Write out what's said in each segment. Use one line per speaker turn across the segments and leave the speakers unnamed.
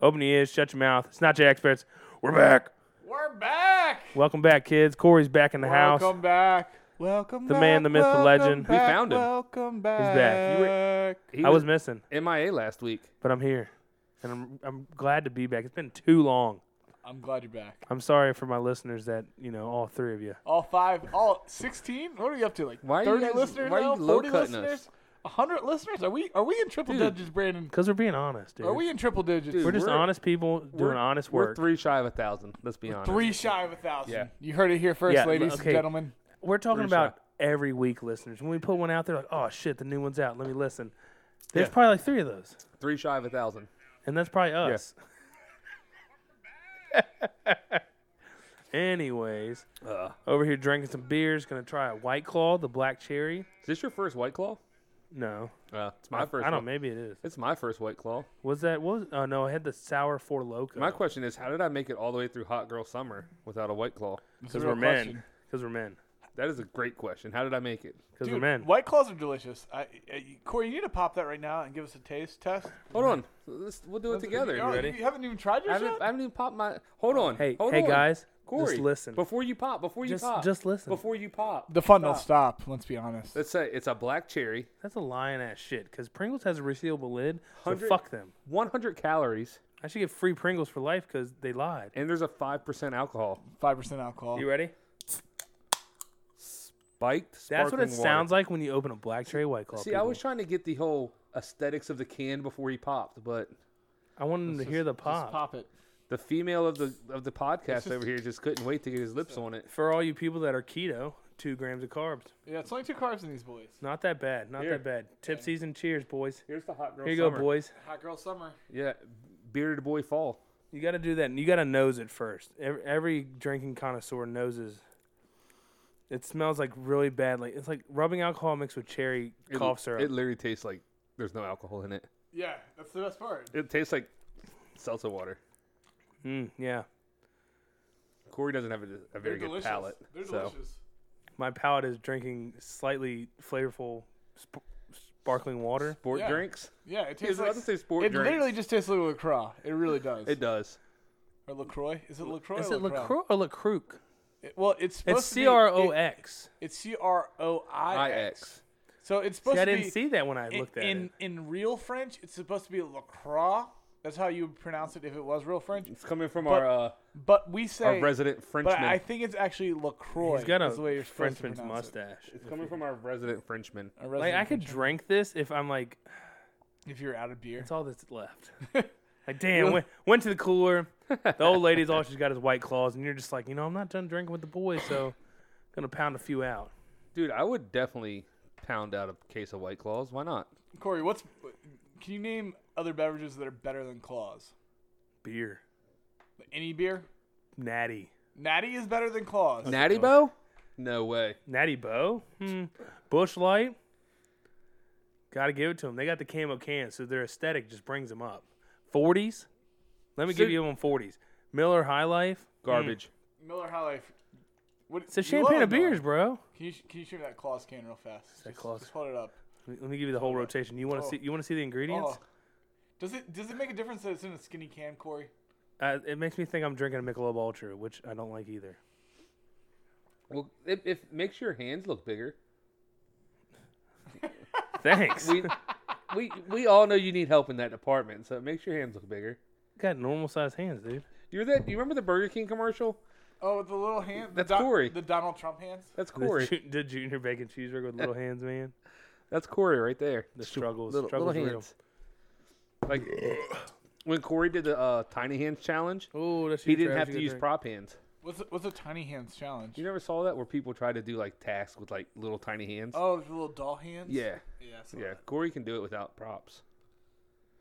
Open your ears, shut your mouth. It's not your experts. We're back.
We're back.
Welcome back, kids. Corey's back in the house.
Welcome back. Welcome
The
back.
man, the myth, the
welcome
legend. We
back,
found him.
Welcome back.
back.
You He
I was missing,
MIA last week.
but I'm here, and I'm I'm glad to be back. It's been too long.
I'm glad you're back.
I'm sorry for my listeners that you know all three of you.
All five, all 16? What are we up to? Like
Why are
30
you guys-
listeners
why are you
now? 40
low-cutting us?
listeners? 100 listeners? Are we are we in triple
Dude.
digits, Brandon?
Because we're being honest, dude.
Are we in triple digits?
Dude,
are just
We're-
honest people doing honest
We're
work. We're,
three shy of a thousand. Let's be honest.
Three shy of a thousand.
Yeah.
You heard it here first,
Yeah,
ladies
okay.
and gentlemen.
talking
three
about every week listeners. When we put one out, they're like, "Oh shit, the new one's out. Let me listen." There's
Yeah.
probably like three of those,
Three shy of a thousand.
and that's probably us. Anyways,
Uh,
over here drinking some beers. Gonna try a White Claw, the black cherry.
is this your first White Claw?
No,
Uh, it's my first.
I don't.
one.
Maybe it is.
It's my first White Claw.
Was that? What was? Oh no, I had the sour four loco.
My question is, how did I make it all the way through Hot Girl Summer without a White Claw?
It's a
Because
real
we're men.
question.
Because we're men.
That is a great question. How did I make it?
Because we're
Dude,
men.
White claws are delicious. I, I, Corey, you need to pop that right now and give us a taste test.
Hold on. Let's, we'll do it together.
Oh,
I
You haven't even tried your
haven't,
shot?
I haven't even popped my. Hold on.
Hey,
Hold
hey
on.
guys,
Corey,
just listen.
Before you pop, before you
Just-
pop,
just listen.
Before you pop,
the fun don't stop, let's be honest.
let's say it's a black cherry,
That's a lying ass shit. Because Pringles has a resealable lid. So
100
fuck them.
100 calories,
I should get free Pringles for life because they lied.
and there's a five percent alcohol.
5% alcohol.
You ready?
Spiked.
That's what
sparkling
it
water.
sounds like when you open a black cherry white claw.
See, I
people.
was trying to get the whole aesthetics of the can before he popped, but
I wanted them to hear the pop.
Just pop it.
the female of the of the podcast over here just couldn't wait to get his lips on it.
For all you people that are keto, two grams of carbs.
Yeah, it's only two carbs in these boys.
Not that bad. Not
Here.
that bad. Tipsies and cheers, boys.
Here's the hot girl.
Here you go, boys.
Hot girl summer.
Yeah, bearded boy fall.
You got to do that. and You got to nose it first. Every, every drinking connoisseur noses. It smells like really bad. Like it's like rubbing alcohol mixed with cherry
It-
cough syrup.
It literally tastes like there's no alcohol in it.
Yeah, that's the best part.
It tastes like salsa water.
mm, yeah,
Corey doesn't have a, a very good palate. so.
my palate is drinking slightly flavorful, sp- sparkling water.
Sport
Yeah.
drinks.
Yeah, it
I was
tastes like
about to say sport
It
drinks.
literally just tastes like LaCroix. It really does.
It does.
or LaCroix? Is it LaCroix
Is
or
it Lacroix or Lacroix?
It- well, it's supposed
It's
to be-
C R O
it-
X.
It's C R O I X.
IX.
So it's supposed
See, I
to be
didn't see that when I
in,
looked at
in,
it.
in real French, it's supposed to be LaCroix. That's how you would pronounce it if it was real French.
It's coming from
But-
our uh,
But we say
our resident Frenchman.
But I think it's actually LaCroix.
He's got
is the way
a
you're supposed to
Frenchman's
pronounce it.
mustache.
it's coming from our resident Frenchman.
A
Like
resident
I could
Frenchman.
drink this if I'm like
if you're out of beer.
It's all that's left. like, damn, went, went to the cooler. The old lady's all she's got is white claws, and you're just like, you know, I'm not done drinking with the boys, so gonna pound a few out.
Dude, I would definitely pound out a case of White Claws. Why not?
Corey, what's can you name other beverages that are better than claws?
Beer,
Like any beer?
natty,
Natty is better than claws.
Natty Bow? No way.
natty bow, hmm. bush light. Gotta give it to them. They got the camo cans, so their aesthetic just brings them up. 40s. Let me
So-
give you one 40s. Miller High Life.
Garbage.
Miller High Life. What,
It's a champagne of beers, bro.
Can you, sh- can you shoot me that claws can real fast? That just,
Claws.
Just hold it up.
Let me- let me give you the whole rotation. You want to
Oh.
see? You want to see the ingredients?
Oh. Does it does it make a difference that it's in a skinny can, Corey?
Uh, it makes me think I'm drinking a Michelob Ultra, which I don't like either.
Well, it, it makes your hands look bigger.
Thanks.
We, we, we all know you need help in that department, so it makes your hands look bigger.
got normal sized hands, dude.
You're that. You remember the Burger King commercial?
Oh, with the little hand.
That's
the
Corey.
The Donald Trump hands.
That's
The
Corey.
ju- The, junior bacon cheeseburger with little hands, man.
That's Corey right there.
The struggles,
Little,
struggles
little
real.
hands. Like when Corey did the uh, tiny hands challenge,
Oh, that's
he didn't have to use prop hands.
What's a- what's a tiny hands challenge?
You never saw that where people try to do like tasks with like little tiny hands.
Oh, the little doll hands.
yeah,
Yeah. I saw
yeah.
that.
Corey can do it without props.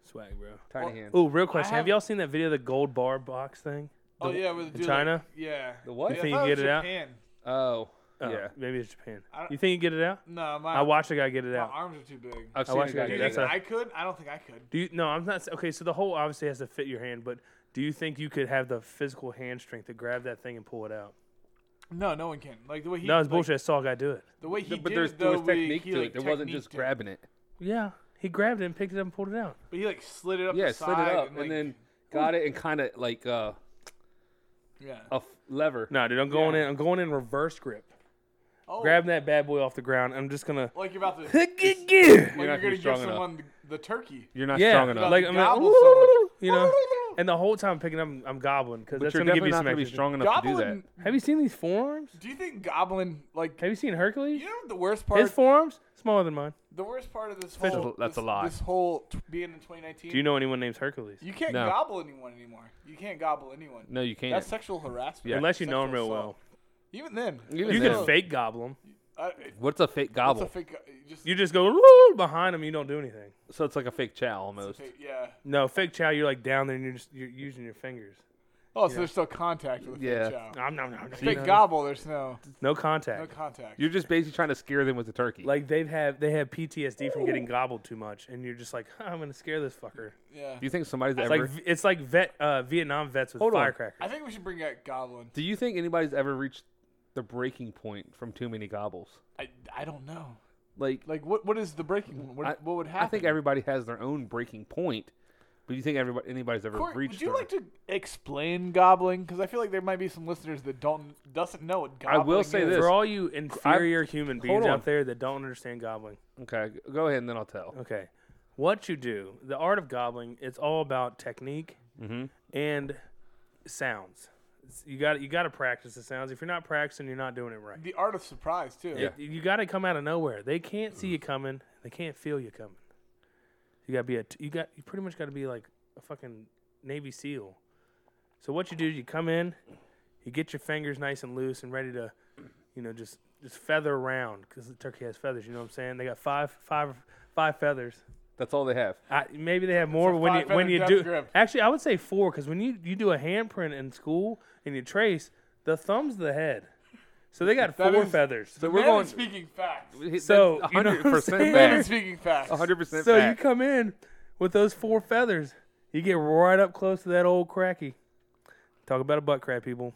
swag, bro.
Tiny
Well-
hands.
Oh, real question:
I
Have
have-
y'all seen that video of the gold bar box thing?
Oh yeah, with the dude
China?
That, yeah.
The what?
Yeah,
You
I
think
thought
you
it
get
was
it out?
Japan.
Oh,
Oh,
yeah.
maybe it's Japan.
I don't-
You think you get it out?
No, my
I watched a guy get it
my
out.
arms are too big.
I've
I
seen
watched
a guy
that
Do
do
guy.
you think
that.
that's a-
I could? I don't think I could.
Do you? No, I'm not. s- Okay, so the whole obviously has to fit your hand, but do you think you could have the physical hand strength to grab that thing and pull it out?
No, no one can. Like the way he.
no, it's
like,
bullshit. I saw a guy do it.
The way he
but
did
there's
it,
there
though,
was
we-
technique
he,
to
like,
it. There wasn't
techniqued
just
it.
grabbing it.
Yeah, he grabbed it and picked it up and pulled it out.
But he like slid it up.
Yeah,
the
slid it
side
up
and,
and,
like,
then got it and kind of like uh,
Yeah.
a f- lever.
No, dude, I'm going in. I'm going in reverse grip.
Oh,
Grabbing that bad boy off the ground. I'm just gonna.
like you're about to. Like
yeah,
you're,
not gonna be
gonna give
strong enough.
someone the, the turkey.
You're not strong enough.
like I'm like,
Gobble someone.
you know, and the whole time picking up, I'm gobbling because
but
that's
you're
gonna give
definitely
you
not
some
going to
extra.
be strong enough to do
Goblin.
Have you seen these forearms?
Do you think Goblin like?
Have you seen Hercules?
You know the worst
His
part.
forearms smaller than mine.
The worst part of this
That's
whole.
a- that's
this,
a lie.
This whole t- being in 2019.
Do you know anyone named Hercules?
You can't
No.
gobble anyone anymore. You can't gobble anyone.
that. No, you can't.
That's sexual harassment.
Yeah.
Unless you know him
Sexual
real well.
assault. Even then,
Even
You
then.
can fake gobble him.
I,
What's a fake
it's
gobble?
a fake. uh, Just,
You just go "Woo," behind him. You don't do anything.
so it's like a fake chow almost.
fake- yeah.
No fake chow. You're like down there and you're just you're using your fingers.
Oh, so there's still contact with
Yeah.
the chow.
Nom, nom, nom, nom.
Fake gobble. There's no
No
no
contact.
contact.
You're just basically trying to scare them with the turkey.
Like they've have they have PTSD from getting gobbled too much, and you're just like "Huh, I'm gonna scare this fucker.
yeah.
do you think somebody's
It's
ever?
like it's like vet uh, Vietnam vets with
Hold on.
firecrackers.
I think we should bring back goblin.
do you think anybody's ever reached the breaking point from too many gobbles?
I, I don't know.
Like,
Like what what is the breaking? point? What,
I,
what would happen?
I think everybody has their own breaking point. But do you think everybody anybody's ever
Corey,
reached?
would you
their-
like to explain gobbling? Because I feel like there might be some listeners that don't doesn't know what
I
gobbling.
will say
is.
this.
For all you inferior human beings
on.
out there that don't understand gobbling,
okay, g- go ahead and then I'll tell.
okay, what you do, the art of gobbling, it's all about technique
Mm-hmm.
and sounds. It's- You got you got to practice the sounds. If you're not practicing, you're not doing it right.
The art of surprise too.
Yeah.
You got to come out of nowhere. They can't
Mm-hmm.
see you coming. They can't feel you coming. You got to be a. You got. You pretty much got to be like a fucking Navy SEAL. So what you do is you come in, you get your fingers nice and loose and ready to, you know, just just feather around because the turkey has feathers. You know what I'm saying? They got five five five feathers.
That's all they have.
I, maybe they have more,
a
but when you
five-feather
when you
death
do
grip.
actually, I would say four because when you you do a handprint in school and you trace, the thumb's the head, so they got
That
four
is-
feathers.
So
We're
we're going.
speaking facts.
So,
that's
you know what I'm
100%
saying?
Man is
back.
speaking facts.
100%
So you
back.
come in with those four feathers, you get right up close to that old cracky. Talk about a butt crack, people.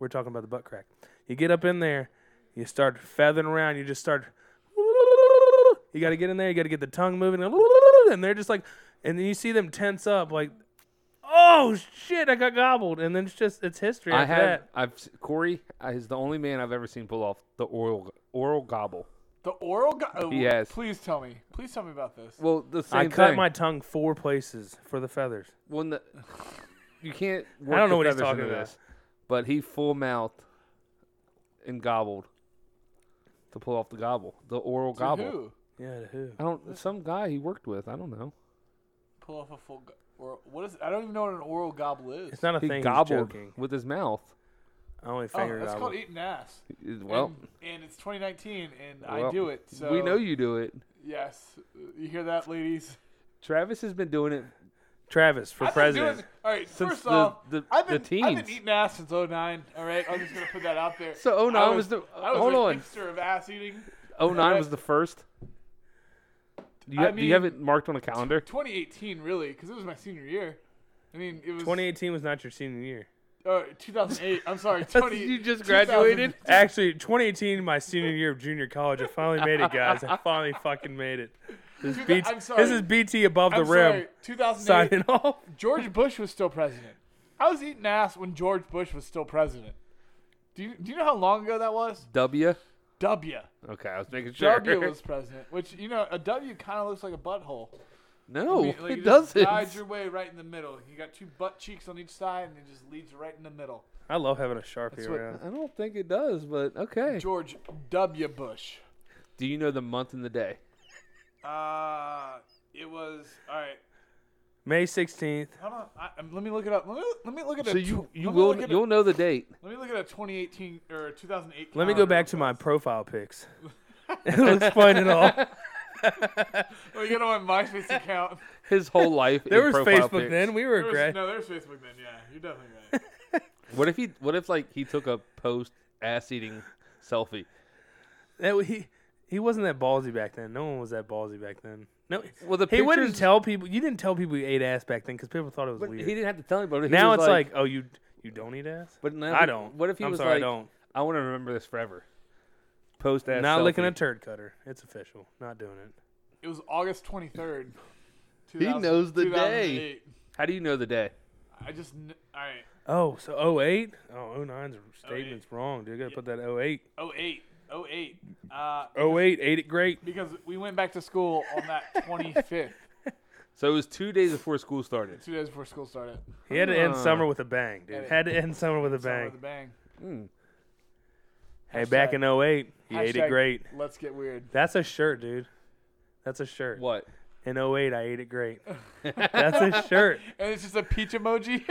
We're talking about the butt crack. You get up in there, you start feathering around. You just start. You got to get in there. You got to get the tongue moving, and they're just like, and then you see them tense up, like, oh shit, I got gobbled, and then it's just it's history.
I
After
have.
that.
I've s- Corey is the only man I've ever seen pull off the oral oral gobble.
The oral. Go- oh,
Yes.
Please tell me. Please tell me about this.
Well, the same
I cut
thing.
my tongue four places for the feathers.
when the you can't. Work
I don't
the
know what he's
feathers into
talking about.
This, but he full mouth and gobbled to pull off the gobble, the oral
To
gobble.
who?
Yeah, to who?
I don't. Some guy he worked with. I don't know.
Pull off a full. Go- or what is? I don't even know what an oral gobble is.
It's not a
He
thing. He's
gobbled
joking.
with his mouth.
I only
oh,
finger
that's
gobbled.
called eating ass.
Well,
and, and it's 2019, and I
well,
do it. So
we know you do it.
Yes, you hear that, ladies?
Travis has been doing it.
Travis for
I've been doing-
president.
all right,
Since
first
the-
off,
the-
I've
the
been I've been
teens.
eating ass since 09, All right, I'm just gonna put that out there.
So 09
I
was the-
I was
hold
a
on.
hipster of ass eating.
Oh nine
that-
was the first. Do you,
I
do you have
mean-
it marked on a calendar?
2018 really, because it was my senior year. I mean, it was
2018 was not your senior year.
uh, 2008. I'm sorry, 20.
You just graduated?
2000
Actually, 2018, my senior year of junior college, I finally made it, guys. I finally fucking made it. This is
Dude,
BT,
I'm sorry.
This is BT above the
I'm
rim
sorry, 2008.
signing off.
George Bush was still president. I was eating ass when George Bush was still president. Do you, do you know how long ago that was?
W.
W.
Okay, I was making sure.
W was president, which you know a W kind of looks like a butthole.
no,
I mean, like,
it
you just
doesn't.
Guide your way right in the middle. You got two butt cheeks on each side, and it just leads right in the middle.
I love having a sharpie
what-
around.
I don't think it does, but okay.
George W. Bush.
Do you know the month and the day?
Uh, it was all right.
May 16th.
Hold on, I, um, let me look it up. Let me, let me look at
So
a.
you
tw-
you
let me
will
look at a-
you'll know the date.
let me look at a 2018 or 2008.
Let me go back to my profile pics. It'll explain it all.
Oh, you get on my MySpace account.
His whole life.
There
in
was
profile
Facebook
pics.
then. We were a
There's,
grad.
No, there's Facebook then. Yeah, you're definitely right.
What if he? What if like he took a post ass eating selfie?
That, he, he wasn't that ballsy back then. No one was that ballsy back then. No,
Well, the
he wouldn't
pictures-
tell people. You didn't tell people you ate ass back then because people thought it was
But
weird.
he didn't have to tell anybody. He
now
was
it's like, oh, you you don't eat ass.
but now
I don't.
What if he
I'm
was
sorry,
like,
I don't.
I want to remember this forever. Post ass.
Not
selfie.
licking a turd cutter. It's official. Not doing it.
It was August 23rd.
He knows the day.
2008.
How do you know the day?
I just kn- all right.
Oh, so 08? Oh, 09's statement's
08.
wrong, dude. I got to
Yeah.
put that 08.
Oh eight. Oh eight. Uh,
08, ate it great.
because we went back to school on that twenty fifth,
So it was two days before school started.
two days before school started.
He had to end
Huh.
summer with a bang, dude.
Had it.
Had to end summer with a
Summer
bang.
of the bang.
Mm.
Hey, back in 08, he ate it
Hashtag
great.
Let's get weird.
That's a shirt, dude. That's a shirt.
What?
In 08, I ate it great. That's a shirt.
And it's just a peach emoji.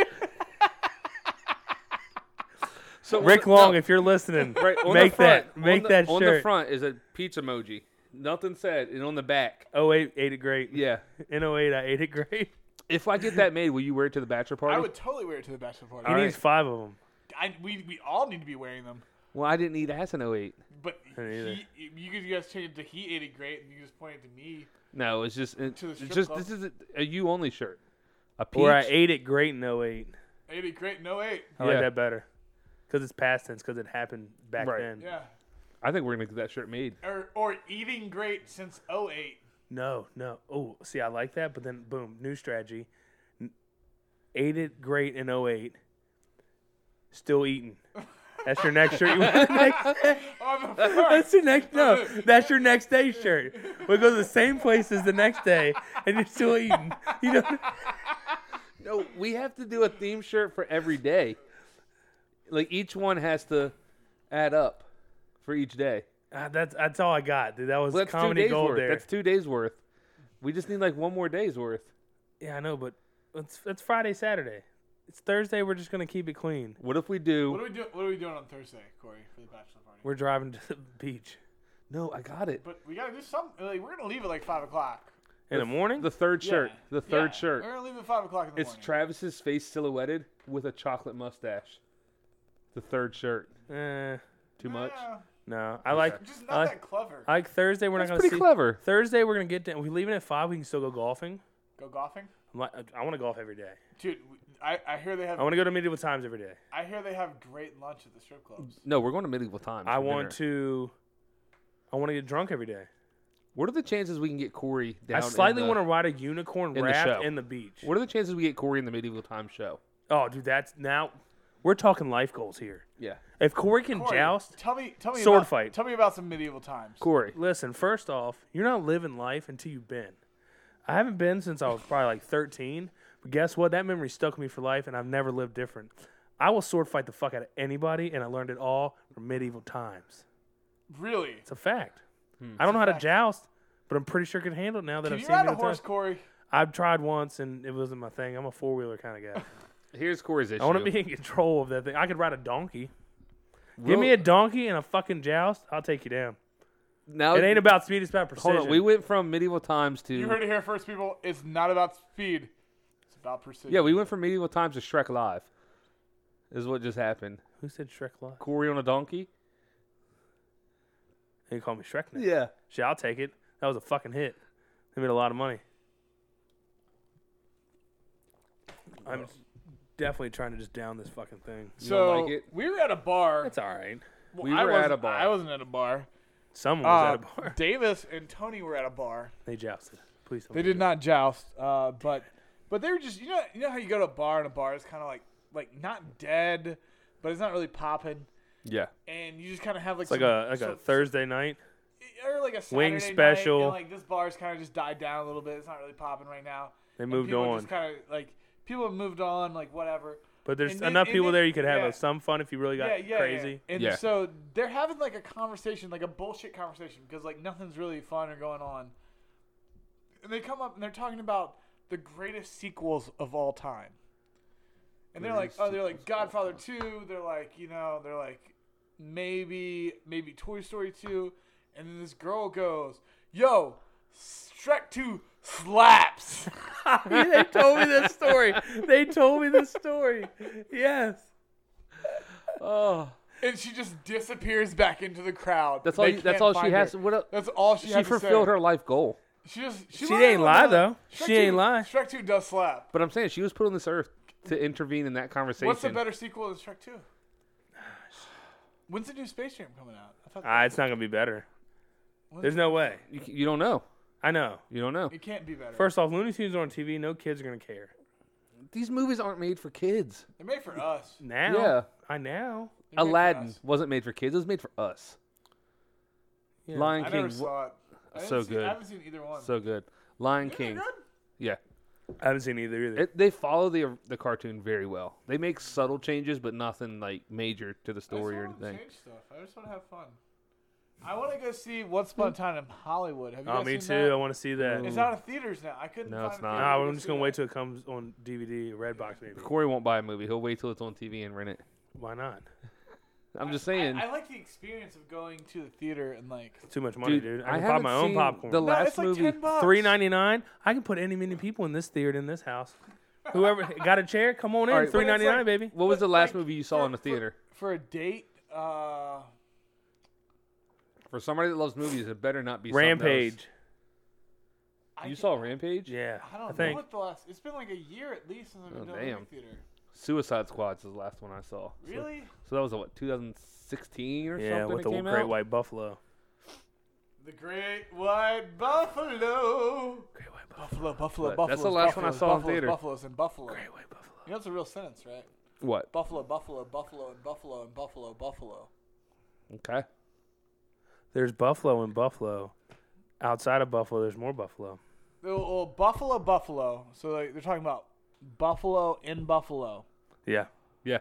So
Rick
no,
Long, if you're listening,
right, on the
make
front-
that
on
make
the-
that
on the
shirt.
front is a peach emoji. Nothing said, and on the back,
08, ate it great.
yeah.
In 08, I ate it great.
If I get that made, will you wear it to the bachelor party?
I would totally wear it to the bachelor party.
He
All right.
needs five of them.
I, we we all need to be wearing them.
Well, I didn't eat ass in 08.
But
don't either.
he, you guys- you guys change it to he ate it great, and you just point it to me.
No, it's just it-
To the
it's
strip
just
club.
this is a, a you only shirt. A peach.
Or I ate it great in 08.
Ate it great. No eight.
I like
Yeah.
that better. Because it's past tense, because it happened back
Right.
then.
Yeah.
I think we're gonna get that shirt made.
Or or eating great since 08.
No, no. Oh, see, I like that, but then boom, new strategy. N- Ate it great in 08. Still eating. That's your next shirt. You want the next day?
On the
That's
first.
your next. No, that's your next day shirt. We go to the same places the next day, and you're still eating. You know.
No, we have to do a theme shirt for every day. Like each one has to add up for each day.
Ah, that's that's all I got, dude. That was
Well, that's two
comedy
days
gold
worth.
there.
That's two days worth. We just need like one more day's worth.
yeah, I know, but it's it's Friday, Saturday. It's Thursday. We're just gonna keep it clean.
What if we do?
What are we doing? What are we doing on Thursday, Corey, for the bachelor party?
We're driving to the beach
no, Oh, I got it.
but we gotta do something. Like, we're gonna leave at like five o'clock.
in the morning.
The third shirt.
Yeah.
The third
Yeah,
shirt.
We're gonna leave at five o'clock in the
It's
morning.
Travis's face silhouetted with a chocolate mustache. The third shirt.
Eh,
Too much.
Yeah,
no, I like
just
I
not
like,
that clever.
I like Thursday. We're
That's
not gonna
pretty
see
clever.
Thursday. We're gonna get down. We're leaving at five. We can still go golfing.
Go golfing,
I'm like, I want to golf every day.
dude. we- I, I hear they have.
I want to go to medieval times every day.
I hear they have great lunch at the strip clubs.
No, we're going to medieval times.
I
for
want
dinner.
to. I want to get drunk every day.
What are the chances we can get Corey down?
I slightly
in the,
want to ride a unicorn
the show.
raft in the beach.
What are the chances we get Corey in the medieval times show?
Oh, dude, that's now we're talking life goals here.
Yeah,
If Corey can
Corey,
joust,
Tell me, tell me
Sword
about,
fight.
Tell me about some medieval times.
Corey.
listen. First off, you're not living life until you've been. I haven't been since I was probably like 13. But guess what? That memory stuck with me for life, and I've never lived different. I will sword fight the fuck out of anybody, and I learned it all from medieval times.
Really?
It's a fact.
Hmm.
I don't know how to joust, but I'm pretty sure I can handle it now that
Can
I've
you
seen
ride a
medieval
horse,
times.
Corey?
I've tried once, and it wasn't my thing. I'm a four wheeler kind of guy.
Here's Corey's issue.
I want to be in control of that thing. I could ride a donkey.
We'll-
Give me a donkey and a fucking joust. I'll take you down.
now.
It ain't about speed; it's about precision.
hold on. We went from medieval times to
You heard it here first, people. It's not about speed. It's about precision.
yeah. We went from medieval times to Shrek Live. Is what just happened.
Who said Shrek live?
Corey on a donkey.
They call me Shrek now.
Yeah.
Shit, I'll take it. That was a fucking hit. They made a lot of money. I'm definitely trying to just down this fucking thing.
so
like it?
we were at a bar.
That's all right.
Well,
We
I
were at
wasn't-
a bar.
I wasn't at a bar.
Someone was at
Uh,
a bar.
Davis and Tony were at a bar.
They jousted. Please don't.
They did not joust, uh, but but they were just you know you know how you go to a bar and a bar is kind of like like not dead, but it's not really popping,
Yeah.
and you just kind of have like
It's like
some-
a like a
some-
Thursday night.
or like a Saturday
wing
night,
special.
and, like this bar's kind of just died down a little bit. It's not really popping right now.
They
And
moved
people
on.
Just kind of like people have moved on, like whatever.
But there's
and then-
enough
and
people
then-
there you could have
yeah.
uh, some fun if you really got
yeah, yeah,
crazy.
Yeah. And
Yeah.
so they're having like a conversation, like a bullshit conversation, because like nothing's really fun or going on. And they come up and they're talking about the greatest sequels of all time. And they're like,
Greatest
oh, they're like
sequels of all
Godfather two. They're like, you know, they're like maybe maybe Toy Story two. And then this girl goes, yo, Shrek two slaps.
they told me this story. They told me this story. Yes.
Oh,
and she just disappears back into the crowd.
that's all.
They
You, that's
can't
all she
find
has.
her.
What? el-
That's all she,
She,
had to say.
fulfilled her life goal.
She just she,
She
lied
ain't
a
lie,
lot.
though.
Shrek
She
2
ain't lie.
Shrek Two does slap.
But I'm saying she was put on this earth to intervene in that conversation.
What's the better sequel than Shrek Two? When's the new Space Jam coming out? I thought
Ah, it's not gonna be better. There's no way.
You, c- you don't know.
I know.
You don't know.
it can't be better.
First off, Looney Tunes are on TV. No kids are gonna care.
these movies aren't made for kids.
They're made for us.
Now,
Yeah.
I now.
They're made for
Aladdin
us.
wasn't made for kids. It was made for us.
Yeah.
Lion
I
King,
never
wa-
saw it. I didn't
so
see-
good.
I haven't seen either one.
so good. Lion
Isn't it
King,
good?
yeah,
I haven't seen either either.
it, they follow the the cartoon very well. They make subtle changes, but nothing like major to
I
the
just
story or
wanna
anything.
Change stuff. I just want to have fun. I want to go see Once Upon a Time in Hollywood. Have you
oh,
guys
me
seen
too.
that?
I want to see
Mm.
that.
It's out of theaters now. I couldn't.
No,
find
it's
a
not.
theater
Nah,
to
I'm
go
just
see
gonna
that.
wait till it comes on DVD, or Redbox maybe.
Corey won't buy a movie. He'll wait till it's on TV and rent it.
Why not?
I'm just
I-
saying.
I, like the experience of going to the theater and like.
Too much money, dude. I can buy
haven't
my own
seen
popcorn.
The
No,
last
it's like
movie,
ten bucks.
Three ninety nine. I can put any many people in this theater in this house. Whoever got a chair, come on in.
All right, but
Three
it's
ninety nine,
like-
baby.
What was
But,
the last
like,
movie you saw
for-
in the
for-
theater?
for a date. Uh,
For, somebody that loves movies, it better not be something else.
Rampage.
I
You
can't-
saw Rampage?
Yeah,
I don't
think.
know what the last. It's been like a year at least since I've been
Oh,
to a
damn.
movie theater.
Suicide Squad's the last one I saw. So-
Really?
So, that was uh, what 2016 or
yeah,
something.
with
it
the
came
great
out?
white buffalo.
The Great White Buffalo.
Great white buffalo.
Buffalo, buffalo,
But
buffalo.
that's the last one I saw in
buffaloes,
theater.
Buffaloes and buffalo.
Great white buffalo.
You know, it's a real sentence, right?
What?
Buffalo, buffalo, buffalo, and buffalo, and buffalo, buffalo.
Okay.
There's buffalo in Buffalo. Outside of Buffalo, there's more buffalo.
Well, well, buffalo, buffalo. So like, they're talking about buffalo in buffalo.
Yeah,
Yeah.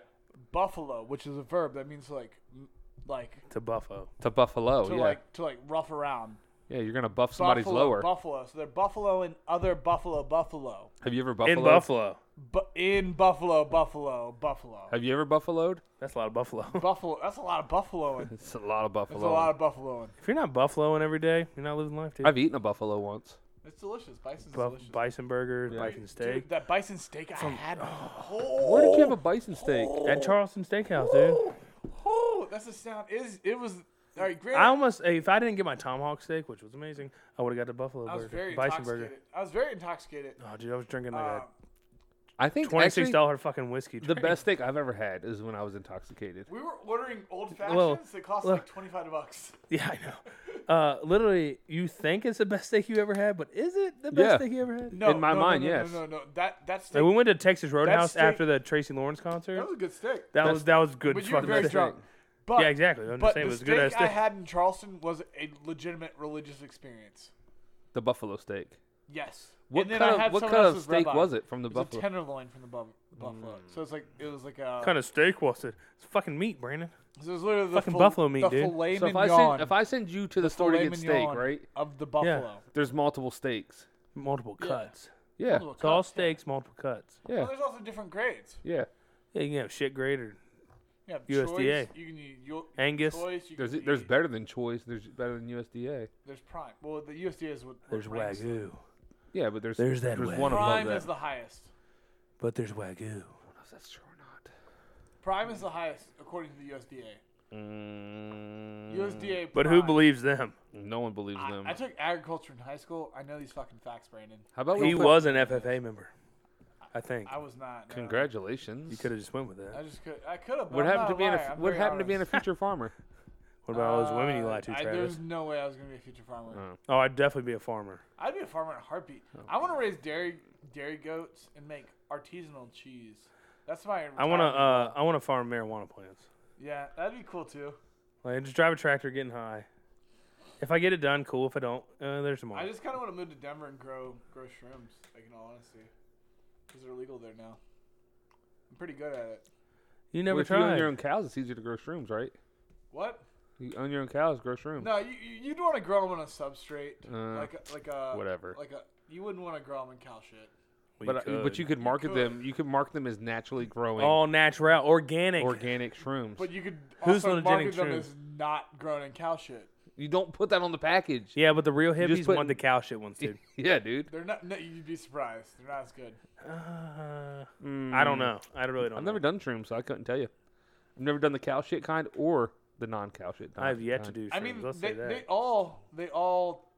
Buffalo, which is a verb that means like, m- like
to buffalo.
To Buffalo.
to
Oh, yeah.
like to like rough around.
yeah. You're gonna buff somebody's
buffalo,
lower.
Buffalo. So they're buffalo and other buffalo, buffalo.
Have you ever buffaloed?
In Buffalo,
Bu- in buffalo, buffalo, buffalo.
Have you ever buffaloed?
that's a lot of buffalo.
buffalo. That's a lot of buffaloing.
It's a lot of buffalo.
That's a lot of buffaloing.
if you're not buffaloing every day, you're not living life, dude.
I've eaten a buffalo once.
It's delicious. Bison's
Buff-
delicious.
bison burgers, bison
Dude,
steak.
that bison steak I had. Oh,
Where did you have a bison steak?
At Charleston Steakhouse, dude.
oh, that's the sound. Is it was all right. Granted,
I almost if I didn't get my tomahawk steak, which was amazing, I would have got the buffalo
I was
burger,
very
bison
intoxicated.
burger.
I was very intoxicated.
Oh, dude, I was drinking like
Uh,
I think
a twenty six
actually
dollar fucking whiskey.
the
drink.
best steak I've ever had is when I was intoxicated.
we were ordering old
Well,
fashions that cost
well-
like twenty five bucks.
Yeah, I know. Uh, literally, you think it's the best steak you ever had, but is it the best
Yeah.
steak you ever had?
No,
In my
no, no,
mind,
no,
yes.
No, no, no, that that's
Like, we went to Texas Roadhouse
steak-
after the Tracy Lawrence concert.
that was a good steak.
That was that was good.
but you were
fucking
very
steak.
drunk. But,
Yeah, exactly. I'm
but
just saying
the
it was a
steak
good ass
I
steak.
had in Charleston was a legitimate religious experience.
The buffalo steak.
Yes.
What
and then
kind
I
of
had
what
someone
kind of
else's
steak
ribeye.
was it from the
It was
buffalo? Mm.
a tenderloin from the bu- buffalo. So it's like it was like a
What kind of steak was it? It's fucking meat, Brandon.
So it was literally the
Fucking
fil-
buffalo meat,
the
dude.
Filet
so if I
mignon,
send if I send you to the, store to
filet
get steak,
mignon
right?
Of the buffalo.
There's multiple steaks.
Multiple
Yeah.
cuts.
Yeah,
Multiple
It's all
cuts, yeah.
steaks, multiple cuts.
yeah,
Well, there's also different grades.
yeah.
Yeah, you can have shit grater,
You have
USDA.
Choice, you can eat yo-
Angus.
choice. You
There's
can
there's
eat-
better than choice. There's better than USDA.
There's prime. Well, the USDA is what. what
There's
ranks it.
wagyu,
Yeah, but there's
There's that way.
one above
Prime
that.
is the highest.
but there's wagyu.
I don't know if that's true or not.
Prime is the highest according to the USDA. Mm,
Mm.
USDA.
But who
prime.
believes them?
No one believes them.
I, I took agriculture in high school. I know these fucking facts, Brandon.
How about we
He
put-
was an FFA member, I think.
I was not. no.
Congratulations.
You could have just went with
I
that.
just could. I could have.
What happened to being
liar.
a
I'm
what
very
happened to being a
honest.
future farmer?
What about all those women you
Uh,
lied to,
I-
Travis?
There's no way I was gonna be a future farmer.
Oh.
Oh, I'd definitely be a farmer.
I'd be a farmer in a heartbeat. I want to raise dairy dairy goats and make artisanal cheese. That's my.
I want to.
retirement
Uh,
goal.
I want to farm marijuana plants.
yeah, that'd be cool too.
Like just drive a tractor, getting high. If I get it done, cool. If I don't, uh, there's
I
tomorrow.
just kind of want to move to Denver and grow grow shrooms. Like in all honesty, because they're legal there now. I'm pretty good at it.
You
Well,
never
if you own
tried.
your own cows, it's easier to grow shrooms, right?
What?
You own your own cows, grow shrooms.
No, you you- you'd want to grow them on a substrate,
Uh,
like a, like a
whatever.
like a. You wouldn't want to grow them in cow shit.
Well,
but uh, but you could market them. You could Oh, market them as naturally growing
all natural, organic.
organic shrooms.
But you could
Who's
also
hallucinogenic
market them
shrooms?
as not grown in cow shit.
you don't put that on the package.
yeah, but the real
just
hippies
put-
want the cow shit ones, dude.
Yeah, dude.
They're not. No, you'd be surprised. They're not as good.
Uh, I don't know. I really don't.
I've
know.
never done shrooms, so I couldn't tell you. I've never done the cow shit kind or the non-cow shit.
I have yet to
kind.
do. Shrooms.
I mean,
let's
they,
say that.
they all they all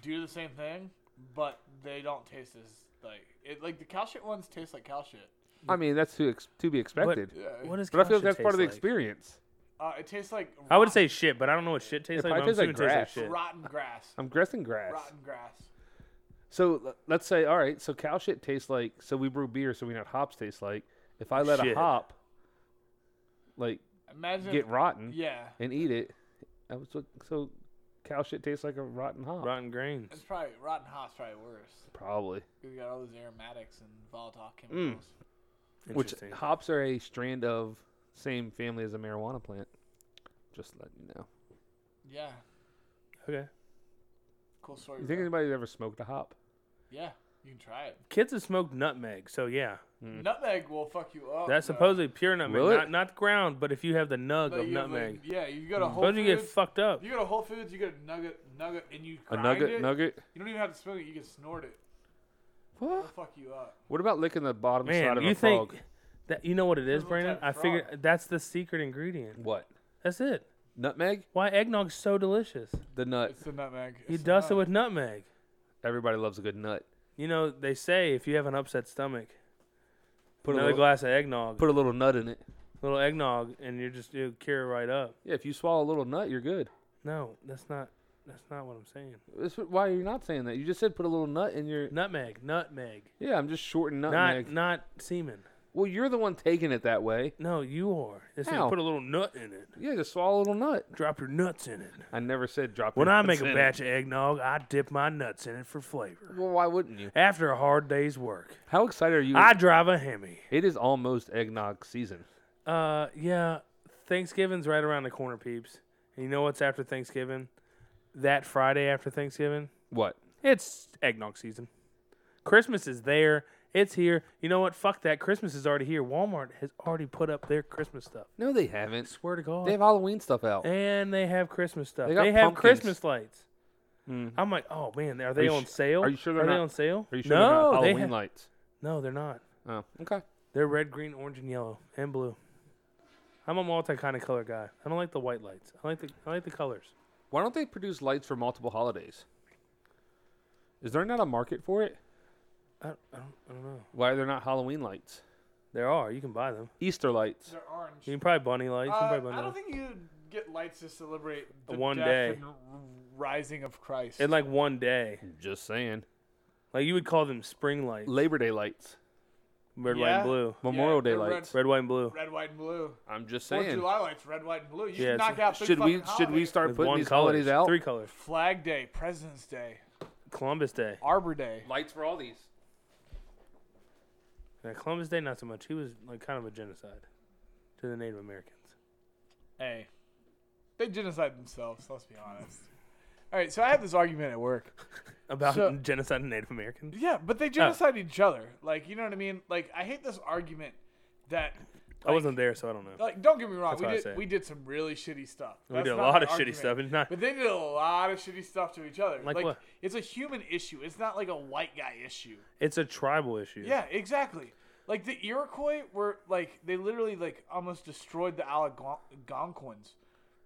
do the same thing, but they don't taste as like it. Like the cow shit ones taste like cow shit.
I mean, that's to ex- to be expected. But,
Yeah.
what is
I
cow
feel like
shit
that's part of the
taste like?
experience.
Uh, it tastes like
I would
rot-
say shit, but I don't know what shit tastes
It
like. but
probably
I'm
tastes like
assuming it tastes
grass.
like shit.
rotten grass.
I'm dressing grass.
Rotten grass.
So l- let's say, all right, so cow shit tastes like. So we brew beer, so we know what hops taste like. If I let
Shit.
a hop, like
Imagine.
get rotten
yeah,
and eat it, I was like, so cow shit tastes like a rotten hop.
Rotten grains.
it's probably rotten hop's probably worse.
Probably.
We got all those aromatics and volatile
Mm.
chemicals.
Which
Interesting.
hops are a strand of same family as a marijuana plant. Just let you know.
Yeah,
okay.
cool story.
You think
bro.
anybody's ever smoked a hop?
yeah, you can try it.
Kids have smoked nutmeg, so yeah,
Nutmeg will fuck you up.
Hmm. that's
though.
supposedly pure nutmeg,
Will it?
not not the ground, but if you have the nug
But
of
you have, like-
nutmeg,
yeah, you go to Whole
suppose
Foods.
you get fucked up.
you go to Whole Foods, you get a nugget, nugget, and you
A
grind
nugget,
it.
nugget.
You don't even have to smoke it. You can snort it. It'll
What?
fuck you up.
What about licking the bottom side
Man,
of
you
a
think
frog?
that you know what it is,
Little
Brandon?
tap
I
frog.
figured that's the secret ingredient.
What?
That's it.
Nutmeg?
Why eggnog's so delicious?
The nut.
It's the nutmeg.
You
It's the
dust it
nut.
with nutmeg.
Everybody loves a good nut.
You know they say if you have an upset stomach,
Put a
another
little,
glass of eggnog,
put a little nut in it.
little eggnog, and you're just you'll cure right up.
Yeah, if you swallow a little nut, you're good.
No, that's not that's not what I'm saying.
That's what- why you're not saying that. You just said put a little nut in your.
Nutmeg, nutmeg,
Yeah, I'm just shorting nutmeg.
not not semen.
well, you're the one taking it that way.
No, you are. It's
How?
like put a little nut in it.
Yeah, just swallow a little nut.
Drop your nuts in it.
I never said drop.
When
your
I
nuts
make a
in
batch
It.
of eggnog, I dip my nuts in it for flavor.
Well, why wouldn't you?
After a hard day's work,
How excited are you?
I drive a Hemi.
it is almost eggnog season.
Uh, yeah, Thanksgiving's right around the corner, peeps. And you know what's after Thanksgiving? That Friday after Thanksgiving,
What?
it's eggnog season. Christmas is there. It's here. You know what? Fuck that. Christmas is already here. Walmart has already put up their Christmas stuff.
No, they haven't.
Swear to Eh, God.
They have Halloween stuff out.
and they have Christmas stuff.
They
They,
got
have
pumpkins.
Christmas lights.
Mm.
I'm like, oh man, are they
you
on
sh-
sale?
are you sure they're
Are they
not-
on sale?
Are you sure they're
no,
not
they
Halloween
ha-
lights?
no, they're not.
Oh, okay.
They're red, green, orange, and yellow, and blue. I'm a multi kind of color guy. I don't like the white lights. I like the I like the colors.
Why don't they produce lights for multiple holidays? Is there not a market for it?
I, I, don't, I don't know.
Why are there not Halloween lights?
There are. You can buy them.
Easter lights.
They're orange.
You can probably bunny lights. you
Uh,
can probably bunny
I don't
lights.
think you get lights to celebrate the
One
death
day.
and r- rising of Christ.
In like one day,
Just saying.
like you would call them spring lights.
Labor Day lights.
Red, white,
Yeah.
and blue.
Memorial Day
they're red-
lights.
Red, white, and blue.
red, white, and blue.
I'm just
Fourth of
saying.
July lights, red, white, and blue. You
Yeah,
should
it's
knock
a-
out. three
Should we
fucking
should we
holidays.
start
With
putting
one
these
color.
holidays out?
Three colors.
Flag Day, President's Day,
Columbus Day.
Arbor Day.
Lights for all these.
Yeah, Columbus Day, not so much. He was like kind of a genocide to the Native Americans.
Hey, they genocide themselves. Let's be honest. All right, so I had this argument at work.
About
So-
genocide of Native Americans.
Yeah, but they genocide each other. Like, you know what I mean? Like, I hate this argument that.
I
like-
wasn't there, so I don't know.
Like, don't get me wrong.
That's
We
what I
did,
said.
we did some really shitty stuff.
we did a
not
lot
my
of shitty
argument.
stuff. It's not
But they did a lot of shitty stuff to each other.
Like what?
It's a human issue. It's not like a white guy issue.
It's a tribal issue.
Yeah, exactly. Like the Iroquois were like they literally like almost destroyed the Algon- Algonquins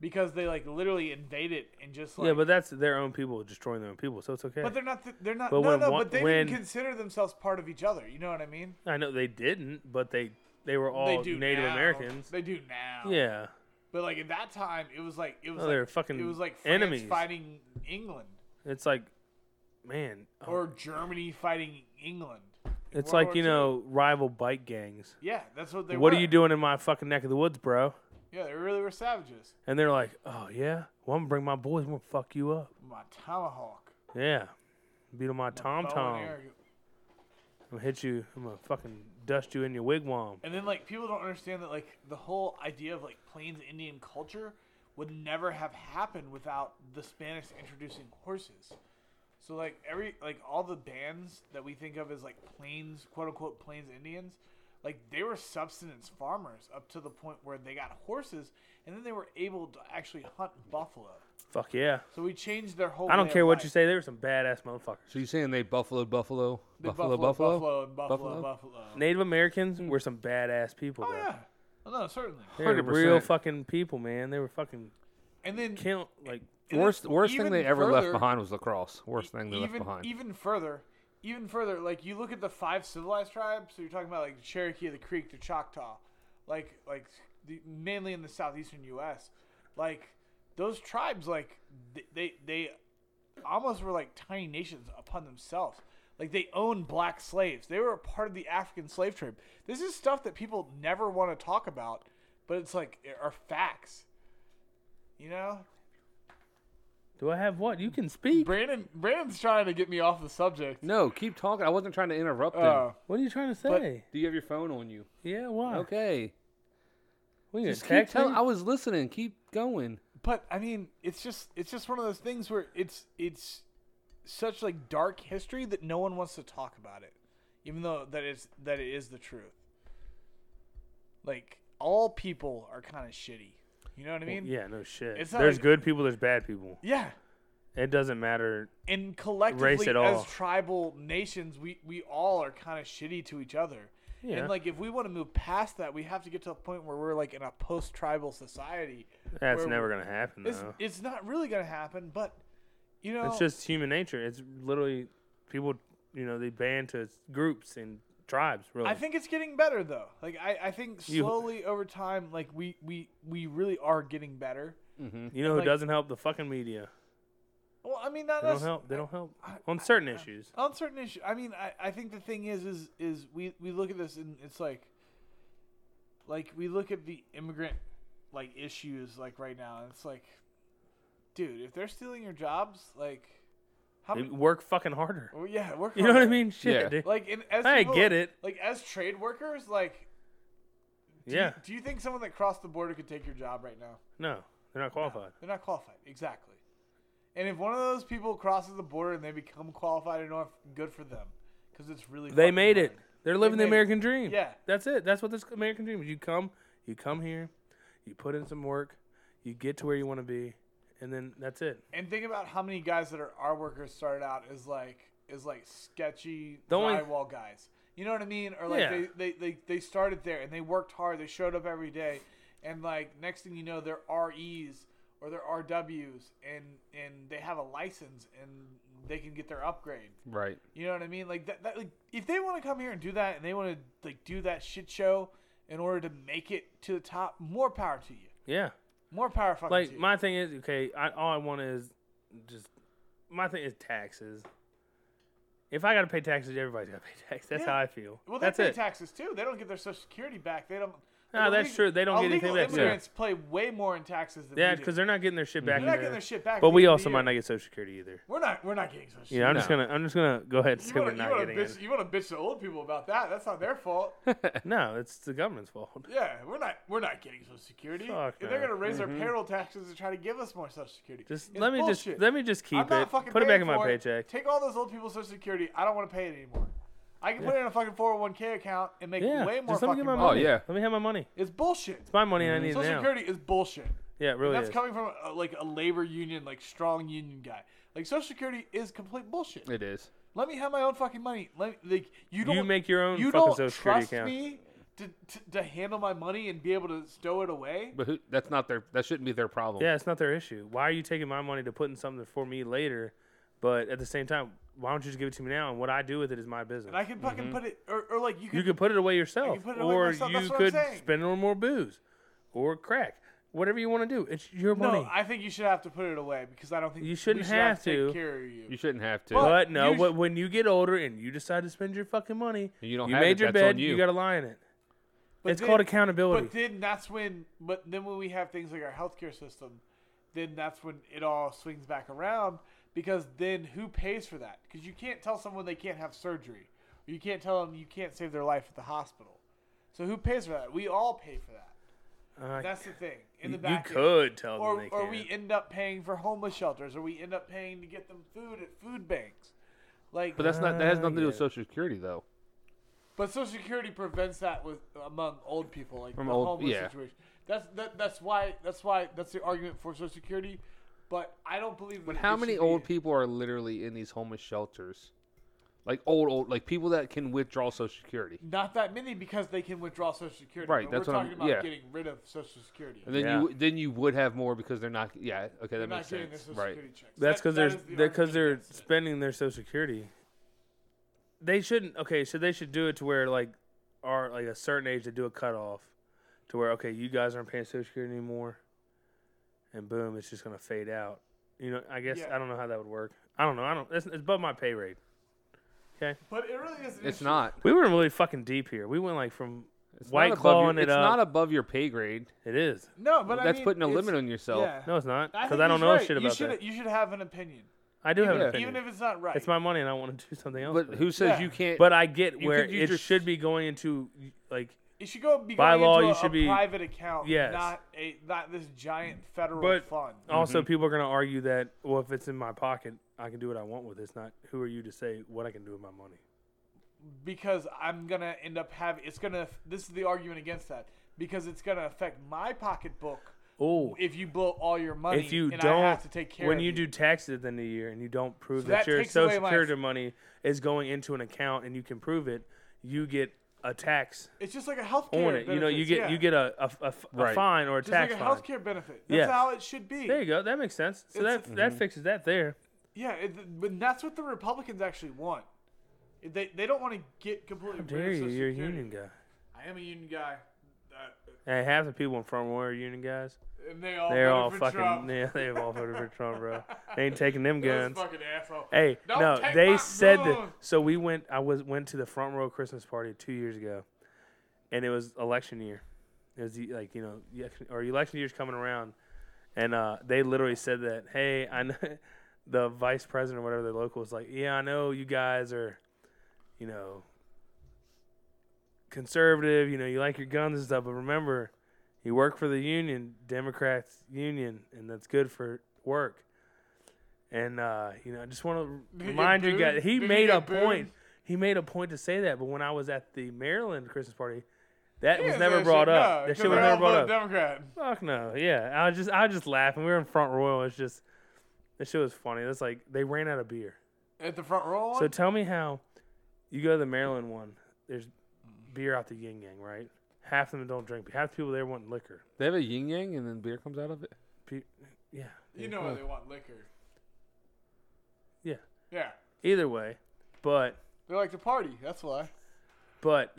because they like literally invaded and just like
yeah, but that's their own people destroying their own people, so it's okay.
but they're not th- they're not
But
no
when
no
one-
but they
when-
didn't consider themselves part of each other. You know what I mean?
I know they didn't, but they they were all
they do
Native
now.
Americans.
They do now.
yeah,
But like at that time, it was like it was
No,
like,
they were fucking
it was like France
enemies.
fighting England
it's like, man, oh,
or Germany fighting England. in
it's
World
like
War
you
Two.
know rival bike gangs.
Yeah, that's what they.
what
were.
are you doing in my fucking neck of the woods, bro?
Yeah, they really were savages.
And they're like, oh yeah, well I'm gonna bring my boys, I'm gonna fuck you up.
My tomahawk.
Yeah, beat on my
bow
tom
and
tom. I'm
arrow.
gonna hit you. I'm gonna fucking dust you in your wigwam.
And then like people don't understand that like the whole idea of like Plains Indian culture would never have happened without the Spanish introducing horses. So like every like all the bands that we think of as like plains quote unquote plains Indians, like they were subsistence farmers up to the point where they got horses and then they were able to actually hunt buffalo.
Fuck yeah.
So we changed their whole.
I
way
don't
of
care what
life.
you say. They were some badass motherfuckers.
So you're saying they buffalo buffalo
They
buffalo
buffalo,
buffalo?
and buffalo, buffalo.
Buffalo?
Native Americans were some badass people.
Mm. Oh
though.
yeah, oh, no certainly.
They were real
100%.
fucking people, man. They were fucking
And then
count like
And then
Worst worst thing
even
they ever left
further- e-
behind was lacrosse. Worst thing they
even,
left behind.
Even further, even further, like you look at the five civilized tribes. So you're talking about like the Cherokee, the Creek, the Choctaw, like like the, mainly in the southeastern U.S. Like those tribes, like th- they they almost were like tiny nations upon themselves. Like they owned black slaves. They were a part of the African slave trade. This is stuff that people never want to talk about, but it's like are facts. You know?
Do I have what? You can speak.
Brandon Brandon's trying to get me off the subject.
No, keep talking. I wasn't trying to interrupt him.
Uh,
What are you trying to say?
Do you have your phone on you?
yeah, why? Okay.
Okay.
What, you
Just
gonna
keep
text me?
telling. I was listening. Keep going.
but I mean, it's just it's just one of those things where it's it's such like dark history that no one wants to talk about it, even though that is that it is the truth. Like all people are kind of shitty. You know what I mean?
yeah, no shit.
It's not
there's
like-
good people. There's bad people.
Yeah.
It doesn't matter.
And collectively,
at all.
as tribal nations, we, we all are kind of shitty to each other.
Yeah.
And like, if we want to move past that, we have to get to a point where we're like in a post-tribal society.
That's
where
never gonna happen.
It's,
though.
it's not really gonna happen, but you know,
It's just human nature. It's literally people. You know, they band to groups and tribes. Really.
I think it's getting better though. Like I, I think
You-
slowly over time, like we, we, we really are getting better.
you know who
like-
doesn't help? The fucking media.
Well, I mean, not
They don't
us-
help. They don't help on certain issues.
on certain issues. I mean, I, I think the thing is, is, is we, we look at this and it's like, like we look at the immigrant like issues like right now, and it's like, dude, if they're stealing your jobs, like, how?
They
Many,
work fucking harder.
well, yeah, work.
You know what I
harder.
mean? Shit,
Yeah.
dude.
Like, and as
I
people-
get it.
Like as trade workers, like, do
yeah.
You, do you think someone that crossed the border could take your job right now?
No, they're not qualified.
They're not qualified, exactly. And if one of those people crosses the border and they become qualified enough, good for them, because it's really
They
fucking
made it.
hard.
They're living the
made it.
American dream.
Yeah.
That's it. That's what this American dream is. You come, you come here, you put in some work, you get to where you want to be, and then that's it.
And think about how many guys that are our workers started out as like as like sketchy
The only-
drywall guys. You know what I mean? Or like
Yeah.
they, they, they, they started there and they worked hard, they showed up every day, and like next thing you know they're REs or they're RWs and and they have a license and they can get their upgrade.
Right.
You know what I mean? Like that, that like if they want to come here and do that and they want to like do that shit show in order to make it to the top, more power to you.
Yeah.
More power fucking to
Like
you.
my thing is okay. I, all I want is just my thing is taxes. If I gotta pay taxes, everybody's gotta pay taxes. That's
Yeah.
how I feel.
well, they
that's
pay
it.
taxes too. They don't get their social security back. They don't.
No,
like,
that's
illeg-
true. They don't get anything
illegal
back, yeah.
Immigrants play way more in taxes than
yeah,
we do.
because they're not getting their shit back.
They're not
either.
getting their shit back. at
but
the
we
end of
also
the
might
year.
not get Social Security either.
We're not. We're not getting social.
Yeah, I'm just
No.
gonna I'm just gonna go ahead and say
You
we're
want to
not getting
bitch,
it.
you wanna bitch the old people about that? That's not their fault.
No, it's the government's fault.
yeah, we're not. We're not getting social security.
Fuck
And
no. Mm-hmm.
they're gonna raise their payroll taxes to try to give us more social security.
Just
It's
let me
bullshit.
just let me just
I'm
keep
not
it.
fucking
Put it back
paying
in my
for it.
paycheck.
Take all those old people's social security. I don't want to pay it anymore. I can put it in a fucking 401k account and make
Yeah,
way more
just let me
fucking
get my
money.
money.
Oh, yeah.
let me have my money.
It's bullshit.
It's my money. I need
Mm-hmm. Social
now.
security is bullshit.
Yeah, it really
That's
is.
coming from a, like a labor union, like strong union guy. Like social security is complete bullshit.
It is.
Let me have my own fucking money. Let me, like you don't
make your own
you
fucking
don't
Social Security
trust
account.
me to, to to handle my money and be able to stow it away.
But who, that's not their. That shouldn't be their problem.
Yeah, it's not their issue. Why are you taking my money to put in something for me later? But at the same time, why don't you just give it to me now? And what I do with it is my business.
And I can fucking put it or, or like you can
Mm-hmm. you could put it away yourself,
put it away
or
myself, that's
you
what I'm
could
saying.
spend it on more booze, or crack, whatever you want to do. It's your money.
No, I think you should have to put it away because I don't think
You
we
shouldn't
should
have
to
to.
take care of
You shouldn't have to.
But-
But no,
you sh-
wh- when you get older and you decide to spend your fucking money,
You don't have
made
it,
your
that's on
bed,
you.
got to lie in it.
But
it's
then-
called accountability.
But then that's when, but then when we have things like our healthcare system, then that's when it all swings back around because then who pays for that? Because you can't tell someone they can't have surgery, or you can't tell them you can't save their life at the hospital. So who pays for that? We all pay for that.
Uh,
That's the thing. In
you,
the
you
back, end.
could tell them
or
they
or
can.
we end up paying for homeless shelters, or we end up paying to get them food at food banks. Like,
But that's not. That has
Ah,
nothing to do with
yeah.
Uh,
Social Security, though.
But Social Security prevents that with among old people, like
From
the
old-
homeless
yeah.
situation. That's that, that's why that's why that's the argument for Social Security. But I don't believe.
But
that
how
it
many
should
old
be-
people are literally in these homeless shelters? Like old, old, like people that can withdraw Social Security.
Not that many because they can withdraw Social Security.
Right,
but
that's
we're
what
talking
I'm-
about
yeah.
getting rid of Social Security.
And then you, then you would have more because they're not. Yeah. Okay,
They're
that
not
makes
getting their
sense.
Social
Right.
Security checks.
That's
That-
because
that
they're
is the
because
argument
they're
against it.
spending their social security. They shouldn't. Okay, so they should do it to where like, are like a certain age they do a cutoff, to where okay, you guys aren't paying social security anymore, and boom, it's just gonna fade out. You know, I guess
Yeah.
I don't know how that would work. I don't know. I don't. It's, it's above my pay rate. Okay.
But it really is. an
It's
issue.
not.
We were really fucking deep here. We went like from
It's
white
not above your-
clawing it
It's
up.
not above your pay grade.
it is.
No, but I
That's
mean,
putting a
it's-
limit on yourself.
Yeah.
No, it's not.
I
Because
think
I, don't
he's
know
right.
shit
you
about
should,
that.
You should have an opinion,
I do have
Yeah.
an
Even
opinion.
even if it's not right.
it's my money, and I want to do something else.
But
with it.
who says
Yeah.
you can't?
But I get
you
where
could use
it
your-
should be going into like
it should go be
By
going
law,
into
you
a,
should
a
be-
private account,
Yes.
not a not this giant federal
But-
fund.
Also, people are going to argue that, well, if it's in my pocket, I can do what I want with it. It's not who are you to say what I can do with my money.
because I'm gonna end up having it's gonna this is the argument against that because it's gonna affect my pocketbook
Oh,
if you blow all your money
if you
and
don't,
I have to take care
when
of
you do taxes at the end of the year and you don't prove
So
that,
that
your
takes away
Social
my-
Security money is going into an account and you can prove it, you get a tax
it's just like a healthcare
on it. You know, you
benefits,
get
yeah.
you get a, a, a, f- a
Right.
fine or a
just
tax
like a
fine.
healthcare benefit that's
Yes.
how it should be
There you go. That makes sense. So that
It's-
that fixes that there.
yeah it, but that's what the Republicans actually want they, they don't want to get completely
How dare
rid of
you?
Social
You're a
Security.
union guy.
I am a union guy uh,
And half the people in front row are union guys.
and they all
They're
voted
all
for
fucking
Trump.
yeah. They've all voted for Trump, bro. They ain't taking them
Those
guns.
fucking asshole
Hey,
Don't
no,
take
they
my
said that.
guns.
So we went. I was went to the front row Christmas party two years ago, and it was election year. It was the- like you know, the election- or election year's coming around, and uh, they literally said that. Hey, I know the vice president or whatever the local was like. Yeah, I know you guys are, you know, conservative. You know, you like your guns and stuff, but remember, you work for the union, Democrats union, and that's good for work. And uh, you know, I just want to
Did he get
remind you guys.
booed?
He
Did he
made
get
a point.
booed?
He made a point to say that. But when I was at the Maryland Christmas party, that
Yeah,
was never
that
brought
shit,
up. that
no, 'cause
shit was
they
never
all
brought up.
voted Democrat.
Fuck no. Yeah, I was just I was just laughing. We were in Front Royal. It's just that shit was funny. That's like they ran out of beer.
At the front row
So tell me how you go to the Maryland one. There's beer out the yin yang, right? Half of them don't drink. Half the people there want liquor.
they have a yin yang, and then beer comes out of it.
Pe- yeah.
you know why they want liquor.
Yeah.
Yeah.
Either way, but
They like to party, that's why.
but
A little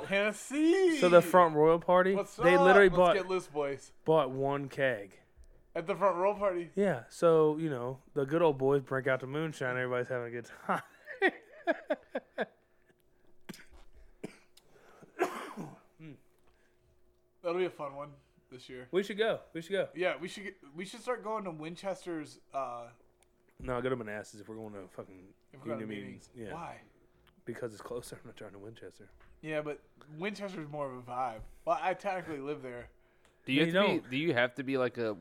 so
Hennessy.
so the front royal party
What's
they
up?
literally
Let's
bought
get loose, boys.
bought one keg.
At the front row party.
Yeah, so you know the good old boys break out the moonshine. Everybody's having a good time.
That'll be a fun one this year.
we should go. We should go.
Yeah, we should get, we should start going to Winchester's uh
No, go to Manassas if we're going to fucking
if we're going to
union
meetings.
meetings. Yeah,
Why?
because it's closer. I'm not trying to Winchester.
Yeah, but Winchester's more of a vibe. Well, I technically live there.
Do you,
You
have to be, do you have to be like a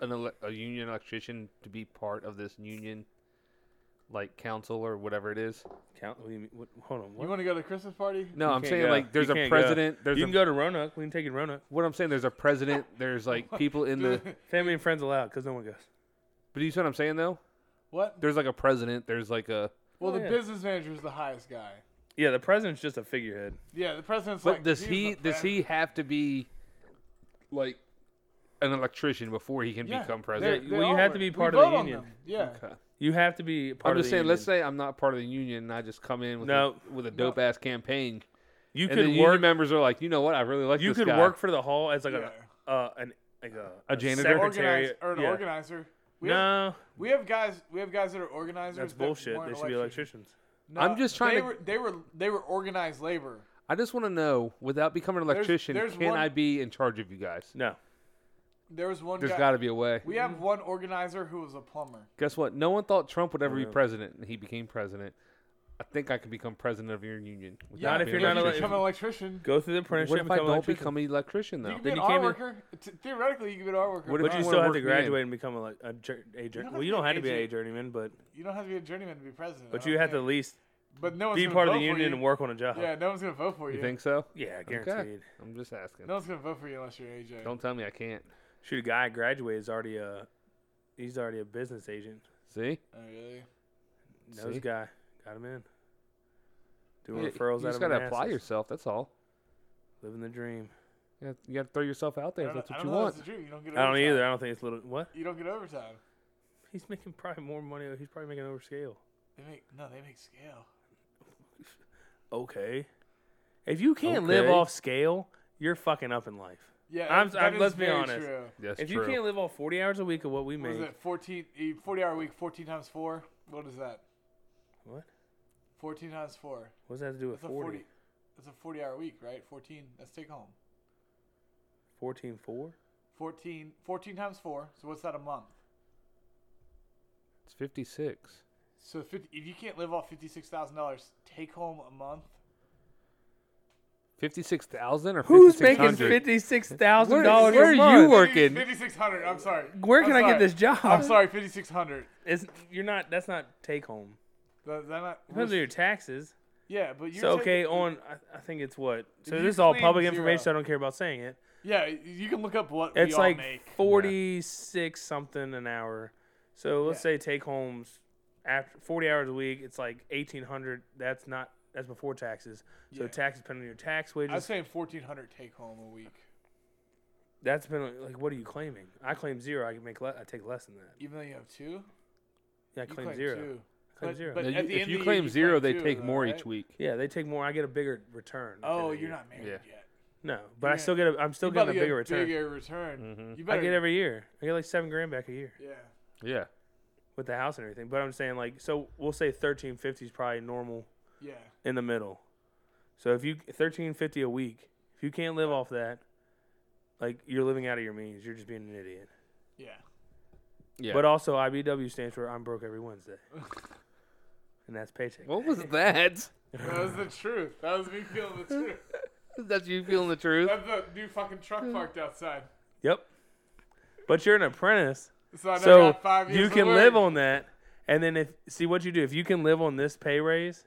an ele- a union electrician to be part of this union, like council or whatever it is?
Count. What do you mean? What, hold on. What?
You want to go to Christmas party?
No,
You
I'm
can't
saying
go.
like there's
You
a
can't go.
president. There's
you
a,
can go to Roanoke. We can take you to Roanoke.
what I'm saying. There's a president. There's like people in the.
Family and friends allowed because no one goes.
But do you see what I'm saying though?
What?
There's like a president. There's like a.
Well,
Oh,
the
yeah.
business manager is the highest guy.
Yeah, the president's just a figurehead.
Yeah, the president's
But
like
does
he's
he
the
does
president.
he have to be like an electrician before he can
Yeah,
become
There-
president?
well, you
all
have
were.
to be
We
part of the
vote on
union.
them. Yeah.
Okay.
You have to be part
I'm
of
just
the
saying.
union.
Let's say I'm not part of the union and I just come in with
No.
a, with a dope ass campaign.
you
and the
could
union
work.
members are like, you know what? I really like
You
this
could
guy."
work for the hall as like
Yeah.
a uh, an like a,
A janitor?
secretary.
Organize- or an
yeah.
organizer. We have,
No,
we have guys. We have guys that are organizers.
that's
that
bullshit.
weren't
They should be
electricians.
electricians.
No,
I'm just trying
they
to-
Were, they were they were organized labor.
I just want to know, without becoming an electrician,
there's
can
one-
I be in charge of you guys?
No,
There was one
There's
guy.
got to be a way.
we have one organizer who was a plumber.
Guess what? No one thought Trump would ever be
know.
president, and he became president. I think I could become president of your union.
Not if
being
you're
an
not ele-
electrician.
become an electrician.
go through the apprenticeship.
What if I
become an
don't
electrician.
become an electrician
You
though?
could be
Then
an
you can't
art
be-
worker. T- theoretically, you could be an art worker.
What if
But
you
you
wanna
still have
work
to
me in.
graduate and become a, a, jour- a
don't
journeyman.
have
Well, you
to
don't
be
have to be a
agent.
journeyman, but
you don't have to be a journeyman to be president. I
but
don't
you have to at
think.
least
But no one's
be
gonna
part of the
vote for
union
you.
and work on a job.
Yeah, no one's gonna vote for you.
You think so?
Yeah,
Okay.
guaranteed.
I'm just asking.
No one's gonna vote for you unless you're AJ.
Don't tell me I can't.
Shoot, a guy graduated is already a he's already a business agent.
See?
Oh, really?
Knows
See?
guy, got him in. Doing
You-
referrals
you
out
just
of
gotta apply
Manassas.
yourself. That's all.
Living the dream.
You gotta, you gotta throw yourself out there.
I
If
don't,
that's
I
what
don't
you
know if
want.
that's the truth. You don't get.
I don't
overtime.
either. I don't think it's little. What?
You don't get overtime.
He's making probably more money. He's probably making over scale.
They make no. They make scale.
Okay. If you can't live
Okay.
off scale, you're fucking up in life.
Yeah,
I'm-
that
I'm-
is
let's be
very
honest.
True.
That's
if
true.
you can't live off 40 hours a week of what we
What is
make,
it 14 eh, 40 hour week 14 times 4 what is that
What?
Fourteen times four.
What does that have to do with
That's a
40?
forty. That's a forty-hour week, right? Fourteen. That's take home.
14, 4?
14, 14 times four. So what's that a month?
It's 56.
So 50, if you can't live off fifty-six thousand dollars, take home a month.
56,000 or
Who's
5600?
making $56,000
Where- where
a
you
month?
work- Working.
Fifty-six hundred. I'm sorry.
Where
I'm
can I get
sorry.
this job?
I'm sorry. Fifty-six hundred.
It's, you're not, that's not take home. Depends on your taxes.
Yeah, but you're
So, okay,
taking-
on, I, I think it's what? So,
you
this is all
claim
public
zero.
information. so I don't care about saying it.
Yeah, you can look up what we
It's
all
like
make.
46 something an hour. So, let's
Yeah.
say take homes after 40 hours a week, it's like 1800 That's not, that's before taxes. So,
Yeah.
taxes depend on your tax wages.
I was saying fourteen hundred take home a week,
That's been like, what are you claiming? I claim zero. I can make. Le- I take less than that.
even though you have two.
Yeah, I
You
claim, zero.
two.
I claim
But-
zero.
but- at
No, you-
the end of
if you
the year,
claim
you
zero,
claim
they
two,
take
though,
more
right?
each week.
yeah, they take more. I get a bigger return. at the end
Oh,
of the
you're
year.
not married
Yeah.
yet.
No, but I
you're
still get. A, I'm still
You better
getting a
get
bigger return. Mm-hmm.
Bigger return. You
I
better
get every year. I get like seven grand back a year
Yeah.
Yeah.
with the house and everything. But I'm saying like, so we'll say thirteen fifty is probably normal
Yeah.
in the middle. So if you thirteen fifty a week, if you can't live off that, like you're living out of your means. You're just being an idiot.
Yeah.
Yeah.
But also IBW stands for I'm broke every Wednesday, and that's paycheck.
what was that?
That was the truth. That was me feeling the truth.
That's you feeling the truth.
That's the new fucking truck parked outside.
Yep. But you're an apprentice,
So I so
so
got five years
you
of
can live
work.
on that. And then if see what you do, if you can live on this pay raise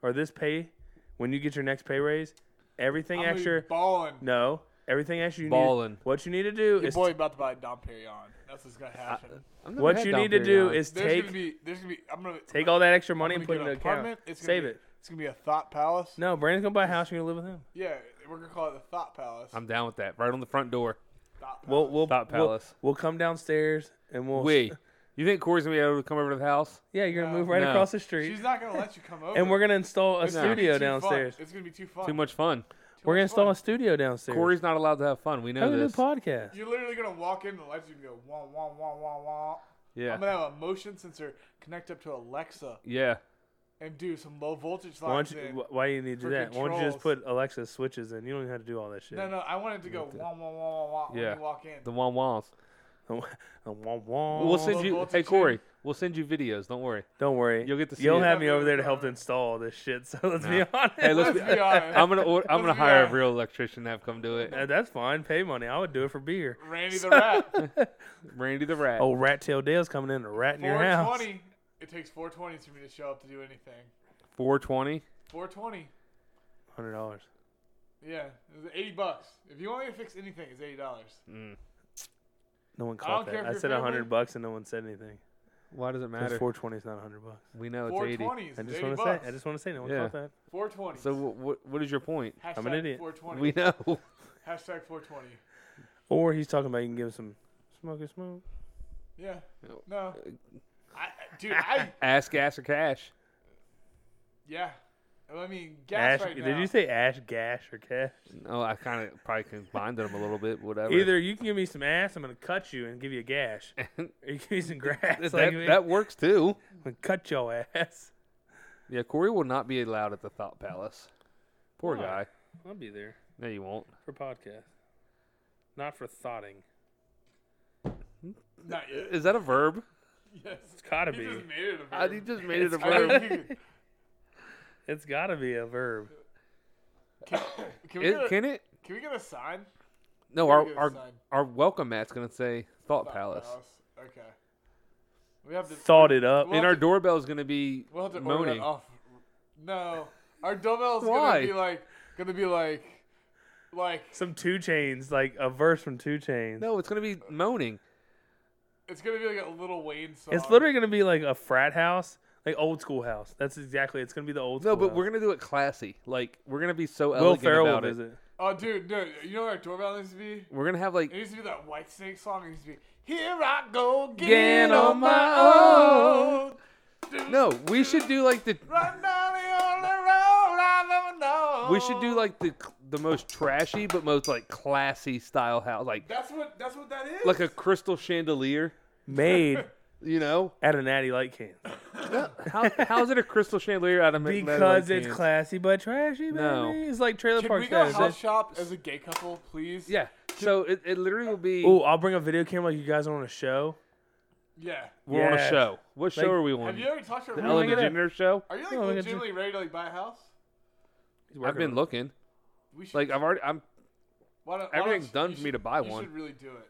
or this pay, when you get your next pay raise, everything
I'm
extra.
balling.
no, everything extra. You
Ballin'.
Need, what you need to do
Your
is
boy about to buy a Dom Perignon. That's what's gonna happen.
I've never
what
had
you
Dom
need to do
Perignon.
is
there's
take
gonna be. There's gonna be. I'm gonna
take all that extra money
I'm
and put
gonna
it in
get an
account.
apartment. It's gonna
Save
be-
it.
It's gonna be a thought palace.
No, Brandon's gonna buy a house. You're gonna live with him.
Yeah, we're gonna call it the Thought Palace.
I'm down with that. Right on the front door.
Thought Palace.
We'll we'll
Thought
we'll-
palace.
We'll, come downstairs and we'll
Wait. You think Corey's gonna be able to come over to the house?
Yeah, you're gonna
No.
move right
No.
across the street,
Uh, She's not gonna let you come over.
and we're gonna install a
It's gonna be
studio
too fun.
downstairs.
It's gonna be too fun.
Too much fun.
Too
We're gonna
much fun.
install a studio downstairs.
Corey's not allowed to have fun. We know
Have a new
this.
podcast.
You're literally gonna walk in and the lights are gonna go wah wah wah wah wah.
Yeah.
I'm gonna have a motion sensor connect up to Alexa
Yeah. and
and do some low voltage
Why,
lines
don't you,
in.
wh- why do you need to do
for
that? Why don't you just
controls.
put Alexa switches in? You don't even have to do all that shit.
No, no, I want it to go wah wah wah wah wah
Yeah.
when you walk in.
The won wons.
Wah, wah.
low
We'll send you. Hey
voltage
Corey, we'll send you videos. Don't worry.
don't worry.
You'll get to see
You'll
it.
have me over there to help install this shit. So let's be honest.
Hey, let's
Let's
be,
be honest.
I'm gonna order, I'm gonna
Let's be
hire a
honest.
real electrician to have come do it.
Uh, that's fine. Pay money. I would do it for beer.
Randy the Rat.
Randy the Rat.
Oh, Rat Tail Dale's coming in to rat in your house.
420. It takes 420 for me to show up to do anything.
420.
420.
Hundred dollars.
Yeah, it's 80 bucks. If you want me to fix anything, it's 80 dollars.
No one
don't
caught
care
that.
if
I
you're
said a hundred
family.
bucks and no one said anything.
Why does it matter?
Four twenty is not a hundred bucks.
We know it's 80.
420 is
I just
80
want to say.
bucks.
I just want to say no one
Yeah.
caught that.
420.
So what what is your point?
Hashtag
I'm an idiot.
420.
We know.
Hashtag 420.
Or he's talking about you can give him some smoke and smoke.
Yeah. No. I, I- dude, I
Ask gas or cash.
yeah. I mean, gas
ash,
right now.
did you say ash, gash, or cash?
No, I kind of probably combined them a little bit. Whatever.
Either you can give me some ass, I'm gonna cut you and give you a gash, or you give me some grass,
that,
like,
that works too.
I'm gonna cut your ass.
Yeah, Corey will not be allowed at the Thought Palace. Poor
Why?
guy.
I'll be there
No, you won't.
for podcast, not for thoughting.
Not yet.
Is that a verb?
Yes.
It's gotta
He
be.
just made it
I,
a
he
verb.
just made it a
I
verb.
think you could-
It's gotta be a verb.
Can, can, we
It-
get a,
can it?
can we get a sign?
No,
we
our
get a
our,
sign?
our welcome mat's gonna say Thought, Palace,
Okay. We have to
Thought it up.
Well-
and
We'll
our
have to-
doorbell's gonna be
We'll have to order
moaning.
that off. No, our doorbell's
Why?
gonna be like gonna be like like
Some two chains, like a verse from two chains.
No, it's gonna be
Uh,
moaning.
it's gonna be like a little Wayne song.
uh,
It's literally gonna be like a frat house, like old school house. That's exactly. It's gonna be the old.
No,
school
but we're
house.
gonna do it classy. Like we're gonna be so
Will
elegant
Ferrell will
about it.
visit.
Oh, dude, no, you know what our doorbell needs to be?
We're gonna have like
It needs to be that White Snake song. It needs to be "Here I Go Again
Again
on My Own."
no. We should do like the
Right down the only road I've ever known.
we should do like the the most trashy but most like classy style house, like
That's what. That's what that is.
like a crystal chandelier.
Made
You know,
At an Natty Light can.
how, how is it a crystal chandelier out of Mc-
Because
Mc-
it's classy but trashy, baby.
No.
It's like trailer
Can
park
we go
status.
house shop as a gay couple, please?
Yeah. So it, it literally will be.
Ooh, I'll bring a video camera like you guys are on a show.
Yeah.
we're on a
yes.
show. What show
Like-
are we on?
Have you ever talked to
the
a
Ellen
look at that.
DeGeneres show.
Are you like
Oh, look at
legitimately ready to like buy a house?
He's
I've
working
been
on it.
looking.
We should.
Like I've already. I'm.
why don't, why
everything's
don't you-
done
you
for me
should-
to buy
You
one.
should really do it.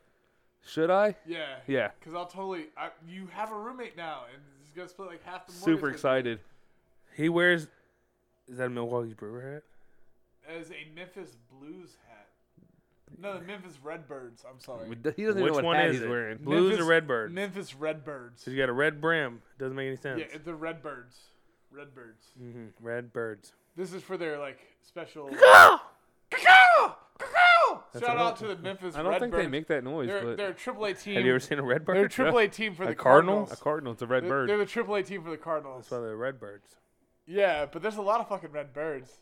Should I?
Yeah.
Yeah.
Because I'll totally. I, you have a roommate now, and he's gonna split like half the. mortgage
Super
with you.
excited.
He wears. Is that a Milwaukee's Brewer hat?
As a Memphis Blues hat. No, the Memphis Redbirds. I'm sorry.
He doesn't even
Which
know what
one
hat
is
he's
it?
wearing.
Blues
Memphis-
or Redbirds?
Memphis Redbirds.
So you got a red brim. Doesn't make any sense.
Yeah, the Redbirds. Redbirds.
Mm.
hmm Red birds.
This is for their like special. Shout
an
out
old-
to the Memphis.
I don't think they
Redbirds.
make that noise,
They're,
but
they're a triple A team.
Have you ever seen a red bird?
They're a triple A team for the
Cardinal?
Cardinals.
a cardinal. It's a red
They're-
bird.
They're the triple A team for the Cardinals.
That's why they're red birds.
Yeah, but there's a lot of fucking red birds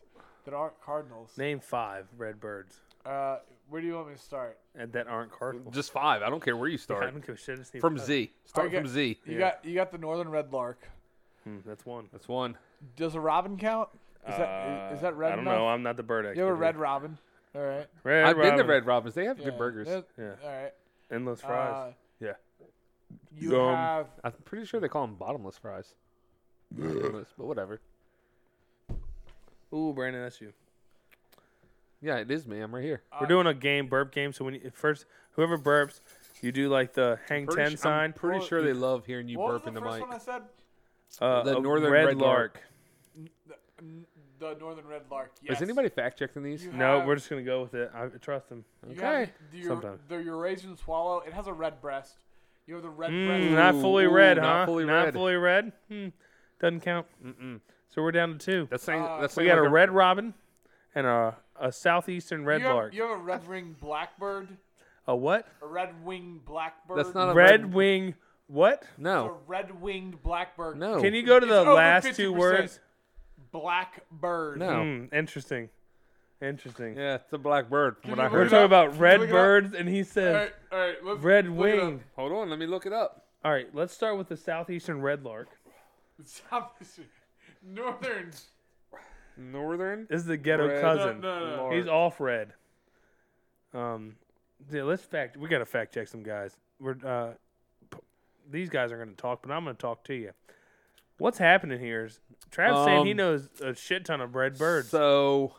that aren't Cardinals.
Name five red birds
Uh, where do you want me to start?
and that aren't cardinals.
Just five. I don't care where you
I
start.
don't give a shit. I just need
From
five.
Z. Start
Okay.
from Z.
You
Yeah.
got you got the Northern Red Lark.
Hmm, that's one.
That's one.
Does a robin count? Is that
Uh,
is that red?
I don't
enough?
know. I'm not the bird expert.
You have a red
here.
robin. All right.
Red
I've been to
Robin.
Red Robins. They have
Yeah,
good burgers.
that-
Yeah.
All right.
Endless
Uh,
fries. yeah.
You
Um,
have
I'm pretty sure they call them bottomless fries. Bottomless, but whatever.
Ooh, Brandon, that's you.
Yeah, it is me. I'm right here.
uh,
We're doing a game, burp game. So when you, first, whoever burps, you do like the hang
Pretty
ten
su- I'm
sign.
pretty
Well,
sure they love hearing you
what
burp
was
in
the
the
first
mic.
one I said?
Uh,
the
a
northern
red,
red lark.
lark.
The, n- the Northern Red Lark. Yes.
Is anybody fact checking these?
You
No,
have-
we're just gonna go with it. I trust him.
You
Okay.
have the, Eur-
Sometimes.
the Eurasian swallow. It has a red breast. You have the red
Mm,
breast.
not fully
Ooh,
red,
not
huh?
fully
not
red.
fully red. Hmm. Doesn't count.
Mm-mm.
So we're down to two.
That's saying
Uh,
that's
we
saying
got
like
a red robin and a, a southeastern red
you have,
lark.
You have a red winged blackbird.
A what?
A red winged blackbird.
That's not a
Red,
red.
wing. What?
It's a
No,
red winged blackbird.
no.
Can you go to
It's
the
over
last two
50%.
words?
Blackbird.
No.
Hmm, interesting. Interesting.
Yeah, it's a black bird. From
Can
what I
you
We're
look
heard.
it
talking
up?
about
Can you
red
look it up?
birds, and he
All
says
right. All right. Let's
red
look it up.
wing.
Hold on, let me look it up.
All right, let's start with the southeastern red lark.
Stop this. Northern.
Northern.
This is the ghetto
Red
No,
cousin.
no, no.
Lark.
He's off red. Um, yeah, let's fact. We gotta fact check some guys. We're uh, p- these guys are gonna talk, but I'm gonna talk to you. What's happening here is Travis saying he
Um,
knows a shit ton of red birds,
So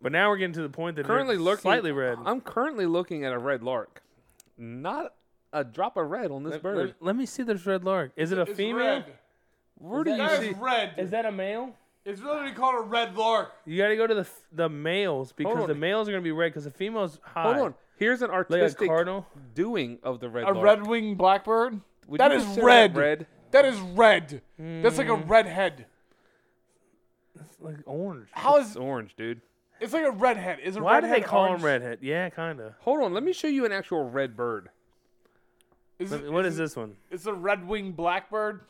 but now we're getting to the point that
currently
they're
looking
slightly red.
I'm currently looking at a red lark. Not a drop of red on this
Let-
bird.
Let, let me see this red lark. Is it a
It's
female?
red.
Where do
that-
you
That
see?
is red.
Is that a male?
it's literally called a red lark.
You gotta go to the f- the males because
on.
the males are gonna be red because the females high.
Hold on. Here's an
Like a
artistic
cardinal.
doing of the red.
A
lark.
red winged blackbird?
Would
that
you
is
consider
red.
red.
That is red. That's like a
Hmm.
redhead.
It's like orange.
How
It's
is
orange, dude.
it's like a redhead? Is a
Why do
redhead
they call
orange?
him redhead? Yeah, kinda.
Hold on. Let me show you an actual red bird.
Is
Let
it,
me- What
is
is
it-
this one?
It's a red winged blackbird.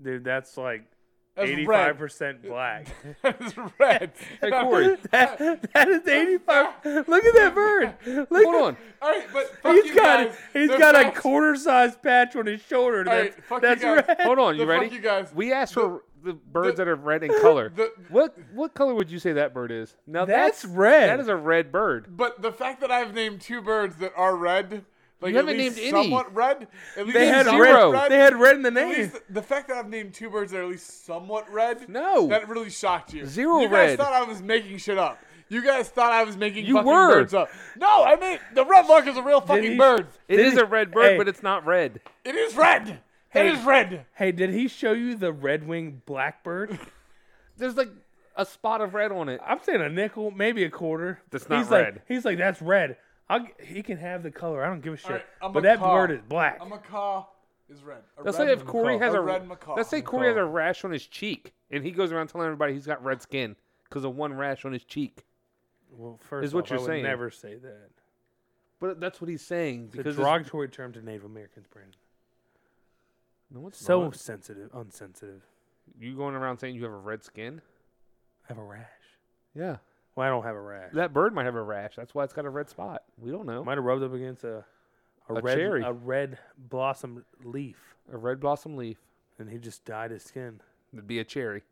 Dude, that's like
That's
eighty-five percent black.
red. That is red.
Hey Corey.
that, that is eighty-five. Look at that bird. Look,
hold on.
All right, but fuck
He's
you
got
guys.
he's
The
got
fact-
a quarter-sized patch on his shoulder.
right,
That's,
fuck you
that's
guys.
red.
Hold on.
The
You
fuck
ready?
you guys.
We asked for the birds
the-
that are red in color.
the-
what what color would you say that bird is? Now
That's red.
That is a red bird.
But the fact that I've named two birds that are red, like
You
at
haven't
least
named any.
somewhat red. At least
They had
Zero.
red. They had red in the
At
name.
least the fact that I've named two birds that are at least somewhat red.
No.
That really shocked you.
Zero
You guys
red.
thought I was making shit up. You guys thought I was making
You
fucking
were.
birds up. No, I mean the red lark is a real fucking
he-
bird.
It
Did
is
he-
a red bird,
hey.
but it's not red.
It is red.
Hey.
It is red.
Hey, did he show you the red-winged blackbird?
There's like a spot of red on it.
I'm saying a nickel, maybe a quarter.
That's not
he's
red.
Like, he's like, that's red. I'll, g- he can have the color. I don't give a shit.
right, I'm
but
a
that
call.
bird is black.
A macaw is red. A
Let's
red
say if
macaw.
Corey has
A
a,
red macaw.
Let's say Corey has
Macaw.
a rash on his cheek, and he goes around telling everybody he's got red skin because of one rash on his cheek.
well, first
is what
off,
you're
I would
saying.
never say that.
But that's what he's saying
It's a
because it's-
derogatory term to Native Americans, Brandon.
no, it's
So
not.
sensitive, unsensitive.
you going around saying you have a red skin.
I have a rash.
Yeah,
Well, I don't have a rash.
that bird might have a rash. That's why it's got a red spot. We don't know.
Might have rubbed up against a a,
A
red
cherry.
a red blossom leaf,
A red blossom leaf.
and he just dyed his skin.
It'd be a cherry.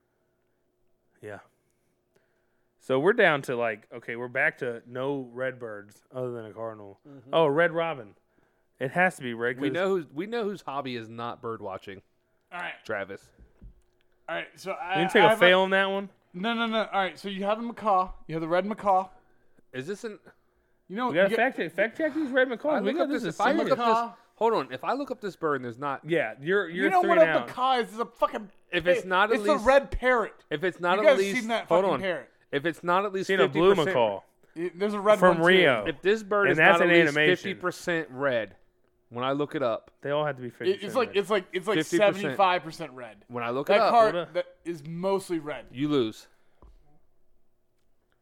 Yeah. So we're down to like okay, we're back to no red birds other than a cardinal.
Mm-hmm.
Oh, red robin. It has to be red.
We
'cause-
know who's we know whose hobby is not bird watching.
All right,
Travis.
all right. So I
We didn't
I
take a
have
fail on that one.
no, no, no. All right. So you have the macaw. You have the red macaw.
Is this an?
You know,
We gotta
you-
fact check. Fact check these red
I
macaws. Oh, We
look
got
up
this.
this.
as
If I look
serious.
up this, hold on. If I look up this bird and there's not,
Yeah, you're you're
you know
three
what
and
a
out.
macaw is? It's a fucking.
If it's not at
it's a
least-
red parrot.
if it's not
You
at
guys
least,
seen that
hold
fucking
on.
parrot.
If it's not at least
Seen a blue
50%
macaw
It- There's a red
from
one too.
Rio.
If this bird
And
is
that's
not at
an
least
animation.
fifty percent red, when I look it up,
They all have to be fifty.
It- it's like it's like it's like
50%.
seventy five percent red.
when I look it
That
up,
card that is mostly red.
you lose.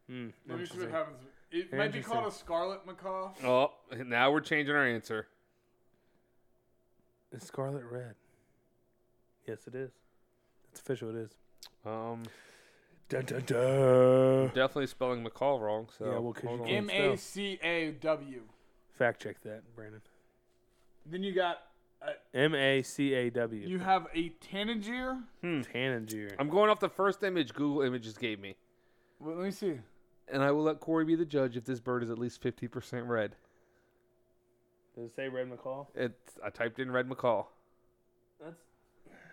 Hmm.
Let me see what happens. It might be
Interesting.
called a scarlet macaw.
Oh, now we're changing our answer.
it's scarlet red. Yes, it is. It's official. It is.
Um,
Dun, dun, dun.
definitely spelling McCall wrong. So
Yeah, well, 'cause
hold
you
on.
can't-
M A C A W.
Fact check that, Brandon.
Then you got uh,
M A C A W.
you have a tanager.
Hmm.
Tanager.
I'm going off the first image Google Images gave me,
Well, let me see.
and I will let Corey be the judge if this bird is at least fifty percent red.
Does it say red macaw?
It's, I typed in red McCall.
That's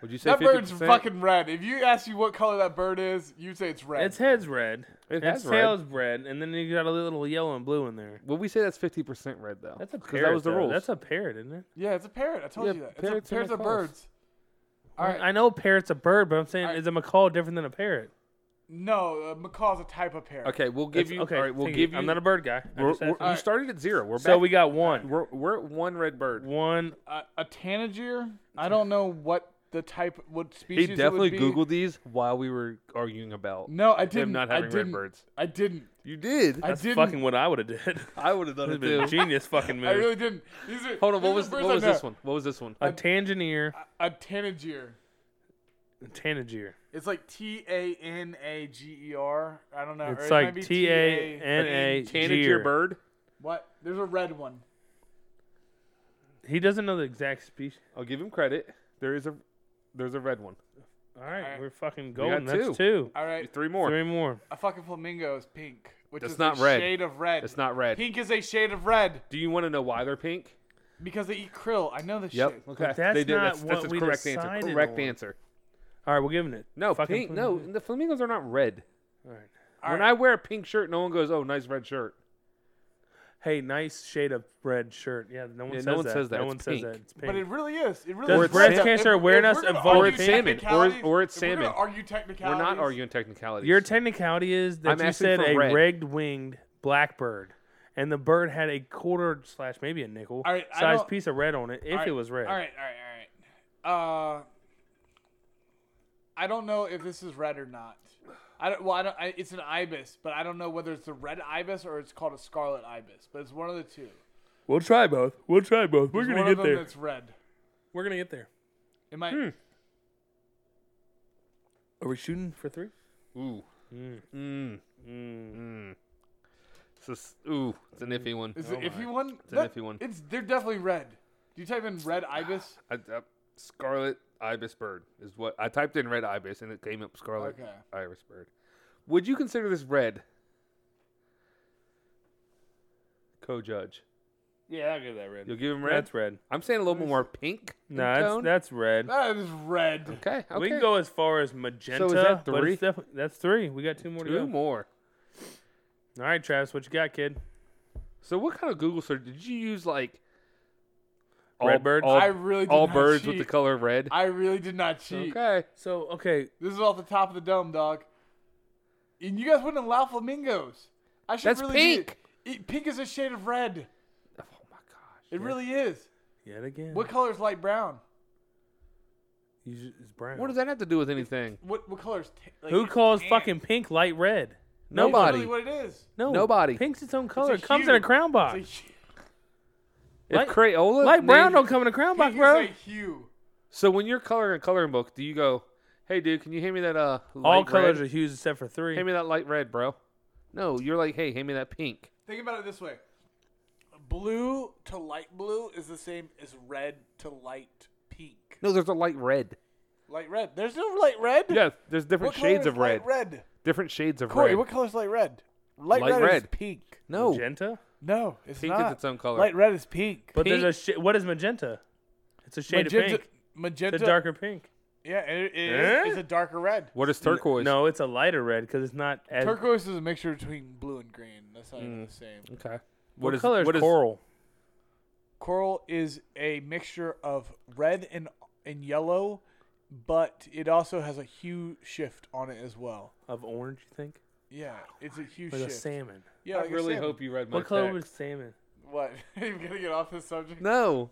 Would you say
That
50%?
bird's fucking red. If you ask you what color that bird is, you'd say it's red.
its head's red.
It
its
has red.
tail's red, and then you got a little yellow and blue in there.
Well, we say that's fifty percent red though.
That's a
because
parrot.
that was the
though.
rules.
That's a parrot, isn't it?
yeah, it's a parrot. I told
Yeah,
you that.
parrots
It's a,
and
parrots are
macaws.
birds. All right.
I know a parrot's a bird, but I'm saying
Alright.
is a macaw different than a parrot?
no, a macaw's a type of parrot.
okay. We'll give
That's-
you.
okay,
all right, we'll
thank
give you.
I'm not a bird guy. I
we're-
just
we're-
asked-
you started at zero. We're back.
so we got one,
We're, we're at one red bird.
one.
A, Uh, a tanager. I don't know what the type, what species.
he
it would
definitely
be.
googled these while we were arguing about
No, I didn't.
him not
I
having red
didn't.
birds.
I didn't.
You did. I,
That's
I didn't.
fucking what I would have did.
would have done
That'd
it
been
too.
a genius fucking move.
I really didn't. These are,
Hold on.
these
What
are
was
birds
what
I
was
know.
this one? What was this one?
a Tangier,
A tanager.
a Tanager.
It's like T A N A G E R. I don't know. or
It's
it might
like
be
T A N A
Tanager
G.
bird.
What? There's a red one.
He doesn't know the exact species.
I'll give him credit. There is a there's a red one.
All right,
Alright.
we're fucking golden.
two.
That's two.
All right.
Three more.
Three more.
A fucking flamingo is pink, which
That's
is
not
a
red.
shade of red.
It's not red.
Pink is a shade of red
Do you want to know why they're pink?
because they eat krill. I know this shit.
Okay.
But that's
they did.
not
that's, that's
what
a
we
correct answer.
decided
Correct
on.
answer.
All right, we're giving it.
No,
Fucking
pink. No,
flamingo.
the flamingos are not red.
All right.
All
when
right.
I wear a pink shirt, no one goes, "Oh, nice red shirt."
Hey, nice shade of red shirt. Yeah, no one
Yeah,
says
no one
that.
says that.
No
It's
one says
pink.
that. It's pink.
But it really is. It really
Does
is.
Or it's breast sam-
cancer
If- if
awareness
we're gonna
evolve-
argue
Or it's
salmon. Or it's-
technicalities-
or it's
if we're gonna
salmon.
argue
We're
technicalities.
not arguing technicalities.
Your technicality is that
I'm
you
asking
said
for
a
red.
rigged winged blackbird, and the bird had a quarter slash maybe a nickel
All right, I
size
don't-
piece of red on it. If
All
it
right,
was red,
All right, all right, all right. Uh, I don't know if this is red or not. I don't. Well, I don't. I, it's an ibis, but I don't know whether it's the red ibis or it's called a scarlet ibis. But it's one of the two.
we'll try both. We'll try both. We're
It's
gonna
one of
get
them
there. Hmm.
That's red.
We're gonna get there.
It might.
Are we shooting for three?
Ooh. Mm. Mm. It's a s- ooh, it's an iffy one.
Oh
Is it if you won?
Oh an iffy one.
It's they're definitely red. Do you type in red ibis?
I, I- scarlet ibis bird is what I typed in red ibis and it came up scarlet
Okay.
iris bird. Would you consider this red? Co-judge,
Yeah, I'll give that red.
you'll give him red.
That's red.
I'm saying a little bit more pink. in
No, that's,
tone.
that's red.
That is red.
okay. Okay,
We can go as far as magenta.
that
but
three?
it's definitely- that's three. We got two more to
two
go.
more.
All right, Travis, what you got, kid?
So, what kind of Google search did you use? Like
Red birds?
All,
I really did
all
not
birds with
cheat.
the color red.
I really did not cheat.
okay.
So okay,
This is off the top of the dome, dog. And you guys wouldn't allow flamingos. I should
That's
really
pink.
Be, it- pink is a shade of red.
Oh my gosh.
It really is.
yet again,
What color is light brown?
You ju- it's brown.
What does that have to do with anything?
What what color is ta- like,
Who
it's
calls
tan.
fucking pink light red?
That's
Nobody.
really what it is.
No,
Nobody.
Pink's its own color.
a
it comes in a
hue.
crown box.
It's
If
Light-
Crayola
Light brown
named-
don't come in a crown
a,
box,
pink
bro.
is a hue.
So when you're coloring a coloring book, do you go, "Hey, dude, can you hand me that uh light
All
red?
colors are hues except for three.
Hand me that light red, bro." No, you're like, "Hey, hand me that pink."
Think about it this way. blue to light blue is the same as red to light pink.
No, there's a light red.
Light red. There's no light red.
Yes, there's different
What color
shades
is
of red.
light red.
Different shades of
Corey,
red.
what color is light red? Light,
Light
red, is
red.
pink.
no,
Magenta?
No, it's
Pink is
not.
its own color.
Light red is pink.
But there's a sh- what is magenta? It's a shade
magenta,
of pink.
Magenta.
It's a darker pink.
Yeah, it, it
Eh?
is it's a darker red.
what is turquoise?
No, it's a lighter red because it's not as
Turquoise is a mixture between blue and green. That's not
Mm.
even the same.
Okay.
What, color is coral?
Coral is a mixture of red and and yellow, but it also has a hue shift on it as well.
Of orange, you think?
Yeah, it's a hue
Like a
shift.
salmon.
Yeah,
I
like a
really
salmon.
hope you read my
What color
text.
was salmon?
What? you gonna get off this subject?
No.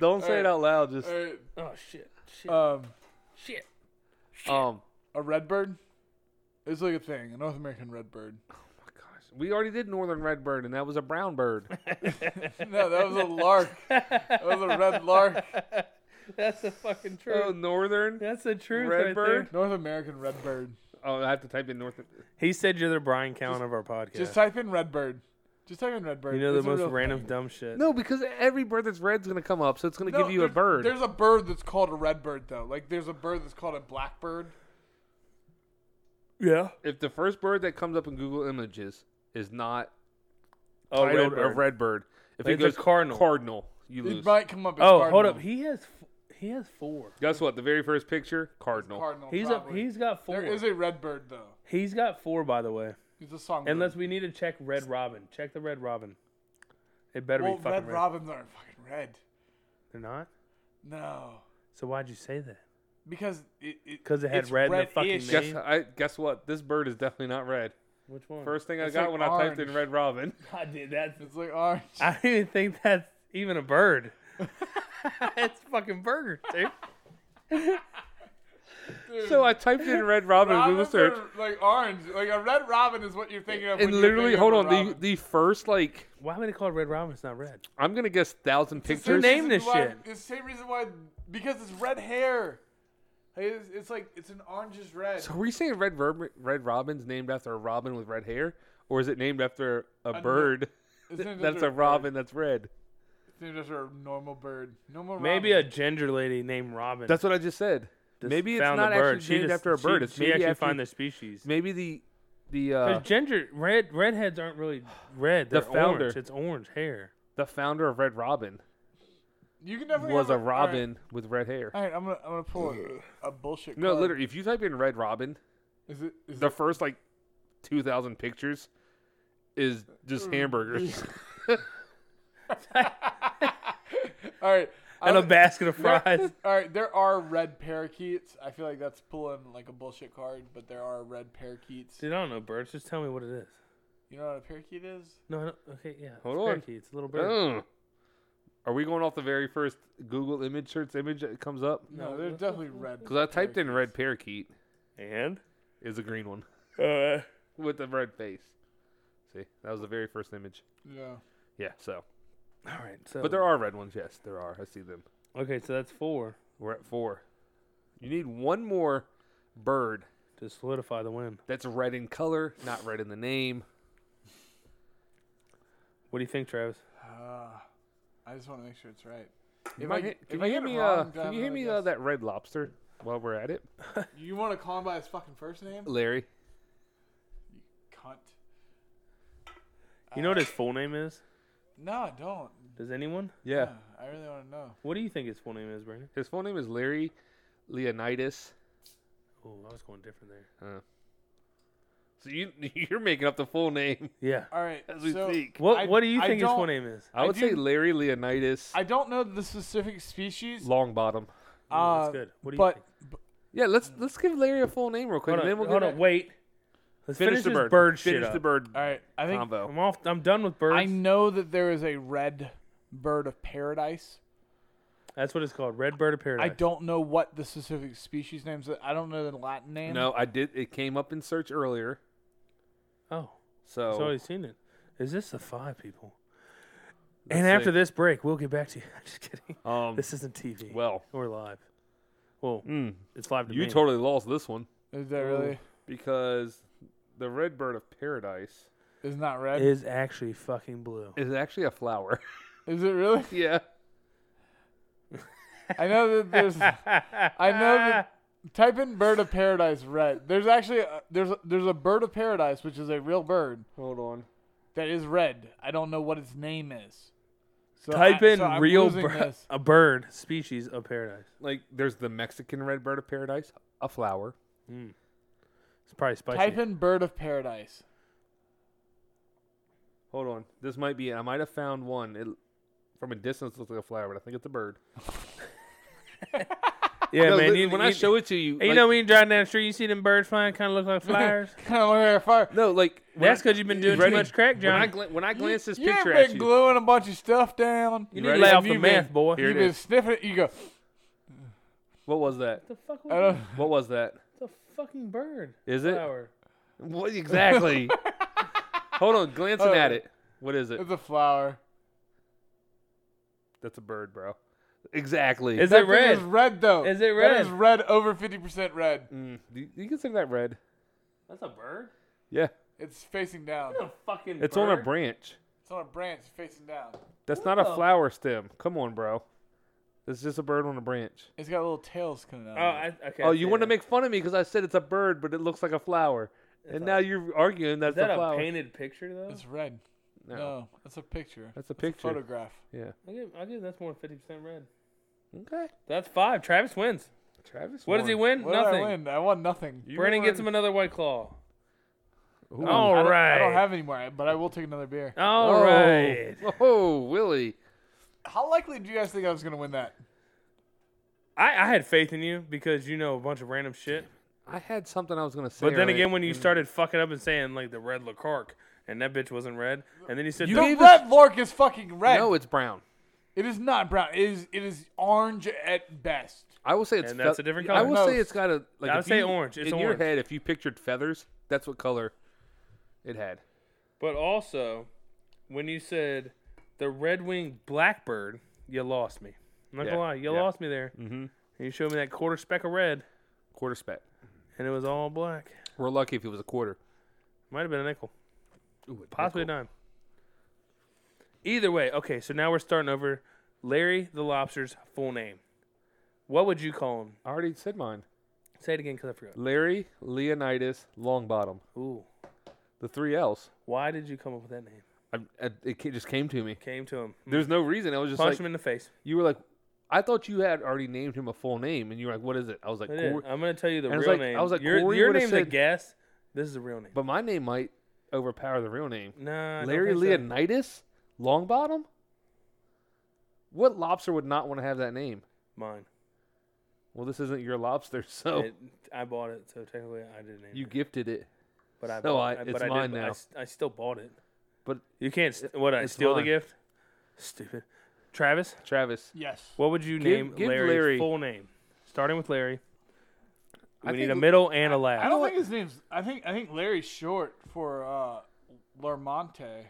Don't say it out loud. Just
All right,
Oh shit! Shit!
Um,
shit!
um.
a redbird. It's like a thing, a North American redbird.
oh, gosh, we already did northern redbird, and that was a brown bird.
no, that was a lark. That was a red lark.
That's the fucking truth.
oh, northern.
That's the truth,
Red
right
bird?
there.
North American redbird.
Oh, I have to type in northern.
He said you're the Brian Callen of our podcast.
Just type in redbird. Just type in redbird.
you know the
It's a
most
real
random
thing.
dumb shit.
No, because every bird that's red's gonna come up, so it's gonna
No,
give you a
there's-
bird.
There's a bird that's called a redbird though. Like there's a bird that's called a blackbird.
Yeah.
If the first bird that comes up in Google Images is not
Oh,
titled
red bird.
a redbird, if
Like
it
it's a
goes
cardinal.
cardinal, you
It
lose.
might come up. As
Oh,
cardinal.
hold up. He has f- he has four.
Guess what? The very first picture, cardinal.
Cardinal.
He's up.
probably.
He's got four.
There is a redbird though.
he's got four, by the way.
He's a song.
Unless we need to check Red Robin. Check the Red Robin. It better
well,
be fucking
red,
red.
robins aren't fucking red.
They're not.
No,
So why'd you say that?
because it. it
'Cause it had
it's
red in the fucking
red-ish.
name.
Guess I guess what? This bird is definitely not red.
Which one?
First thing I
It's
got
like
when I typed in
orange.
red robin.
God, dude, that's.
It's like orange.
I don't even think that's even a bird. it's fucking burger, dude.
So I typed in red robin in Google
Robins
search,
are, like orange, like a red robin is what you're thinking of. when
and
you're
literally,
thinking
hold
of
on,
a
the
robin.
the first like
Why would it call it Red Robin? It's not red.
I'm gonna guess thousand
It's the same
pictures.
name
reason
this
why-
shit.
It's the same reason why because it's red hair. Like, It's, it's like it's an orangish red.
So were you saying red Verb- red robin's named after a robin with red hair, or is it named after a
no-
bird
It's named
that's
after
a
bird.
robin that's red?
It's named after a normal bird. Normal.
Maybe a
robin.
ginger lady named Robin.
That's what I just said.
just
maybe it's
found the
not actually
bird. She
named
just-
after a bird.
She,
it's
she
maybe
actually
after,
find the species.
maybe the the
'Cause
uh,
ginger red redheads aren't really red. They're
The founder.
orange. It's orange hair.
the founder of Red Robin
you can definitely
was
have
a robin with red hair.
All right, I'm gonna I'm gonna pull a, a bullshit.
No,
card.
literally, if you type in red robin,
Is it is
the first like two thousand pictures is
Mm.
just hamburgers.
it? All right.
And
I
a basket of
there-
fries.
All right, there are red parakeets. I feel like that's pulling like a bullshit card, but there are red parakeets.
Dude, I don't know birds. Just tell me what it is.
You know what a parakeet is?
No, I don't, okay, yeah.
Hold
it's
on.
parakeet. It's a little bird.
Ugh. Are we going off the very first Google image search image that comes up?
No,
No,
they're
that's-
definitely red.
Because I typed in red parakeet
And
is a green one
uh,
with the red face. See, that was the very first image.
Yeah.
Yeah, so
all right. So,
but there are red ones. Yes, there are. I see them.
Okay, so that's four
We're at four. You need one more bird
to solidify the win.
that's red in color, not red in the name.
What do you think, Travis?
Ah, I just want to make sure it's right.
Am I
get-
hit- can
I
you hear
get it
me?
wrong,
Uh,
then
can you
I
hear me?
guess-
Uh, that red lobster. While we're at it,
You want to call him by his fucking first name?
Larry.
You cunt.
You know what his full name is?
No, I don't.
Does anyone?
Yeah,
No, I really want to know.
What do you think his full name is, Brandon?
his full name is Larry Leonidas.
Oh, I was going different there.
So you you're making up the full name
Yeah.
All right.
as we
so
speak.
What
I-
What do you
I
think his full
don't-
name is?
I
I
would say
do-
Larry Leonidas
I don't know the specific species.
Longbottom.
Ooh,
Uh,
that's good. What do you
but
think?
Yeah, let's let's give Larry a full name real quick,
Hold
and
on,
then we'll
hold
get
on wait. Let's finish,
finish the
this
bird.
bird, shit.
finish
up.
the bird
all right, I think
combo.
I'm off. I'm done with birds.
I know that there is a red bird of paradise.
That's what it's called. Red bird of paradise.
I don't know what the specific species names. I don't know the Latin name.
No, I did. It came up in search earlier,
Oh,
so
I've already seen it. Is this the five people? and
Let's
after
see.
this break, we'll get back to you. Just kidding.
um,
This isn't TV.
well,
we're live. Well,
mm,
it's live to
you
me.
totally lost this one
Is that really?
because the red bird of paradise
is not red.
is actually fucking blue.
It's actually a flower.
Is it really?
yeah.
I know that there's. I know that. Type in bird of paradise red. There's actually a, there's a, there's a bird of paradise which is a real bird
Hold on.
that is red. I don't know what its name is. So
Type
I-
in
Ah, so I'm
real
losing
bir-
this.
a bird species of paradise.
Like there's the Mexican red bird of paradise, a flower.
It's probably spicy.
Type in bird of paradise.
Hold on. This might be. I might have found one. It from a distance looks like a flower, but I think it's a bird.
yeah,
No,
man.
li-
You,
when
you,
I show it to you,
you
like-
know when you drive down the street, you see them birds flying, kind of look like flowers.
Kind of where far.
no, like when
That's
I-
because you've been doing
Ready?
too much crack,
When I,
John.
gla- when I glance this
You've
picture
been
at you,
gluing a bunch of stuff down.
You
You
need
ready?
to lay off
You
the
been-
meth, boy.
Here
have
it
been
is.
sniffing it. You go.
what was that?
The fuck
I don't.
What was that?
the fucking bird.
Is it?
Flower.
What exactly? Hold on, glancing
Oh.
at it. What is it?
It's a flower.
That's a bird, bro. Exactly.
Is
That
it
thing
red?
Is red though.
Is it
That
red?
is red over fifty percent red.
Mm, do you, you consider that red?
That's a bird.
Yeah.
It's facing down.
That's a fucking.
It's on a branch.
It's on a branch facing down.
That's
What
not
the-
a flower stem. Come on, bro. It's just a bird on a branch.
It's got little tails coming out.
Oh,
of it.
I, okay.
oh, you
yeah.
want to make fun of me because I said it's a bird, but it looks like a flower, and now you're arguing that's
Is that
a
a
flower.
painted picture though?
It's red.
no,
No, that's a picture.
that's a picture.
Photograph.
yeah.
I give, I give that's more than fifty percent red.
Okay.
That's five. Travis wins.
Travis.
What does he
won.
win?
What
Nothing.
did I win? I won nothing.
You
Brandon gets him
won.
another white claw.
Ooh.
All
I don't,
right.
I don't have any more, but I will take another beer.
All right.
Oh, oh, Willie.
How likely do you guys think I was gonna win that?
I, I had faith in you because you know a bunch of random shit.
I had something I was gonna say.
But then
earlier,
again, when you
and-
Mm-hmm.
started fucking up and saying like the red LeCarc and that bitch wasn't red, and then you said
You
the-
The
gave
red lark is fucking red.
no, it's brown.
it is not brown. It is it is orange at best.
I will say it's
And that's a different color.
I will
No,
say it's got a like.
I would
if
say
you-
orange. It's
in your
orange.
head, if you pictured feathers, that's what color it had.
But also, when you said the red winged blackbird, you lost me. I'm not
Yeah,
gonna lie, you
yeah.
lost me there. Mm-hmm. And you showed me that quarter speck of red,
Quarter spat.
and it was all black.
We're lucky if it was a quarter.
Might have been a nickel,
Ooh, a
possibly a
nickel.
dime. Either way, okay. So now we're starting over. Larry the Lobster's full name. What would you call him?
I already said mine.
Say it again, because I forgot.
Larry Leonidas Longbottom.
Ooh,
The three L's.
why did you come up with that name?
I, I, it ca- just came to me.
Came to him.
There's no reason. I was just
Mm. Punch
like,
him in the face.
you were like, I thought you had already named him a full name, and you were like, what is it? I was like,
I did.
Cor-
I'm gonna tell you the
and I
real
was like- I
name.
was like,
your,
Corey
your
would've
name's a
said-
guess. This is a real name.
but my name might overpower the real name.
Nah, I don't
Larry
think so.
Leonidas Longbottom. What lobster would not want to have that name?
Mine.
Well, this isn't your lobster, so
It, I bought it, so technically I didn't name
Oh. you
it.
gifted it.
But I,
so
bought-
I-
I-
it's
but I did-
mine
but I
now.
s- I, still bought it.
But
You can't. St- what? I
it's
steal the
mine.
gift. Stupid. Travis,
Travis,
Yes.
what would you
Give-
name
give
Larry's
Larry-
full name? Starting with Larry. We
I
need
think
a
l-
middle and a last.
I don't think his name's. I think I think Larry's short for uh, Larmonte.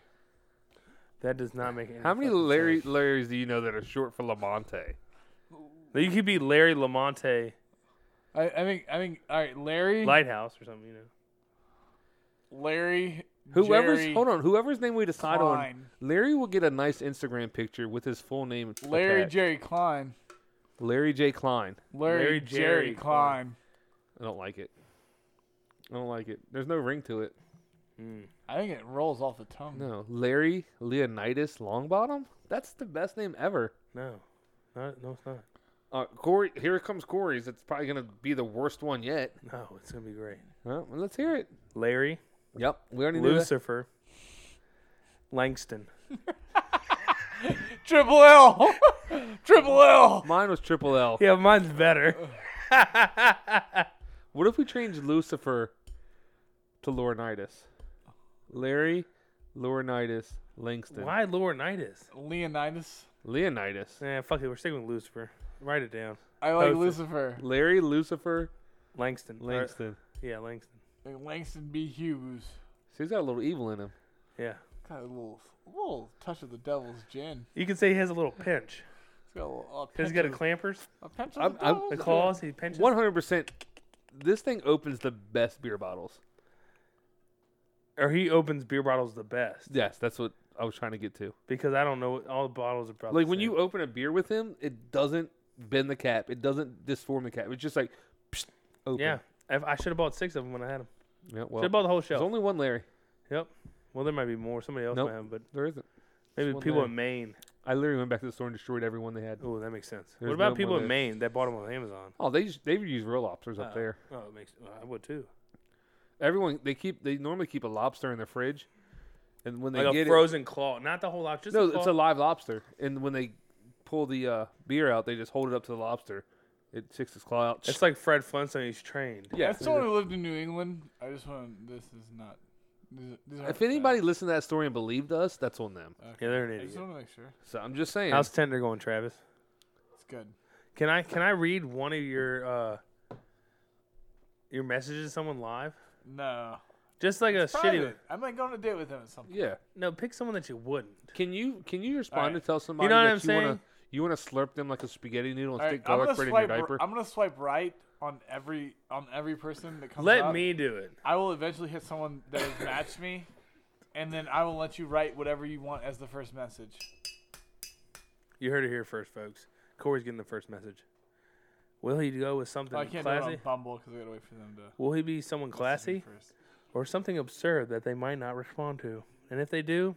that does not make any.
how many
fucking
Larry
sense.
Larrys do you know that are short for Lamonte?
You could be Larry Lamonte
I, I think I think all right, Larry,
Lighthouse or something. You know.
Larry,
Whoever's
Jerry,
hold on, whoever's name we decide on,
Klein.
Larry will get a nice Instagram picture with his full name.
Larry
attached.
Jerry Klein,
Larry J. Klein.
Larry,
Larry
Jerry,
Jerry
Klein.
I don't like it. I don't like it. There's no ring to it.
I think it rolls off the tongue.
No, Larry Leonidas Longbottom. That's the best name ever.
No. Not, no, it's not.
Uh, Corey, here comes Corey's. It's probably gonna be the worst one yet.
No, it's gonna be great.
Well, let's hear it.
Larry
Yep, we already knew that.
Lucifer Langston.
Triple L, Triple L.
Mine was triple L.
Yeah, mine's better.
What if we change Lucifer to Laurinaitis? Larry Laurinaitis Langston.
Why Laurinaitis?
Leonidas.
Leonidas.
Nah, Eh, fuck it. We're sticking with Lucifer. Write it down.
I like
Posted.
Lucifer.
Larry Lucifer
Langston. Or-
Langston.
yeah, Langston.
Like Langston B. Hughes.
So he's got a little evil in him.
Yeah.
Got a little, a little touch of the devil's gin.
You can say he has a little pinch.
It's got a little. A
He's
pinch
got a
of-
clampers,
a pinch
I'm-
of the
I'm-
devil's
the
gin.
claws. He pinches.
One hundred percent. This thing opens the best beer bottles.
or he opens beer bottles the best
Yes, that's what I was trying to get to.
because I don't know all the bottles are probably
Like when
the same.
you open a beer with him, it doesn't bend the cap. It doesn't disform the cap. It's just like psh, open.
yeah. If- I should have bought six of them when I had them.
Yeah.
Should
Well,
have bought the whole
there's
shelf.
only one Larry.
yep. Well, there might be more. Somebody else
Nope.
might have, but
There isn't.
maybe
one
people
there.
in Maine.
I literally went back to the store and destroyed everyone they had.
Oh, that makes sense.
There's
what about
no
people
more
in
there.
Maine that bought them on Amazon?
Oh, they just, they use real lobsters up
Uh,
there.
Oh, it makes. well, I would too.
Everyone they keep they normally keep a lobster in their fridge, and when they
like a
get
frozen claw, not the whole lot.
it,
Just
no,
the
it's
claw.
a live lobster. And when they pull the uh, beer out, they just hold it up to the lobster. It sticks its claw out.
It's like Fred Flintstone. He's trained.
yeah.
As someone who lived in New England, I just want this is not. These, these aren't
If anybody listened to that story and believed us, that's on them.
facts. Okay.
Yeah, they're an
I just
idiot.
want to make sure
So I'm just saying.
How's tender going, Travis?
it's good.
Can I can I read one of your uh your messages to someone live?
No,
Just like a shitty.
Private. I might go on a date with him at some point.
yeah.
No, pick someone that you wouldn't.
Can you can you respond
Alright.
to tell somebody
know what
that
I'm
you
saying?
wanna you wanna slurp them like a spaghetti noodle and
All right,
stick
I'm gonna
garlic bread in your
swipe.
diaper?
I'm gonna swipe right on every on every person that comes.
Let
up.
me do it.
I will eventually hit someone that has matched me, and then I will let you write whatever you want as the first message.
You heard it here first, folks. Corey's getting the first message. Will he go with something
Oh, I can't do it
classy?
on Bumble because I gotta wait for them to.
Will he be someone
message me
classy
First.
or something absurd that they might not respond to? And if they do,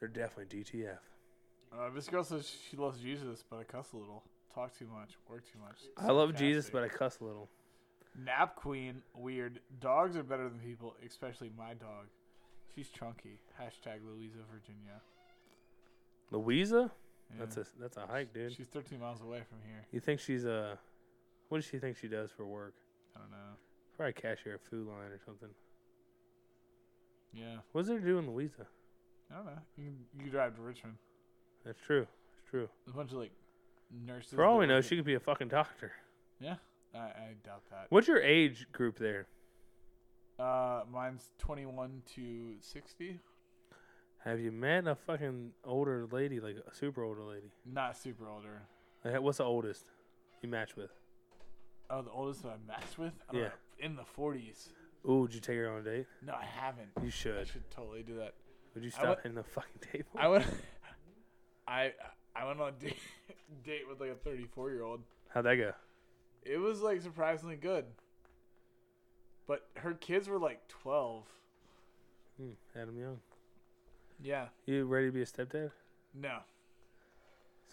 they're definitely DTF.
Uh, this girl says she loves Jesus, but I cuss a little, talk too much, work too much.
I love Jesus,
Sarcastic.
but I cuss a little.
Nap queen, weird. Dogs are better than people, especially my dog. She's chunky. Hashtag Louisa, Virginia.
Louisa,
Yeah.
that's a that's a hike, dude.
She's 13 miles away from here.
You think she's a? What does she think she does for work?
I don't know.
Probably cashier at Food Line or something.
Yeah,
What's there to do in Louisa?
I don't know. You can, you can drive to Richmond.
That's true. It's true.
There's a bunch of like nurses.
For all
that
we know,
work
she could be a fucking doctor.
at- Yeah, I, I doubt that.
What's your age group there?
Uh, mine's 21 to 60.
Have you met a fucking older lady, like a super older lady?
Not super older.
Like, what's the oldest you match with?
Oh, the oldest that I matched with. I don't
Yeah.
know, in the 40s.
Ooh, did you take her on a date?
No, I haven't.
You
I
should.
should totally do that.
Would you
I wa-
stop in the fucking table?
I went. I I went on a date, date with like a 34 year old.
How'd that go?
It was like surprisingly good. But her kids were like 12.
Hmm, Adam Young.
Yeah.
You ready to be a stepdad?
No.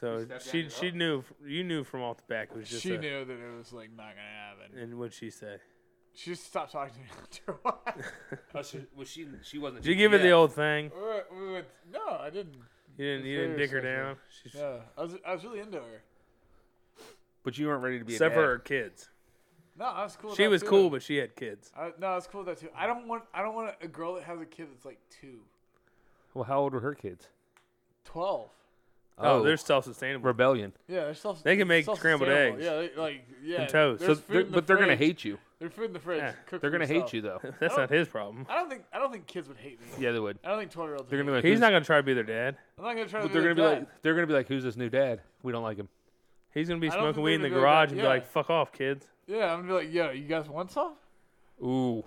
So
stepdadded
she
up.
she knew you knew from off the back it was just
She
a-
knew that it was like not gonna happen.
And what'd she say?
She just stopped talking to me after a while.
Oh,
was she she wasn't
Did you give her the old thing?
We went- we went- no, I didn't.
You didn't you
It's
didn't
very
dick her
sexual.
down? She's,
No, I was I was really into her.
But you weren't ready to be
Except
a dad.
for her kids.
No, I was cool. with
She
that
was
too.
cool, but she had kids.
I, no, it's cool with that too. I don't want I don't want a girl that has a kid that's like two.
Well, how old were her kids?
12.
Oh, they're self-sustainable.
rebellion.
Yeah, they're self,
They can make
self-sustainable.
scrambled eggs.
Yeah, they, like yeah.
And toast.
So
there's food
they're-
in the
but they're gonna
fridge.
hate you.
Their food in the fridge.
Yeah,
cook for
They're gonna hate
yourself.
you though.
That's
Oh.
not his problem.
I don't think I don't think kids would hate me.
Yeah, they would.
I don't think twelve year olds.
They're gonna be
hate
like,
me.
He's
who's-
not gonna try to be their dad.
I'm not gonna try
But
to.
they're
do
gonna be
that.
like, they're gonna be like, who's this new dad? We don't like him.
He's gonna be
I don't
smoking
think
weed in the
they're gonna
garage
do
and
that.
be like, "Fuck off, kids."
yeah, I'm gonna be like, yo, you guys want some?
Ooh,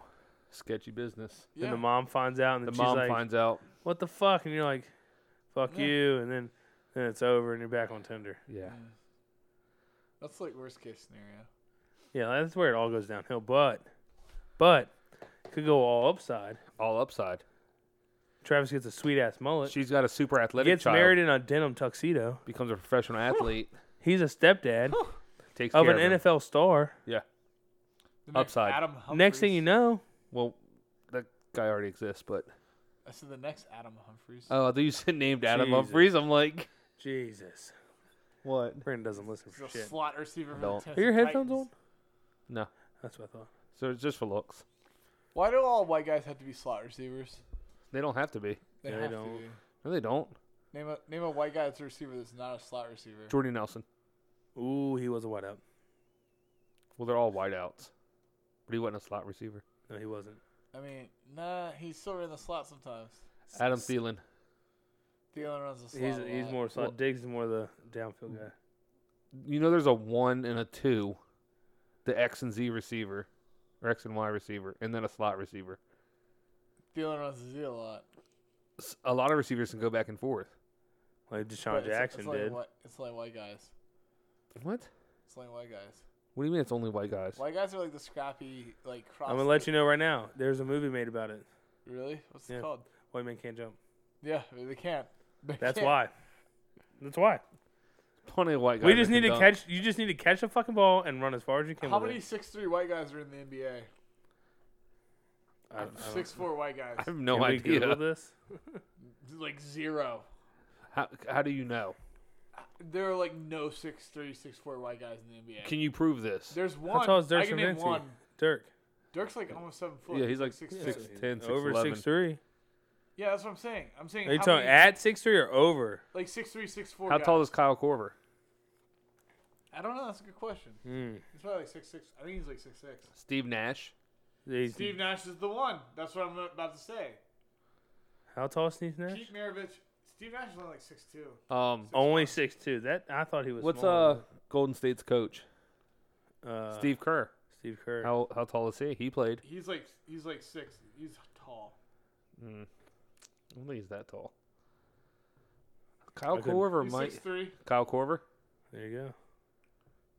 sketchy business.
Yeah.
And the mom finds out, and
The
then she's
mom
like,
finds out.
"What the fuck?" And you're like, "Fuck
Yeah.
you," and then then it's over, and you're back on Tinder.
Yeah.
That's like worst case scenario.
Yeah, that's where it all goes downhill. But but it could go all upside.
All upside.
Travis gets a sweet ass mullet.
She's got a super athletic
gets
child.
married in a denim tuxedo.
becomes a professional athlete.
He's a stepdad
takes
of
care
an
him.
NFL star.
The next
Upside.
Adam
Next thing you
Humphries-
know,
Well, that guy already exists, but
I said the next Adam Humphreys.
oh, I thought you said named Adam
Jesus.
Humphries. I'm like,
Jesus,
what?
Brandon doesn't listen for
He's a
shit.
slot receiver for the
Don't. Are
Tennessee
Are your headphones
Titans.
on?
No.
That's what I thought.
So it's just for looks.
Why do all white guys have to be slot receivers?
They don't have to be.
They
Yeah, they
have
don't.
to be.
No, they don't.
Name a name a white guy that's a receiver that's not a slot receiver.
Jordy Nelson.
Ooh, he was a whiteout.
Well, they're all wideouts, but he wasn't a slot receiver.
No, he wasn't.
I mean, nah, he's still in the slot sometimes.
Adam Thielen.
Thielen runs the slot.
He's
a
he's
lot.
more
Well-
slot. Diggs is more the downfield guy.
You know, there's a one and a two, the X and Z receiver, or X and Y receiver, and then a slot receiver.
Thielen runs the Z a lot.
S- A lot of receivers can go back and forth.
Like
but
Deshaun
it's-
Jackson
it's, only
did.
White, it's only white guys.
What?
It's only white guys.
What do you mean it's only white guys?
White guys are like the scrappy, like cross.
I'm gonna let you know right now. There's a movie made about it.
Really? What's
Yeah.
it called?
White man can't jump.
Yeah, I mean, they can't. They
That's
can't.
why. That's why.
Plenty of white guys.
We just
that
need
can
to
dunk.
catch. You just need to catch the fucking ball and run as far as you can.
How
with
many
It.
six three white guys are in the NBA?
I, I don't-
Six four white guys.
I have no
Can we Google
idea.
this?
like zero.
How, how do you know?
There are like no six three, six four white guys in the NBA.
Can you prove this?
There's one.
How tall is
I
Dirk
can name
Nowitzki?
one.
Dirk.
Dirk's like almost seven foot.
Yeah, he's like
six,
six ten,
six.
six eleven.
over six three.
Yeah, that's what I'm saying. I'm saying.
Are you
how
talking
many-
at six three or over?
like six three, six four.
How
guys.
tall is Kyle Corver?
I don't know. That's a good question.
Hmm.
Mm.
He's probably like six six. I think he's like six six.
Steve Nash.
He's-
Steve Nash is the one. That's what I'm about to say.
How tall is Steve Nash?
Pete Maravich. Steve Nash is only like six two.
Um,
Only six two. That I thought he was.
what's uh
smaller.
Golden State's coach?
Uh,
Steve Kerr.
Steve Kerr?
How how tall is he? He played.
He's like he's like six. He's tall.
Mm. I don't think he's that tall. Kyle
couldn't-
Corver
He's
might.
six three.
Kyle Corver.
there you go.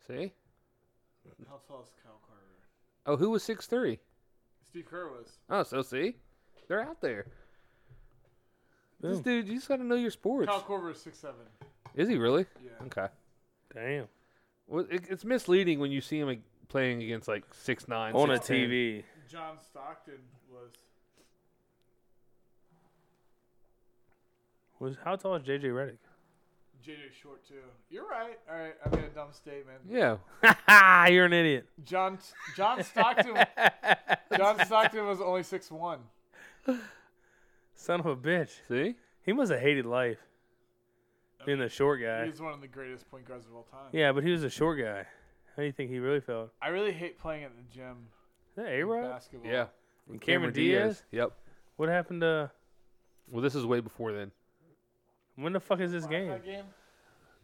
See?
How tall is Kyle Carter?
Oh, who was six three?
Steve Kerr was.
Oh, so see, they're out there. This
Boom.
dude, you just got to know your sports.
Kyle Corver is six seven.
Is he really?
Yeah.
Okay.
Damn.
Well, it, it's misleading when you see him like, playing against like six nine
On a TV.
John Stockton was.
Was how tall is JJ Redick?
JJ Short too. You're right. All right, I made a dumb statement.
Yeah.
You're an idiot.
John John Stockton. John Stockton was only six one.
Son of a bitch.
See,
He must have hated life. Being the short guy.
He's one of the greatest point guards of all time.
Yeah, but he was a short guy. How do you think he really felt?
I really hate playing at the gym.
Is that
in
A Rod?
Basketball.
yeah.
Cameron Diaz?
Yep.
What happened to
Well, this is way before then.
when the fuck is this
Game.
game?
game.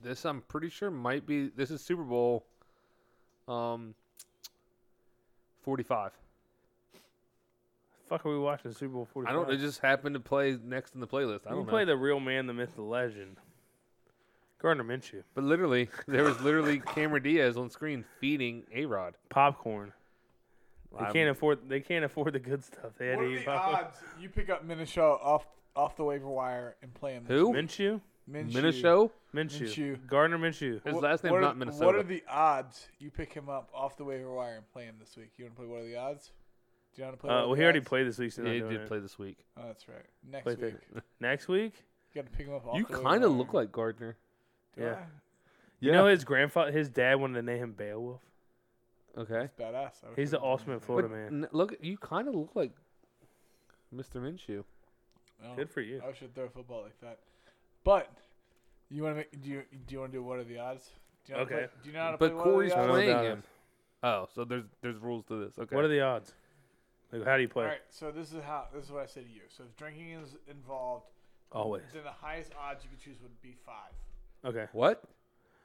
This I'm pretty sure might be. This is Super Bowl. Um. Forty five.
Fuck are we watching Super Bowl forty
I
five?
don't. It just happened to play next in the playlist. I
you
don't know.
play the real man, the myth, the legend. Gardner Minshew.
but literally, there was literally Cameron Diaz on screen feeding A Rod.
Popcorn. They
I'm-
can't afford they can't afford the good stuff. They had
What
to
are
eat
the
popcorn.
odds you pick up Minishaw off off the waiver wire and play him?
Who?
Minshew?
Minshew.
Minisho.
Minshew.
Minshew.
Gardner Minshew.
His
Wh-
last name's
what are-
not Minnesota.
What are the odds you pick him up off the waiver wire and play him this week? You want to play what are the odds? Do you want to play? what
Uh,
are
well,
the
he already
odds?
played this week. So
Yeah,
yeah,
he did play this week.
Oh, that's right. Next
Played
week,
that. Next week,
you got to pick him up. Off
you
the waiver
kind of
wire.
look like Gardner.
Do
yeah.
I?
you know his grandfather, his dad wanted to name him Beowulf.
Okay.
That's badass. I wish
He's the
I could do
ultimate
that.
Florida
But
man.
n- look, you kind of look like Mr. Minshew.
Well,
Good for you.
I should throw a football like that. But you want to make? Do you do you want to do what are the odds? Do you know how to
Okay.
play- do you know how to
But
play what
Corey's
I
are
don't
the
know
odds?
playing
about
him.
it.
Oh, so there's there's rules to this. Okay.
What are the odds? Like, how do you
All
play?
right. So this is how this is what I said to you. So if drinking is involved,
Always.
then the highest odds you could choose would be five.
Okay.
what?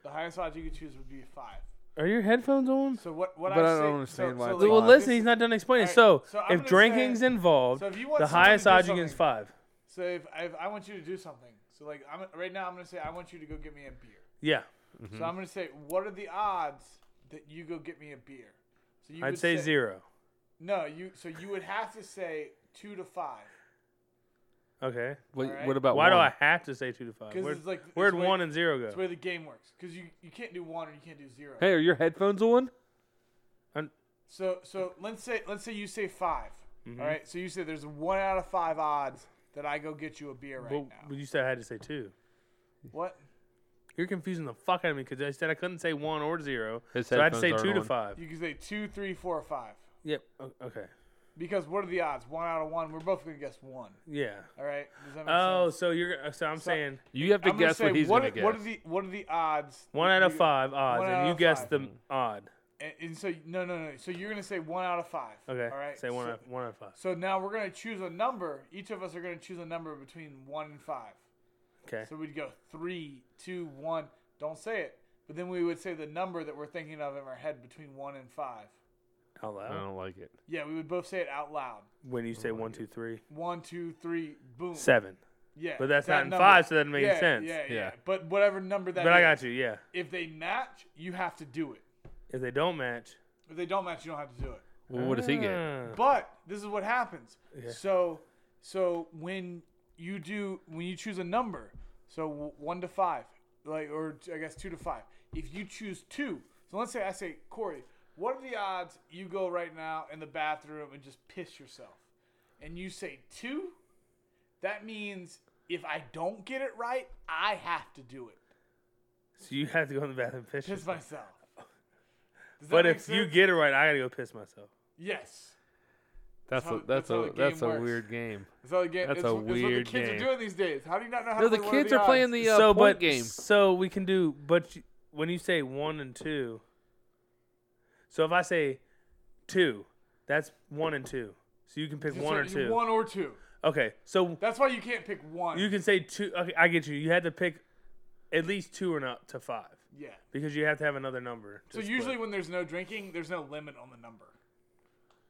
The highest odds you could choose would be five.
Are your headphones on?
So what? What
But
I,
I don't
say-
understand
so,
why
So
it's
like,
well,
five.
listen, he's not done explaining.
Alright,
so,
so I'm
if
gonna
drinking's
say-
involved,
So if you want
the
someone to
highest
do
odds you get is
something-
five.
So if, if I want you to do something, so like I'm right now, I'm gonna say I want you to go get me a beer.
Yeah. Mm-hmm.
So I'm gonna say, what are the odds that you go get me a beer? So you
I'd
would
say, zero.
No, you. So you would have to say two to five
Okay.
Wait,
Alright.
What about
Why do
one?
I have to say two to five?
because
Where,
it's like
where'd
it's way-
one and zero
It's
go?
where the game works because you you can't do one or you can't do zero.
Hey, are your headphones on?
So so let's say let's say you say 5
Mm-hmm.
All right. So you say there's one out of five odds that I go get you a beer right
Well,
now.
but you said I had to say two.
What?
You're confusing the fuck out of me because I said I couldn't say one or zero.
His
so I had to say
headphones
two
aren't
to
on.
five.
You can say two, three, four, five.
Yep. o- Okay.
Because what are the odds? One out of one. We're both gonna guess one.
Yeah.
All right. Does that make
Oh,
sense?
so you're so I'm
So-
saying
You have to
I'm gonna
guess
say,
what he's
what,
gonna
are-
guess.
what are the what are the odds?
one
that
out of
you-
five odds,
one
and
out
you
of
guessed
five.
the odd.
And, and so no no no. So you're gonna say one out of five.
Okay.
All right.
Say one
So,
out one out of five.
so now we're gonna choose a number. Each of us are gonna choose a number between one and five.
Okay.
So we'd go three, two, one. Don't say it. But then we would say the number that we're thinking of in our head between one and five.
out
I
loud.
Oh.
don't like it.
Yeah, we would both say it out loud.
When you say
Oh,
one, two, three,
One, two, three, boom.
seven.
Yeah.
But that's
that
not in
number.
five, so that doesn't make any
yeah,
sense.
Yeah, yeah,
Yeah.
But whatever number that
But I
is,
got you. Yeah.
If they match, you have to do it.
If they don't match,
If they don't match, you don't have to do it.
Well, what does he get?
ah,
But this is what happens. So, so when you do, when you choose a number, so w- one to five, like, or t- I guess two to five. If you choose two, so let's say I say Corey, what are the odds you go right now in the bathroom and just piss yourself, and you say two? That means if I don't get it right, I have to do it.
So you have to go in the bathroom and piss.
Piss
yourself.
myself. Does that
But
make
if you
sense?
get it right, I gotta go piss myself.
yes,
That's
how-
a that's
that's how
a
the
that's
game
a
works.
weird game.
that's how the game.
That's
it's,
a
it's
weird
what the kids
game.
are doing these days. How do you not know how
No,
to
the
play
kids
what
are playing
odds?
the uh,
so,
point
but
game.
so we can do. But you, when you say one and two, so if I say two, that's one and two. So you can pick
Just
one or
like
two.
One or two.
Okay, so
That's why you can't pick one.
you can say two. Okay, I get you. You had to pick at least two and up to five
yeah.
because you have to have another number. to
So
split.
usually when there's no drinking, there's no limit on the number.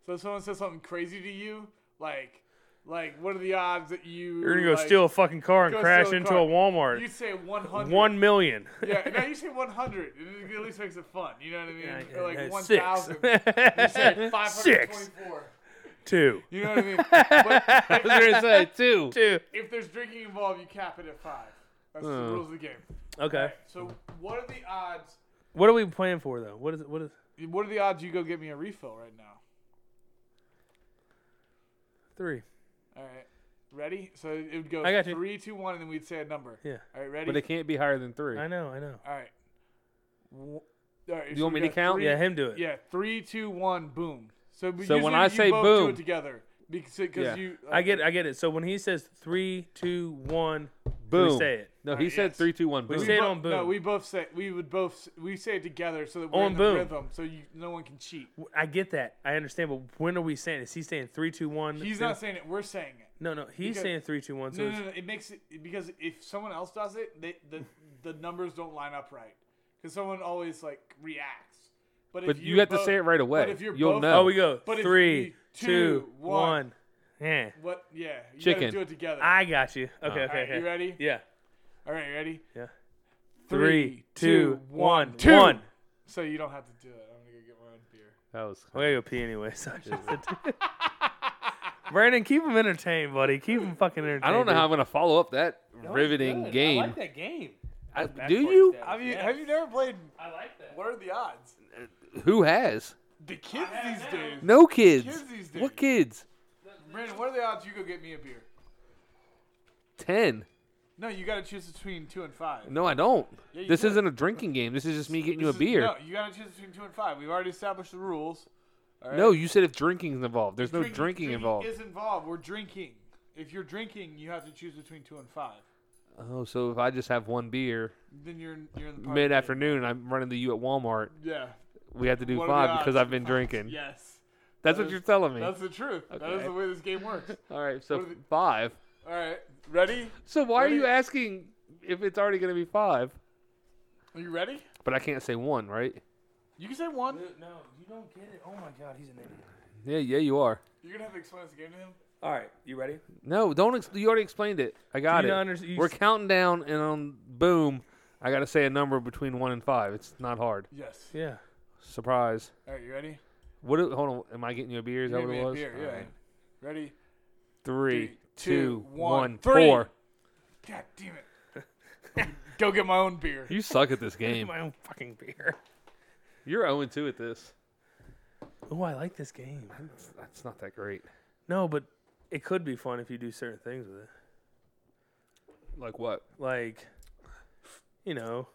So if someone says something crazy to you, like, like what are the odds that you
you're gonna go
like,
steal a fucking car and
go
crash
steal a
into
car?
a Walmart.
You say one hundred.
one million.
Yeah. Now you say one hundred. It at least makes it fun. You know what I mean?
Yeah,
or
yeah,
like one
six.
thousand. You say five hundred twenty-four.
two.
You know what I mean? But
I was gonna say two.
Two.
if there's drinking involved, you cap it at five. That's the
Oh.
rules of the game.
Okay.
Alright, so what are the odds?
What are we playing for though? What is it? What is
What are the odds you go get me a refill right now?
three?
All right, ready? So it would go
I got you.
three, two, one, and then we'd say a number.
Yeah.
All right, ready?
But it can't be higher than three.
I know. I know.
All right. All right.
you want me to count?
Yeah, him do it.
Yeah, three, two, one, boom. So, but
So when
usually
I
you
say
both do
boom-
it together because
Yeah.
because you. uh,
I get. I get it. So when he says three, two, one,
Boom.
We say it.
No, he
Alright,
said
yes.
three, two, one.
We
Boom.
say it
bo-
on boom.
No, we both say we would both s- we say it together so that we're
On
in
boom.
the rhythm, so you, no one can cheat.
I get that. I understand. But when are we saying? Is he saying three, two, one?
He's
then-
not saying it; we're saying it.
No, no. He's
because-
saying three, two, one. So
No,
it's,
no, no. It makes it because if someone else does it, they, the the numbers don't line up right because someone always like reacts.
But
if
you have to say it right away.
But if you're
You'll
both,
know.
oh, we go
But if
three,
you-
two,
two,
one. Yeah.
What? Yeah. You
Chicken.
Gotta do it together.
I got you. Okay.
Oh.
okay.
Alright,
okay.
you ready?
Yeah.
All right. You ready?
Yeah. Three,
Three,
two,
two,
one,
one,
two.
one. So you don't have to do it. I'm gonna go get my own beer.
That was.
I'm gonna go pee anyway. So I just Brandon, keep him entertained, buddy. Keep him fucking entertained.
I don't know
dude.
how I'm gonna follow up that riveting game.
that game.
I- do you?
Have you have you never played?
I like that.
What are the odds?
Who has?
The kids these days.
No kids.
Kids these days.
What kids?
Brandon, what are the odds you go get me a beer?
Ten.
No, you got to choose between two and five.
No, I don't.
Yeah, you
this
do.
isn't a drinking game. This is just me getting you a
This is-
beer.
No, you gotta choose between two and five. We've already established the rules. All right?
No, you said if drinking's involved. There's no
Drink-
drinking, involved.
Is involved. We're drinking. If you're drinking, you have to choose between two and five.
oh, so if I just have one beer
Then you're in, you're in the party.
mid afternoon and I'm running to you at Walmart,
Yeah.
we have to do
What are the
five because
odds?
I've been drinking.
Yes.
That's
That
what
is-
you're telling me.
That's the truth. That is
Okay.
the way this game works.
All right, so
what are the-
five.
All right. Ready?
So why are
what are
you
the-
asking if it's already going to be five?
Are you ready?
But I can't say one, right?
You can say one.
No, you don't get it. Oh my god, he's an idiot.
Yeah, yeah, you are.
You're gonna have to explain this game to him.
All right, you ready?
No, don't. Ex- you already explained it. I got
you
it.
not under- you
We're
s-
counting down, and on boom, I got to say a number between one and five. It's not hard.
Yes.
Yeah.
Surprise.
All right. You ready?
What? do- hold on. Am I getting you a beer? Is
You're
that
gonna
what
be
it
a beer,
was? All
yeah.
right.
Ready?
Three,
Three,
two,
two,
one,
one, three.
four.
God damn it. Go get my own beer.
You suck at this game.
My own fucking beer.
You're 0 2 at this.
Oh, I like this game.
That's, that's not that great.
No, but it could be fun if you do certain things with it.
Like what?
Like, you know,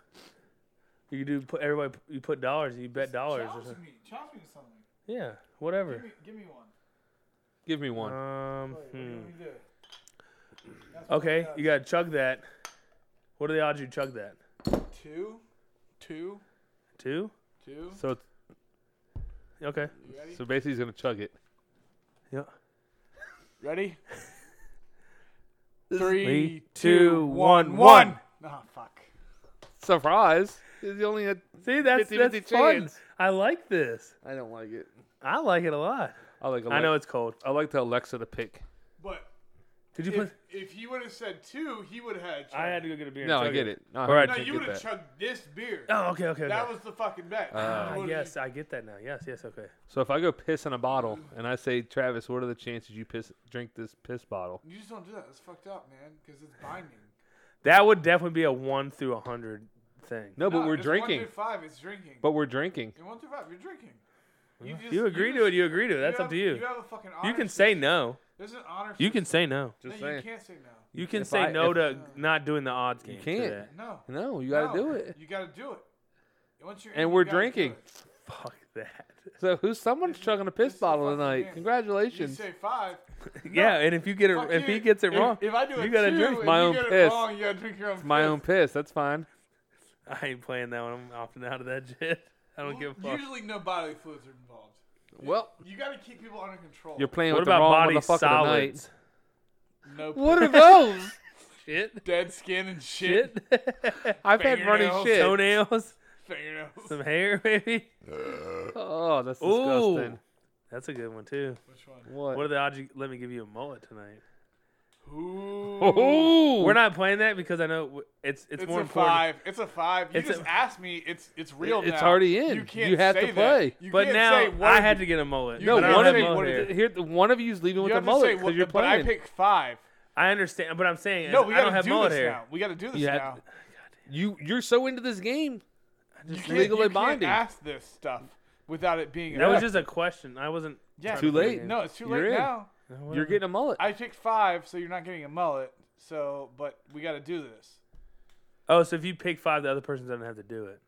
you do put everybody. You put dollars. You bet dollars. Or
Challenge
something.
me. Challenge me to something.
Yeah.
Give
Whatever.
me, give me one.
Give me
Uh,
one.
Um.
What do
hmm.
we do? That's what
Okay,
it
you
does.
gotta chug that. What are the odds you chug that?
two, two,
Two.
two.
so it's-
Okay.
You ready?
so basically, he's going to chug it.
Yeah.
ready?
Three,
Three,
two,
two, one,
one, one.
one. Ah, fuck.
Surprise. It's only a.
See, that's
50-50
that's fun.
chance.
I like this.
I don't like it.
I like it a lot.
I like.
I know it's cold.
I like to Alexa to pick.
But
Did you
if,
put?
if you would have said two, he would have had. a
I
chug.
had to go get a beer. and
No, I
chug
get it. No,
All right.
No,
I
you
get
would have
that.
chugged this beer.
Oh, okay, okay. okay.
That was the fucking bet.
Ah,
You would've
yes, I get that now. Yes, yes, okay.
So if I go piss in a bottle and I say, Travis, what are the chances you piss drink this piss bottle?
You just don't do that. That's fucked up, man. Because it's binding.
That would definitely be a one through a hundred thing.
No, but
No,
we're
it's
drinking.
One through five, it's drinking.
But we're drinking.
And one through five, you're drinking. You, just,
You agree to
just-
it. You agree to it. That's
have,
up to you.
You have a fucking honor
You can
system.
say no.
There's an honor.
You can
system.
say no.
Just
no,
saying.
you can't say no.
You can
If
say
I-
no
if-
to not doing the odds game.
can't.
No.
No, you got to
No,
do it.
You got to do it. And Once you're
And
in, you
we're
gotta do
drinking.
it.
Fuck that.
So who's someone's chugging a piss
It's the
bottle
fucking
tonight?
game. You
Congratulations.
say five.
Yeah, and if you get it,
fuck
if
you.
he gets it
If-
wrong,
if I do it
you gotta
two
drink
and
my
you
own
get it
piss.
Wrong, you gotta drink your own.
My
piss.
own piss. That's fine.
I ain't playing that one. I'm opting out of that shit. I don't give a fuck.
Usually, no bodily fluids are involved.
Well,
You gotta keep people under control.
you're playing
What
with the
about
wrong
body
motherfucker
solids?
tonight.
no
What are those?
Shit,
dead skin and shit,
shit,
I've had running
Fingernails,
shit.
toenails,
fingernails.
some hair, maybe.
Oh, that's
Ooh,
disgusting.
that's a good one too.
Which one?
What?
What are the odds? You, let me give you a mullet tonight.
Ooh.
Ooh.
We're not playing that because I know w- it's it's,
It's
more
a
important.
five. It's a five. You
It's
just
a-
asked me. It's it's real.
It's
now.
already in.
You can't
You have to
say that.
play.
You
But
can't
now
say one
I
of
had
you-
to get a mullet.
you
No,
but I don't
one of
have
say
mullet
one of
hair.
you. Here, one of you's leaving
You
with the
have to say
mullet
what.
because you're
but I
playing.
picked five.
I understand, but I'm saying
No,
as-
we
I
gotta
don't have
do
mullet
this
hair.
now. We gotta do this
You have
now.
to- You you're so into this game.
You can't,
legally
you can't
binding.
ask this stuff without it being.
That was
a-
just a question. I wasn't.
Yeah.
trying
Too
to play the
late.
game.
No, it's too
You're
late
in.
now.
No,
You're getting a mullet.
I picked five, so you're not getting a mullet. So, but we gotta do this.
Oh, so if you pick five, the other person doesn't have to do it.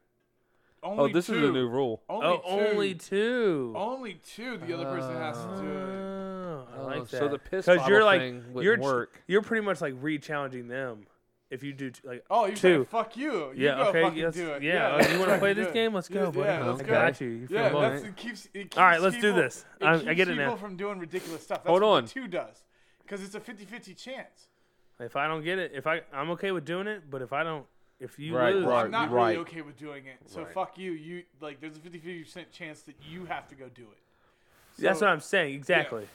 oh,
Only
this is a
two.
new rule.
Only
oh,
two.
only two.
Only two. The other person has to do it.
Oh, I
Oh,
like that.
so the piss
you're
bottle
like
thing wouldn't
you're
work.
you're pretty much like re-challenging them if you do t- like
Oh, you
two.
said fuck you. You
yeah,
go
okay,
fucking
yes,
do it.
yeah.
let's
oh, you want to
fucking
play
do
this
it.
game? Let's go,
Yeah,
buddy.
yeah, let's
I
go.
got you. You feel
Yeah,
more-
that's, it keeps, it keeps
All right, let's do
people-
this.
It
I- I
keeps
get it
people
now.
from doing ridiculous stuff. That's
Hold
what
on.
The two does because it's a 50-50 chance.
If I don't get it, if I I'm okay with doing it, but if I don't, if you
Right,
lose,
Well, I'm
right.
not
right.
really okay with doing it. So
Right.
fuck you. You like there's a 50-50 percent chance that you have to go do it.
that's
So-
what I'm saying exactly.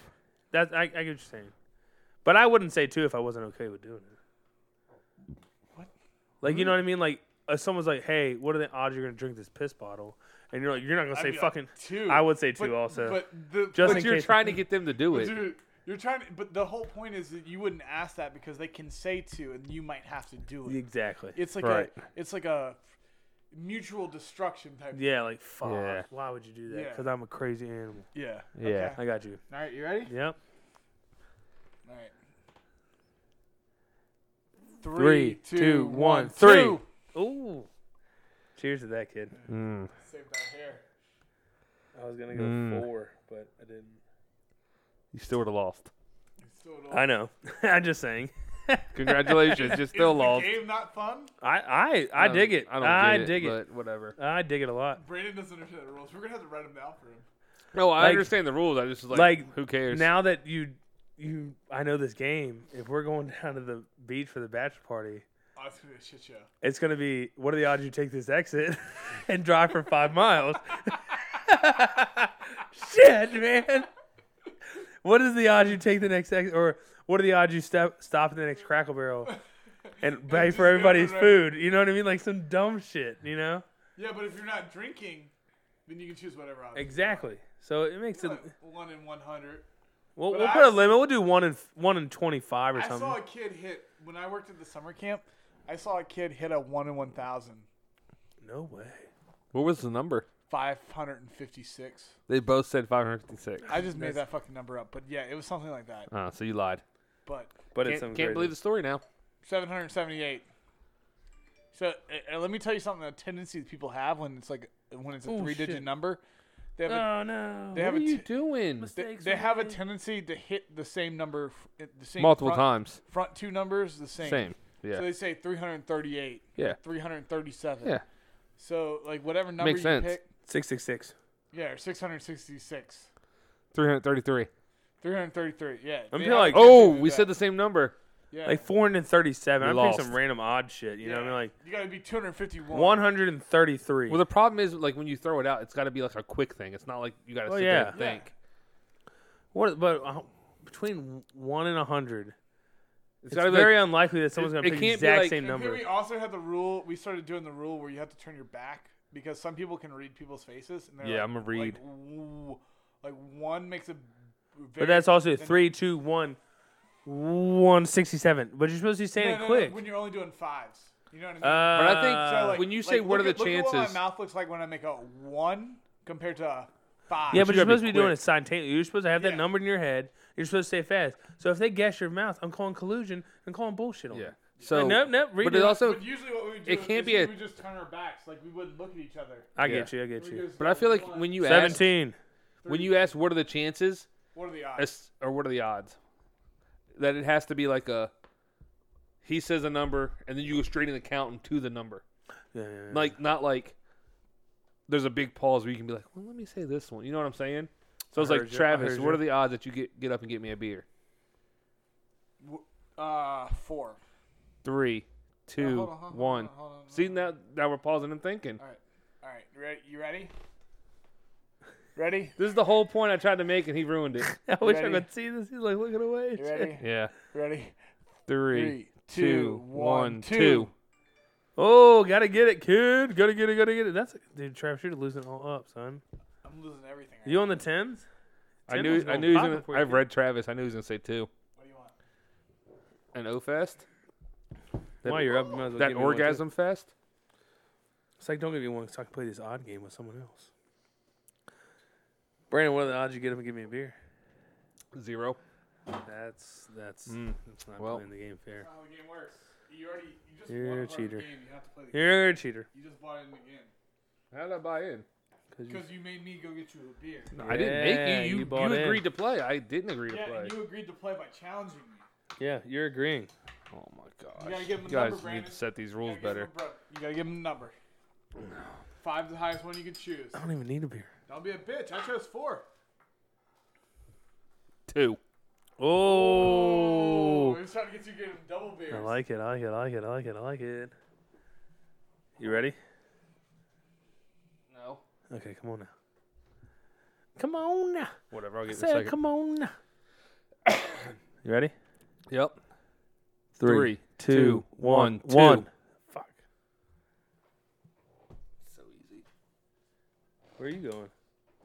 That's I, I get what you're saying, but I wouldn't say two if I wasn't okay with doing it.
What?
Like you know what I mean? Like if someone's like, hey, what are the odds you're gonna drink this piss bottle? And you're like, you're not gonna
I'd
say
be like,
fucking.
two.
I would say two
But-
also.
But the
Just
but
in
But you're
case-
trying to get them to do it.
Dude, you're trying to, but the whole point is that you wouldn't ask that because they can say to, and you might have to do it.
Exactly.
It's like
Right.
a, it's like a mutual destruction type.
Yeah, like fuck.
Yeah.
Why would you do that?
Yeah.
Because I'm a crazy animal.
Yeah.
Yeah.
I got you.
All right, you ready?
Yep.
All right.
Three, two, one, three.
three.
Ooh. Mm. Cheers to that kid.
Saved that hair.
I was gonna go four, but I didn't.
You still would have lost.
It's still an old-
I know. I'm just saying.
Congratulations, you still
is
lost.
The game not fun.
I I, I dig it.
I don't get it,
dig it.
But whatever.
I dig it a lot.
Brandon doesn't understand the rules. We're gonna have to write them down for him.
No, I
Like-
understand the rules. I just was like,
like,
who cares?
Now that you you I know this game. If we're going down to the beach for the bachelor party,
Oh, it's gonna be a shit show.
it's gonna be what are the odds you take this exit and drive for five miles? Shit, man. What is the odds you take the next exit, or what are the odds you step stop at the next Crackle Barrel and pay
just
for
go
everybody's
right-
food? You know what I mean? Like some dumb shit, you know?
Yeah, but if you're not drinking, then you can choose whatever option.
Exactly. So it makes it.
Like, One in one hundred.
We'll,
But
we'll
I
put a
s-
limit. We'll do one in one in twenty five or
I
something.
saw a kid hit when I worked at the summer camp. I saw a kid hit a one in one thousand.
No way.
what was the number?
556.
They both said 556.
I just made that fucking number up, but yeah, it was something like that.
Ah, so you lied.
But
But
Can't,
it's something
can't
crazy.
believe the story now.
778. So uh, uh, let me tell you something. A tendency that people have when it's like when it's a
Oh,
3 digit
shit.
number, they have a,
Oh no.
They have
What are
a
you
t-
doing?
they,
Mistakes
they
were
have a
made.
tendency to hit the same number f- it- the same
Multiple
front,
times.
Front two numbers the same.
Same.
So
Yeah.
they say 338,
Yeah.
337.
Yeah.
So like whatever number
Makes
you
sense.
pick,
Six six six.
yeah, or 666.
333.
333. Yeah.
I'm
they
feel
have a
like-
tendency
Oh,
to do
we
that.
said the same number.
Yeah.
Like 437. I'm
Lost.
picking some random odd shit. You know what I mean?
you gotta be 251.
Like 133.
Well, the problem is like when you throw it out, it's got to be like a quick thing. It's not like you got to
Well,
sit there
Oh, yeah.
and think.
What? But uh, between one and a hundred, it's,
gotta be
very unlikely that someone's
it-
gonna
it
pick the
can't be
exact
like-
same
And here
number.
we also had the rule. We started doing the rule where you have to turn your back because some people can read people's faces. And they're
Yeah,
like-
I'm a read.
Like, "Ooh," like one makes a. Very,
But that's also three, two, one, one sixty-seven. But you're supposed to be
No,
saying
no,
it
no,
quick.
when you're only doing fives. You know what I mean?
But I think-
Uh,
so like,
when you say
like,
what
look
are
at-
the
look at what
chances-
my mouth looks like when I make a one compared to a five.
yeah, but
you
you're
gotta be
supposed to be doing
quick.
it simultaneously. You're supposed to have
Yeah.
that number in your head. You're supposed to say fast. So if they guess your mouth, I'm calling collusion and calling bullshit on
Yeah.
it.
So
Like, nope, nope. Read
but
it.
it also.
But usually what we would do
It
is is
can't be a-
we would just turn our backs, like we wouldn't look at each other.
I get
Yeah.
you. I get
We
you.
just
But I feel like
one,
when you ask
Seventeen.
when you ask what are the chances
what are the odds?
as- or what are the odds that it has to be like a he says a number and then you go straight in the counting to the number.
Yeah, yeah, yeah.
Like not like there's a big pause where you can be like, well, let me say this one. You know what I'm saying? So it's like
heard you. I
Travis,
heard
what
you.
are the odds that you get get up and get me a beer?
W- Uh, four.
Three,
Yeah,
two,
hold on, hold on,
one.
hold on, hold on,
See
hold
now now we're pausing and thinking.
All right, all right. You ready? You ready? Ready?
This is the whole point I tried to make and he ruined it.
I wish
ready?
I could see this. He's like looking away. and
You
shit.
ready?
yeah.
You ready?
Three,
Three,
two,
two,
one,
one,
two.
two.
Oh, gotta get it, kid. Gotta get it. Gotta get it. That's dude. Travis, you're losing all up, son.
I'm losing everything. Right
You on the tens?
I
Tim
knew
was
I
gonna
knew he was
pop
gonna,
before he
I've
did.
read Travis, I knew he was gonna say
now.
two.
What do you want?
An O fest? That-
While you're up, you might as well
That
give me one, too.
orgasm fest?
It's like don't give me one so I can play this odd game with someone else. Brandon, what are the odds you get him to give me a beer?
Zero.
That's that's that's not
Mm. well.
playing the game fair.
That's not how Oh, the game works. You already. You just
You're a
bought part of the
cheater.
game. You have to play the game.
You're a cheater.
You just bought in the game
How did I buy in?
because you made me go get you a beer.
I didn't make
Yeah,
you. You, you,
bought in.
agreed to play. I didn't agree to
Yeah,
play.
and you agreed to play by challenging me.
Yeah, you're agreeing.
oh my gosh.
gotta give him the
guys
number,
need
Brandon.
to set these
You
rules
gotta give
better.
him a bro- You gotta give him a number. Five's the highest one you can choose.
I don't even need a beer.
Don't be a bitch. I chose four.
Two.
Oh,
We're trying to get you getting double beers.
I like it. I like it. I like it. I like it. I like it. You ready?
No.
Okay, come on now. Come on now.
Whatever. I'll get it in a
Say,
second.
come on now. you ready?
Yep. Three,
Three,
two,
two, one, one.
one, two.
Fuck.
So easy.
Where are you going?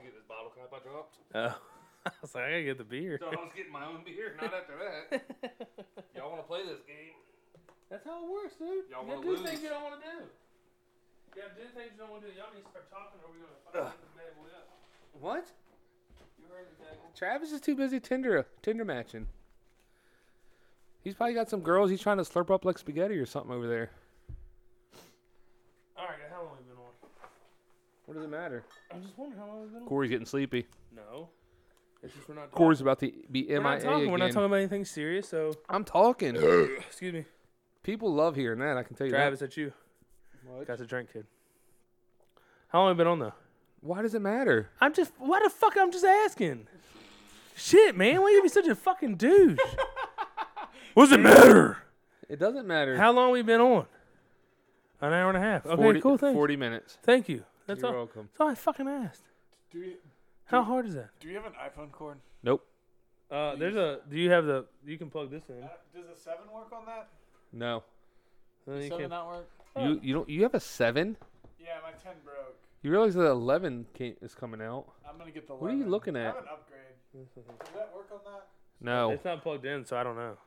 Get this bottle cap I dropped.
Oh, I was like, I gotta get the beer.
I was getting my own beer. Not after that. Y'all want to play this game?
That's how it works, dude.
Y'all wanna lose.
don't want to do. You gotta do things you don't want to do. Y'all need to start talking, or we're gonna fuck this bad boy up.
What?
You heard me, Daniel.
Travis is too busy Tinder Tinder matching. He's probably got some girls he's trying to slurp up like spaghetti or something over there.
All right, how long have we been on?
What does it matter?
I'm just wondering how long we've been on.
Corey's getting sleepy.
No, it's just we're not.
Corey's about to be
We're
MIA
not talking.
again.
We're not talking about anything serious. So,
I'm talking.
excuse me,
People love hearing that. I can tell you.
Travis, that you
that.
got a drink, kid. How long have we been on though?
Why does it matter?
I'm just why the fuck I'm just asking. Shit, man, why you be such a fucking douche? What's it matter?
It doesn't matter.
How long we been on? An hour and a half. Okay,
40,
cool. Thanks.
Forty minutes.
Thank you. That's
You're
all.
welcome.
That's all I fucking asked.
Do we,
How hard is that?
do we have an iPhone cord?
Nope.
Uh, there's a. Do you have the? You can plug this in.
Uh, Does a seven work on that?
No.
Then you
seven
can-
not work? Oh.
You
Oh.
you don't you have a seven?
Yeah, my ten broke.
You realize that eleven can is coming out?
I'm gonna get the.
What are you
11.
looking
I
at?
have an upgrade. Does that work on that?
No.
It's not plugged in, so I don't know.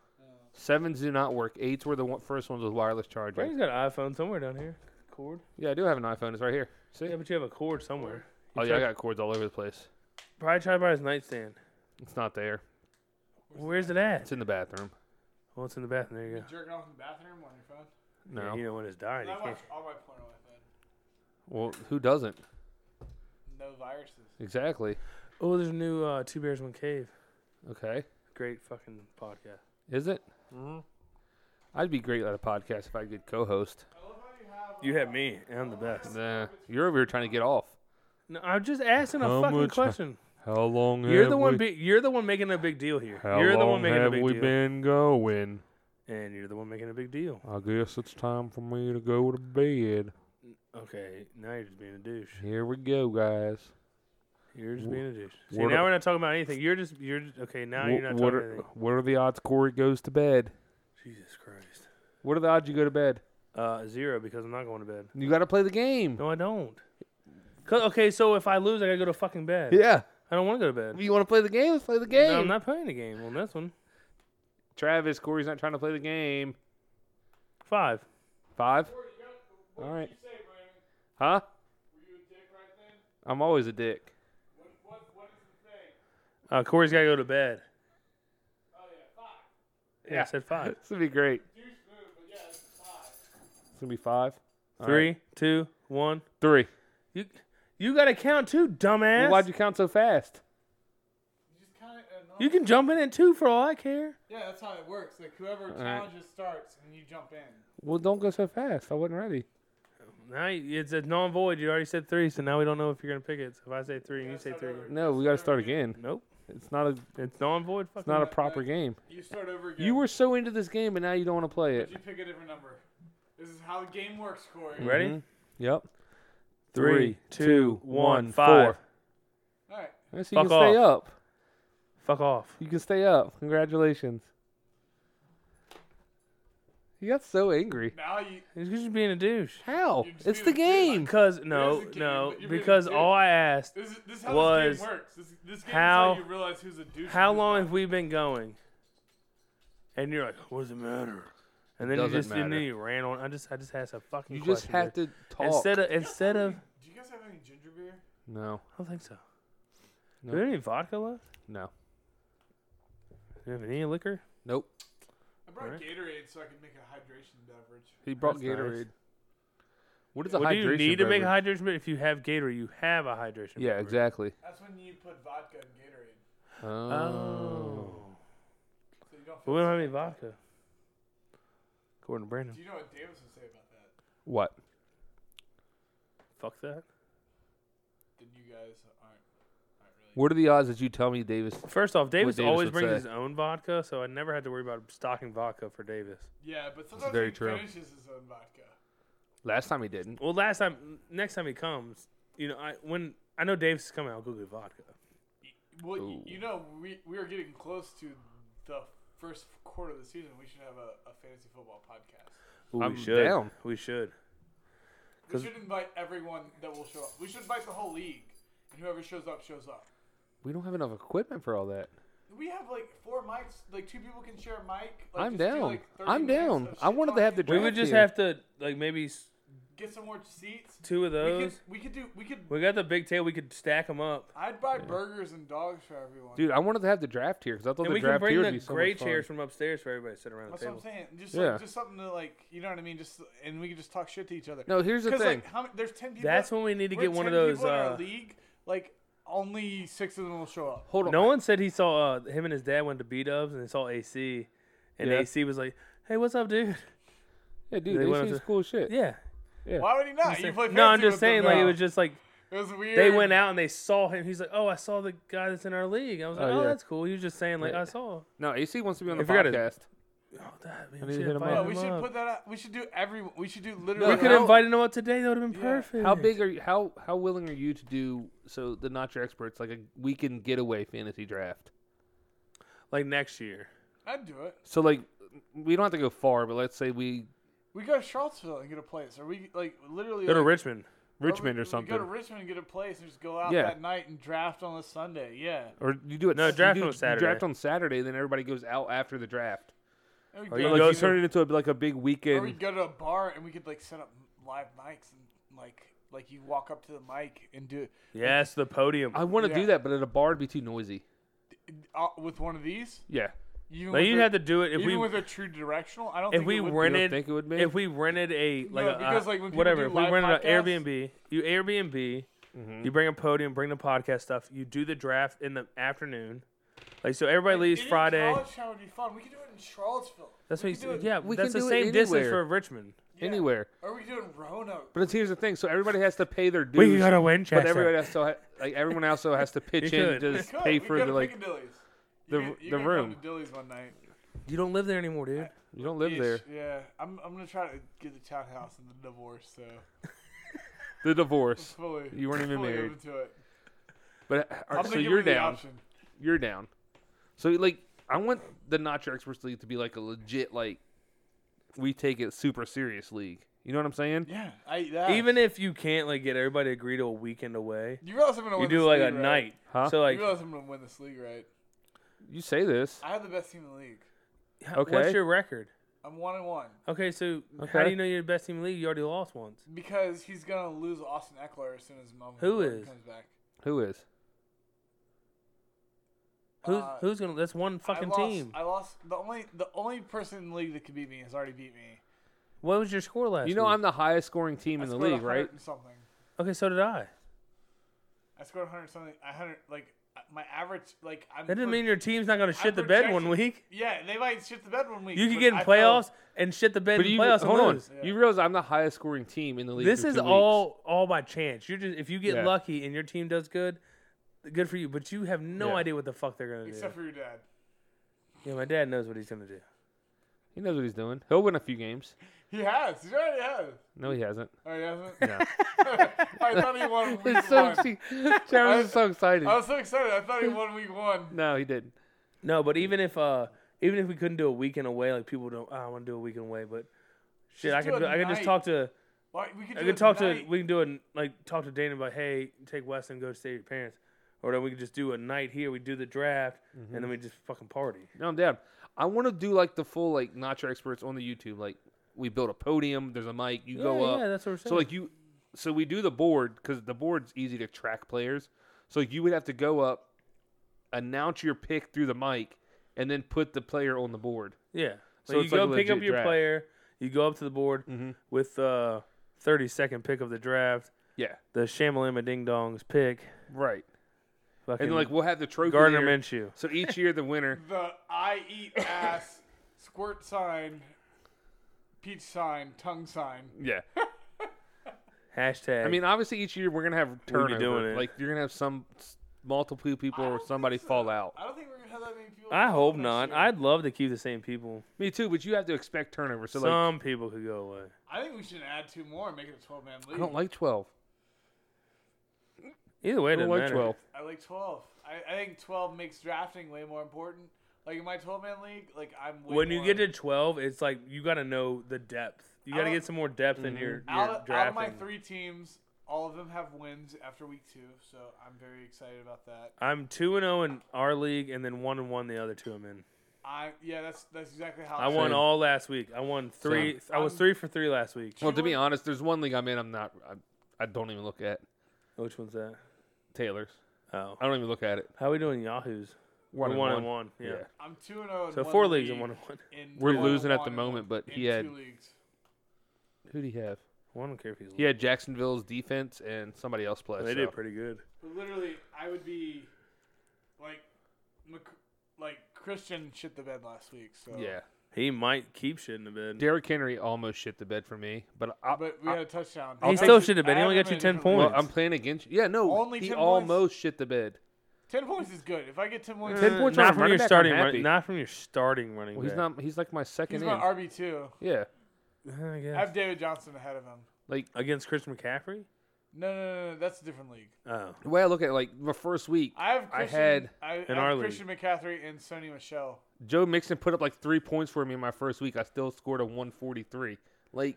Sevens do not work. Eights were the one, first ones with wireless charging.
Brady's got an iPhone somewhere down here. Cord.
Yeah, I do have an iPhone. It's right here. See?
Yeah, but you have a cord somewhere.
oh yeah, I got cords all over the place.
Probably tried by his nightstand.
It's not there.
Where's it at?
It's in the bathroom.
Well, it's in the bathroom. There you go.
You jerking off in the bathroom on your phone?
Yeah,
No.
you know when it's dying, you
I
can't.
watch all my porn on my phone.
Well, who doesn't?
No viruses.
Exactly.
Oh, there's a new uh, Two Bears One Cave.
Okay.
Great fucking podcast.
Is it?
Mhm.
I'd be great at a podcast if I could co-host.
I love how you have.
You have me, and I'm the best.
Nah, you're over here trying to get off.
No, I'm just asking a
How
fucking
much-
question.
How long?
You're the one. Be- you're the one making a big deal here.
How
you're the
long
one making a
have
big
we
deal.
been going?
and you're the one making a big deal.
I guess it's time for me to go to bed.
Okay, now you're just being a douche.
Here we go, guys.
You're just
Wh-
being a douche. See,
what
now
a-
we're not talking about anything. You're just you're just, okay. Now you're
Wh-
not talking
what,
about
are,
anything.
what are the odds Corey goes to bed?
Jesus Christ.
What are the odds you go to bed?
Uh, zero because I'm not going to bed.
You got to play the game.
No, I don't. 'Cause- Okay, so if I lose, I gotta go to fucking bed.
Yeah.
I don't want to go to
If
bed.
you want to play the game, let's play the game.
No, I'm not playing the game on this one.
Travis, Corey's not trying to play the game.
Five.
Five? All right. Huh? I'm always a dick.
Uh, Corey's gotta go to bed. Yeah, I said five.
This would be great. It's going to be five. All right.
Three, two, one.
Three.
You you gotta count too, dumbass.
Well, why'd you count so fast?
You just kind of.
You can jump in at two for all I care.
Yeah, that's how it works. Like whoever
right.
challenges starts, and you jump in.
Well, don't go so fast. I wasn't ready.
Now you- it's a non void. You already said three, so now we don't know if you're gonna pick it. So if I say three and you say three,
No, we got to start again.
nope,
It's not a it's
it's non void. Fucking
not a proper game.
You start over again.
You were so into this game, and now you don't want to play it.
You pick a different number. This is how the game works, Corey.
ready.
Mhm. Yep.
Mm-hmm. Three, two, one, five.
All right.
four. So you
Fuck
can stay up.
Fuck off.
You can stay up. Congratulations. You got so angry.
Now you.
He's just being a douche.
How?
You just
It's
need
the
to do it.
game.
Because no,
a game,
no,
but you're being a
because
douche.
all I asked,
This is, this is how
Was
this game works. This, this game
how-
is how you realize who's a douche.
how
and who's
long
not.
have we been going? And you're like, what does it matter? And then you
Doesn't
just and
matter.
then you ran on. I just I just asked a fucking.
You just
question,
have
dude.
to talk.
instead of instead of.
Do you guys have any ginger beer?
no,
I don't think so.
No.
Is there any vodka left?
no,
Do you have any liquor?
nope.
I brought
Alright.
Gatorade so I could make a hydration beverage.
He brought
That's nice.
Gatorade. What is a
Well, do
hydration?
you need to make a
beverage?
hydration beverage? If you have Gatorade, you have a hydration
Yeah,
beverage.
exactly.
That's when you put vodka in Gatorade,
Oh.
Oh.
so you don't.
But
Feel
we don't have
sick.
any vodka. According to Brandon.
Do you know what Davis would say about that?
What?
Fuck that.
Then you guys aren't, aren't really.
What are the odds that you tell me Davis?
First off, Davis,
Davis
always
would
brings
say.
his own vodka, so I never had to worry about stocking vodka for Davis.
Yeah, but sometimes
very
he
true.
finishes his own vodka.
Last time he didn't.
Well, last time, next time he comes, you know, I when I know Davis is coming, I'll go get vodka.
Well, you,
Ooh.
you know, we we are getting close to the first quarter of the season. We should have a, a fantasy football podcast.
Ooh,
I'm
we should.
down.
We should.
We
'Cause-
should invite everyone that will show up. We should invite the whole league, and whoever shows up shows up.
We don't have enough equipment for all that.
We have like four mics. Like two people can share a mic. Like,
I'm
just do,
down.
like, 30
I'm
minutes
down.
of
I
shit
wanted to have the
talking.
We
Draft
would just
here.
have to like maybe s-
get some more seats.
two of
We
those.
could, we could do. We could.
We got the big table. We could stack them up,
I'd buy burgers and dogs for everyone.
Dude, I wanted to have the draft here because I thought
and
the
we can
draft
bring
here would
the
be so
gray
much fun.
chairs from upstairs for everybody to sit around the
That's
table.
what I'm saying. Just
Yeah.
like just something to like, you know what I mean? Just and we could just talk shit to each other.
No, here's the
Because
thing.
like, how many, there's ten people.
That's when we need to
we're
get one of
10
those.
people in our
Uh,
league, like only six of them will show up.
Hold on.
no one said he saw uh, him and his dad went to B Dubs and they saw AC, and
Yeah.
AC was like, "Hey, what's up, dude?"
Yeah, dude,
They
they,
went
see
up
this
to-
cool shit.
Yeah.
Why would he not? You play
no, I'm
fantasy
just
with
saying
them
like it
now.
was just like
It was weird.
they went out and they saw him. He's like, "Oh, I saw the guy that's in our league." I was like,
Oh,
"Oh,
yeah.
that's cool." He was just saying like,
Yeah.
"I saw."
No, AC wants to be on the
I forgot his-
podcast.
Oh, that
I
man,
need to
shit,
hit him
invite
Yeah,
up.
him
we should
up.
put that. Out. We should do every. We should do literally.
we
No,
could
how-
have invited him up today. That would have been
Yeah.
perfect.
How big are you? How how willing are you to do so? The not your experts like a weekend getaway fantasy draft.
Like next year.
I'd do it.
So like, we don't have to go far, but let's say we
We go to Charlottesville and get a place, or we like literally
Go to
like,
Richmond.
Richmond
we- We go
or
to
something,
Richmond and get a place and just go out
Yeah.
that night and draft on a Sunday. Yeah.
or you do it.
No,
you
draft
do-
on
you
Saturday.
draft on Saturday, then everybody goes out after the draft.
And we
Or
go-
you
Like,
go
you
to-
turn it into a, like a big
Or
weekend.
we'd go to a bar and we could like set up live mics and like like you walk up to the mic and do
Yes, the podium.
I want to
Yeah.
do that, but at a bar it'd be too noisy.
uh, with one of these.
Yeah,
Even
Like
with
you
a-
had to do it if
even
we
with a true directional. I don't.
if
think
we
it would be.
You don't
rented
think it would be?
if we rented a like,
No,
a, uh,
because, like, when people
whatever
do
if we
live
rented
podcasts-
an Airbnb, you Airbnb,
Mm-hmm.
you bring a podium, bring the podcast stuff, you do the draft in the afternoon. Like so, everybody leaves
Any
Friday.
College town would be fun. We could do it in Charlottesville.
That's
we
what
could
you,
do it-
yeah.
We
that's
can
the
do it
same distance
anywhere.
for Richmond.
yeah.
anywhere.
Or we could do it in Roanoke.
But it's, here's the thing. So everybody has to pay their dues.
We can go to
but
Winchester.
everyone also ha- like everyone also has to pitch in
could.
to
You
just
Could.
pay
we
for
go
the
to
like.
Piccadilly's. You
the-
could- you
the
could
room.
Come to Dilly's one night.
You don't live there anymore, dude.
You don't live
Ish,
there.
Yeah, I'm, I'm gonna try to get the townhouse and the divorce. So
The divorce.
fully,
You weren't even
fully
married.
open to it.
But uh, all
I'm
right, so
gonna give
you're
her the
down.
option.
You're down. So like, I want the Not Your Experts League to be like a legit like, we take it super serious league. You know what I'm saying?
Yeah, I that.
Even if you can't like get everybody to agree to a weekend away,
you realize I'm gonna
you
win
do
this
like a
league, right?
night.
Huh?
So like,
you realize I'm gonna win this league, right?
You say this.
I have the best team in the league.
h-
Okay.
what's your record?
I'm one and one
Okay, so how
Okay.
do you know you're the best team in the league? You already lost once.
because he's gonna lose Austin Eckler as soon as Melvin
Who
Gordon
is?
comes back.
Who is?
Who's
Uh,
who's gonna? That's one fucking
I lost,
team.
I lost the only the only person in the league that could beat me has already beat me.
what was your score last?
You know
week?
I'm the highest scoring team
I
in the
scored
league,
100
right?
and Something.
Okay, so did I.
I scored 100 something. I 100 like uh, my average like I'm.
That didn't
pro-
mean your team's not gonna shit the bed
projecting-
one week.
Yeah, they might shit the bed one week.
You could
but
get in
I fell-
playoffs and shit the bed
But
in
you
playoffs
hold
and
on.
lose.
Yeah.
You realize I'm the highest scoring team in the league.
This
through
is
two weeks.
all all by chance. You're just if you get
Yeah.
lucky and your team does good, good for you. But you have no
Yeah.
idea what the fuck they're gonna
Except
do.
for your dad.
Yeah, my dad knows what he's gonna do.
He knows what he's doing. He'll win a few games.
He has. He already has.
No, he hasn't.
Oh, he hasn't.
No.
I thought he won week
It's so
one.
exci- Travis is so excited.
I was so excited. I thought he won week one.
No, he didn't.
No, but even if uh even if we couldn't do a weekend away, like people don't, "Oh, I want to do a weekend away, but shit,
Just
I
do
could
a
do, I could just
night.
talk to
Why we could
I
do
could
it
talk
tonight.
to we can do it like talk to Dana about hey take Wes and go stay at your parents, or then we could just do a night here. We do the draft and
Mm-hmm.
then we just fucking party.
No, I'm down. I want to do like the full like not your experts on the YouTube. Like we build a podium. There's a mic. You go
yeah,
up.
yeah, that's what we're saying.
so like you, so we do the board because the board's easy to track players. So you would have to go up, announce your pick through the mic, and then put the player on the board.
yeah. So
so
you
it's like
go
a
pick up
legit
your
draft. Mm-hmm.
player. You go up to the board with uh, thirty second pick of the draft.
Yeah,
The Shamalama Ding Dong's pick.
right.
Fucking
And then like we'll have the trophy.
Gardner
there.
Minshew.
So each year the winner.
the I eat ass squirt sign, peach sign, tongue sign.
Yeah.
Hashtag.
I mean, obviously each year we're gonna have turnover.
doing it.
Like you're gonna have some s- multiple people
I
or
don't
somebody
think so.
fall out.
I don't think we're gonna have that many people.
I
fall
hope
next
not.
year.
I'd love to keep the same people.
Me too, but you have to expect turnover. So like,
Some people could go away.
I think we should add two more and make it a 12 man league.
I don't like twelve.
Either way,
I
it
don't
doesn't
like
matter.
twelve.
I like 12. I, I think 12 makes drafting way more important. Like in my 12 man league, like I'm. Way
when you
more-
get to 12 it's like you got to know the depth you got to
Out-
get some more depth in your, your
Mhm. out, of- out of
drafting
my three teams, all of them have wins after week two, so I'm very excited about that.
i'm 2 and 0 in our league and then 1 and 1 the other two i'm in
I yeah, that's that's exactly how
i won
Same.
all last week i won 3 i was
I'm-
3 for 3 last week
Well, to be
Sure.
honest, there's one league I'm in. I'm not. I, I don't even look at
which one's that
Taylor's.
oh
I don't even look at it.
how we doing yahoos
One
we're
and
1
one.
and 1 yeah,
Yeah.
I'm two and zero. in
so
one
four leagues and
league
1 and 1
in
We're
one
losing
and
at the
one
moment, but
in
he had-
two leagues.
Who do you have?
well, i don't care if he's
He had Jacksonville's defense and somebody else play.
they
so.
did pretty good
But literally, I would be like, Mc- like Christian shit the bed last week. So
Yeah.
he might keep shit in the bed
Derrick Henry almost shit the bed for me, but I.
but we
I
had a touchdown.
He
I
still
think-
should have been.
I
He only
have
got you
him in
10
a different
points.
well, I'm playing against. Yeah, no.
Only
he
10
almost
points?
shit the bed.
league. Ten points is good. If I get ten points,
Ten
Uh,
points on a
not from
running
your
back, I'm
starting
happy.
run, not from your starting running
Well, he's
back.
not. He's like my
he's
second in.
my RB two.
yeah.
I
I
guess.
have David Johnson ahead of him.
Like
against chris mccaffrey
No, no, no, no, that's a different league.
oh
the way I look at it, like the first week,
I have
I
Christian,
had
I, I
in
have
our league.
Christian McCaffrey and Sony Michelle.
Joe Mixon put up like three points for me in my first week. I still scored a 143. Like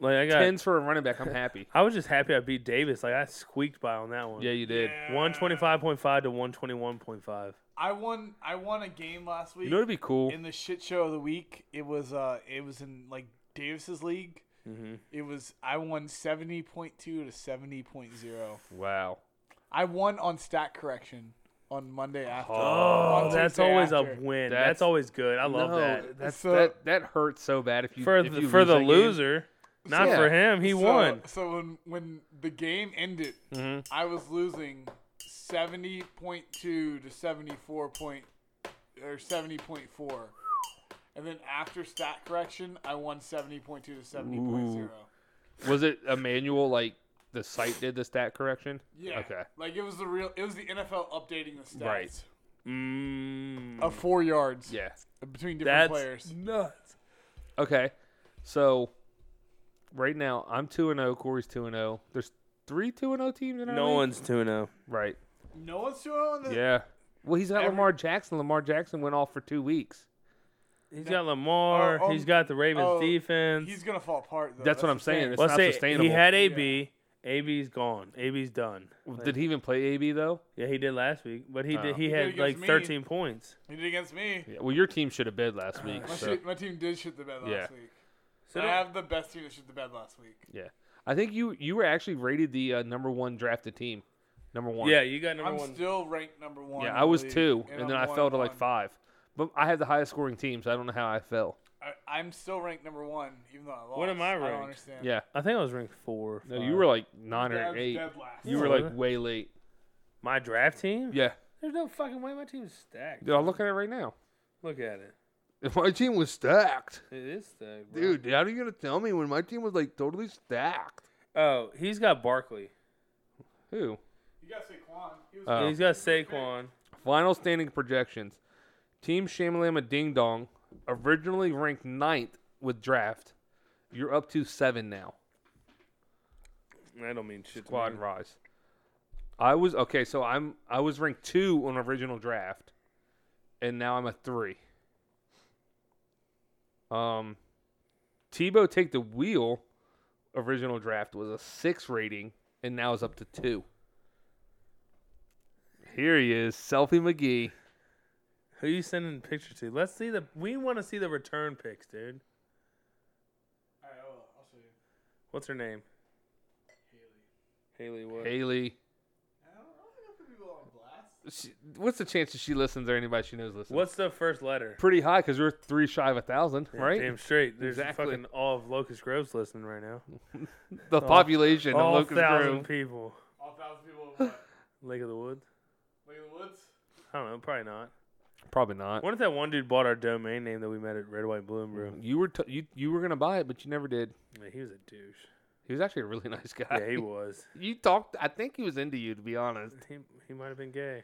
like i got
tens for a running back. I'm happy.
I was just happy I beat Davis. Like I squeaked by on that one.
yeah, you did.
Yeah.
One twenty five point five to one twenty one point five.
I won. I won a game last week.
You know what'd be cool?
in the shit show of the week, it was uh, it was in like Davis's league.
Mm-hmm.
It was I won seventy point two to seventy point zero.
Wow.
I won on stat correction on Monday after.
Oh,
on
that's
Tuesday
always
after.
a win. That's,
That's-
always good. I love
no,
that.
That's,
So-
that that hurts so bad if you
For
if
the,
you
for
lose
the
that game.
loser, not
Yeah.
for him. He
So-
won. Mm-hmm.
So when when the game ended, I was losing seventy point two to seventy four point or seventy point four. And then after stat correction, I won seventy point two to seventy point zero.
Was it a manual like the site did the stat correction?
Yeah.
Okay.
Like it was the real. It was the NFL updating the stats.
Right.
Mm,
of four yards
Yeah.
between
that's
different players.
nuts.
Okay. So right now I'm 2 and 0, Corey's 2 and 0. There's 3 2 and 0 teams in our
No
league?
one's oh. 2 0.
right.
No one's doing the
Yeah. Well, he's got
Every-
Lamar Jackson. Lamar Jackson went off for 2 weeks.
He's got Lamar.
Oh, oh,
he's got the Ravens
oh,
defense.
He's gonna fall apart. Though.
That's what I'm
the thing.
saying. It's
Let's
not
say
sustainable.
he had AB. AB's gone. AB's done.
Did he even play AB though?
Yeah, he did last week, but he
Oh.
did. He,
did
had
against
like
me.
13 points.
He did against me.
Yeah, well, your team should have bid last week.
My,
so-
shit- my team did shit the bed last
Yeah.
week.
So
I
don't-
have the best team that shit the bed last week.
yeah, I think you you were actually rated the uh, number one drafted team, number one.
Yeah, you got number
I'm
one.
still ranked number one.
yeah.
in
I
the
was
league,
two, and,
I'm
then I
one
fell
and
to like
one.
five. But I had the highest scoring team, so I don't know how I fell.
I, I'm still ranked number one, even though I lost.
What am I
I don't
ranked?
understand.
Yeah,
I think I was ranked four. or
no,
five.
you were like nine
Dead-
or eight.
dead last.
You were like way late.
my draft team.
Yeah,
There's no fucking way my team's stacked.
dude, I'm looking at it right now.
Look at it.
If my team was stacked,
It is stacked, bro.
dude, how are you gonna tell me when my team was like totally stacked?
Oh, he's got Barkley.
Who?
You got Saquon. He was
Oh.
He's got Saquon.
Final standing projections. Team Shamalama Ding Dong, originally ranked ninth with draft. You're up to seven now.
I don't mean shit. to
Quad
me.
and Rise. I was okay, so I'm I was ranked two on original draft, and now I'm a three. Um Tebow Take the Wheel original draft was a six rating and now is up to two. Here he is, Selfie McGee.
Who you sending pictures to? Let's see the. We want to see the return picks, dude.
All right, I'll, I'll show you.
What's her name? Haley. Haley what?
Haley.
I don't, I don't think I put people on blast.
She, what's the chances she listens or anybody she knows listens?
What's the first letter?
pretty high because we're three shy of a thousand,
Yeah,
right?
Damn straight. There's
Exactly.
fucking all of Locust Grove's listening right now.
The population
all
of Locust
thousand
Grove.
people.
All thousand people. in What?
Lake of the Woods.
Lake of the Woods.
I don't know. Probably not.
Probably not.
What if that one dude bought our domain name that we met at Red, White, Blue, and Brew?
You were t- you you were gonna buy it, but you never did.
Yeah, he was a douche.
He was actually a really nice guy.
Yeah, he was.
You talked. I think he was into you, to be honest.
He, he might have been gay.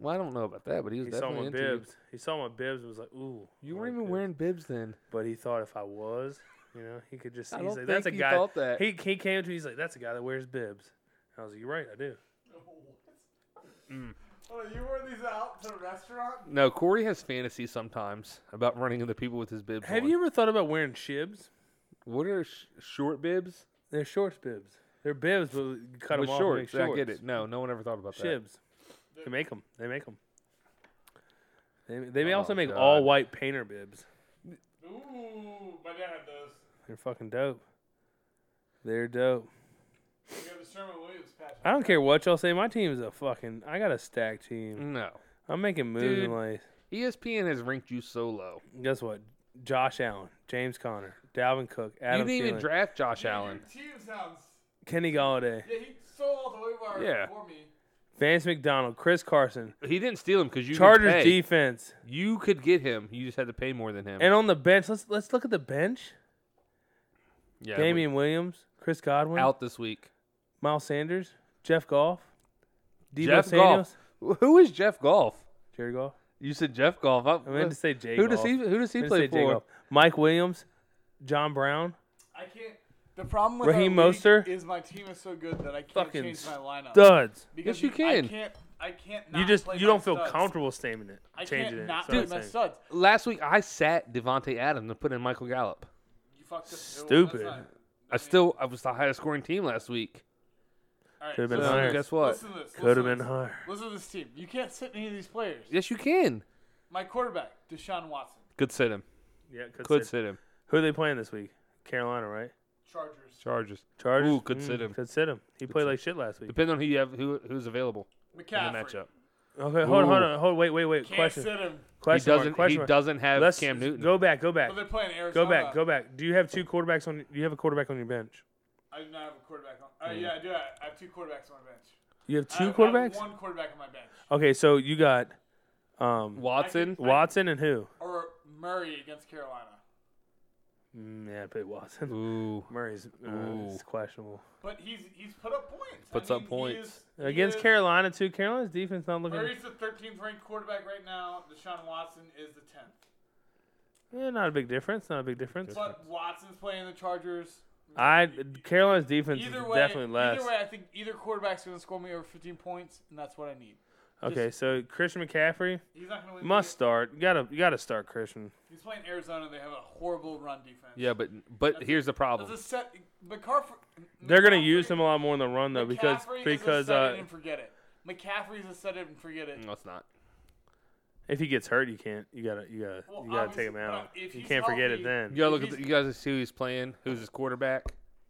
Well, I don't know about that, but he was
He saw
definitely
my
into you.
bibs. He saw my bibs and was like, "Ooh."
You
I
weren't
like
even
bibs."
wearing bibs then.
But he thought if I was, you know, he could just.
I
he's
don't
like, "That's a
think he
guy."
thought that.
He he came to me. He's like, "That's a guy that wears bibs." And I was like, "You're right. I do."
Hold on, Oh, you wore these out to the restaurant?
No, Corey has fantasies sometimes about running into people with his bibs.
Have
on.
you ever thought about wearing shibs?
What are sh- short bibs?
They're shorts bibs. They're bibs, but you cut
With
them off. and make
shorts.
shorts.
I get it. No, no one ever thought about that.
Shibs. They make them. They make them. They, they may
Oh,
also make
God.
all white painter bibs.
Ooh, my dad had those.
They're fucking dope. They're dope.
We got the Sherman Williams patch.
I don't care what y'all say. My team is a fucking. I got a stack
Mm.
team.
No. E
I'm making moves
Dude.
in life.
ESPN has ranked you so low.
Guess what? Josh Allen, James Conner, Dalvin Cook,
you
Adam
didn't even
Thielen,
draft Josh Allen.
Your team sounds.
Kenny Galladay,
Yeah, he stole all the waiver wire
Yeah.
for me.
Vance McDonald, Chris Carson,
He didn't steal him because you
Chargers
Could pay.
defense,
You could get him. You just had to pay more than him.
and on the bench. Let's let's look at the bench.
yeah,
Damian Williams, Chris Godwin,
out this week.
Miles Sanders, Jeff Goff, Debo
Jeff
Samuels,
Goff. Wh- Who is Jeff Goff?
Jared Goff.
You said Jeff Goff. I,
I meant to say Jay.
who does
Goff.
he? Who does
I
he
meant to
play
say Jay
for?
Goff. Mike Williams, John Brown.
I can't. The problem with
Raheem
our league
Mostert?
is my team is so good that I can't
Fucking
change my lineup.
Duds.
Because
Yes, you
I
can.
can't. I can't. Not
You just
play
you
my
don't feel
studs.
comfortable staying it,
I
changing
can't
it. That's
not
what
play
I'm
my
saying.
studs.
Last week I sat Devonte Adams and put in Michael Gallup.
You fucked up. Well, that's
Stupid.
fine.
I still I was the highest scoring team last week.
All right,
Could've been
so
higher.
guess what?
Listen to this.
Could
listen to
have been
this.
higher.
Listen to this team. You can't sit any of these players.
Yes, you can.
My quarterback, Deshaun Watson,
Could sit him.
Yeah, could,
Could
sit.
sit him.
Who are they playing this week? Carolina, right?
Chargers.
Chargers.
Chargers. Mm,
Ooh, could sit him.
Could sit him. He played like shit last week.
Depending on who you have, who who's available in the
McCaffrey.
matchup.
Okay, hold on, hold
Ooh.
on, hold wait, wait, wait.
Can't
question,
sit him.
He
question, mark,
doesn't.
question
He
mark.
doesn't have
Let's
Cam Newton.
go back, go back,
But they're playing Arizona.
go back, go back. Do you have two quarterbacks on? You have a quarterback on your bench.
I do not have a quarterback on. Uh, yeah, I do. I I have two quarterbacks on my bench.
You have two
I have- I have
quarterbacks.
one quarterback on my bench.
Okay, so you got um
Watson.
Watson and who?
Or Murray against Carolina.
Mm, yeah, it Watson.
Ooh.
Murray's uh,
Ooh.
is questionable
But he's he's put up points.
Puts
I
up
mean, he
points.
is- he
against
is-
Carolina too. Carolina's defense not looking.
Murray's the 13th ranked quarterback right now. Deshaun Watson is the 10th.
Eh, not a big difference. Not a big difference.
But Watson's playing the Chargers.
I Carolina's defense is
Either way,
definitely less.
either way, I think either quarterback's going to score me over 15 points, and that's what I need.
okay, so Christian McCaffrey
He's not going to win.
must start. You gotta you gotta start Christian.
He's playing Arizona. They have a horrible run defense.
Yeah, but but here's the
That's a
problem.
set. McCaffrey,
They're gonna
McCaffrey-
use him a lot more in the run though because
McCaffrey is a
because
set it
uh,
and forget it. McCaffrey's a set it and forget it.
No, it's not.
if he gets hurt, you can't. You gotta you gotta
Well,
you gotta take
obviously,
him out.
but if
You
he's
can't forget
healthy-
it then.
You gotta look
If
at the,
he's-
you guys see who he's playing. Who's his quarterback?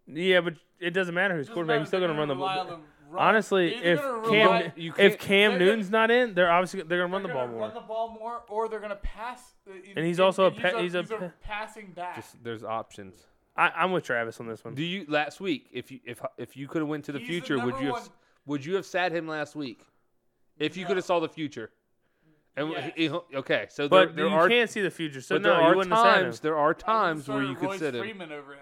Yeah, but it doesn't matter who's
Doesn't
quarterback. He's
matter,
still
they're
gonna run the
rely on
ball.
run.
Honestly,
They're
if
gonna rely-
Cam
rely- You
if
can't-
Cam
they're gonna-
Newton's not in, they're obviously they're gonna run the
they're
ball
gonna
more.
Run the ball more, or they're gonna pass. uh,
And he's also a pa-
he's a,
he's a
he's a
pa-
passing back.
Just there's options.
I, I'm with Travis on this one.
Do you last week if you if if you could have went to the
He's the
future, would
number
you have
one-
would you have sat him last week? If you
No.
could have saw the future. And
Yes.
he- he- okay, so there,
But
there
you
are
can't see the future, so
but
no,
there
you
are
wouldn't have sat him.
times there are
I would've
times where
started
you could
Royce
sit him.
Freeman over him.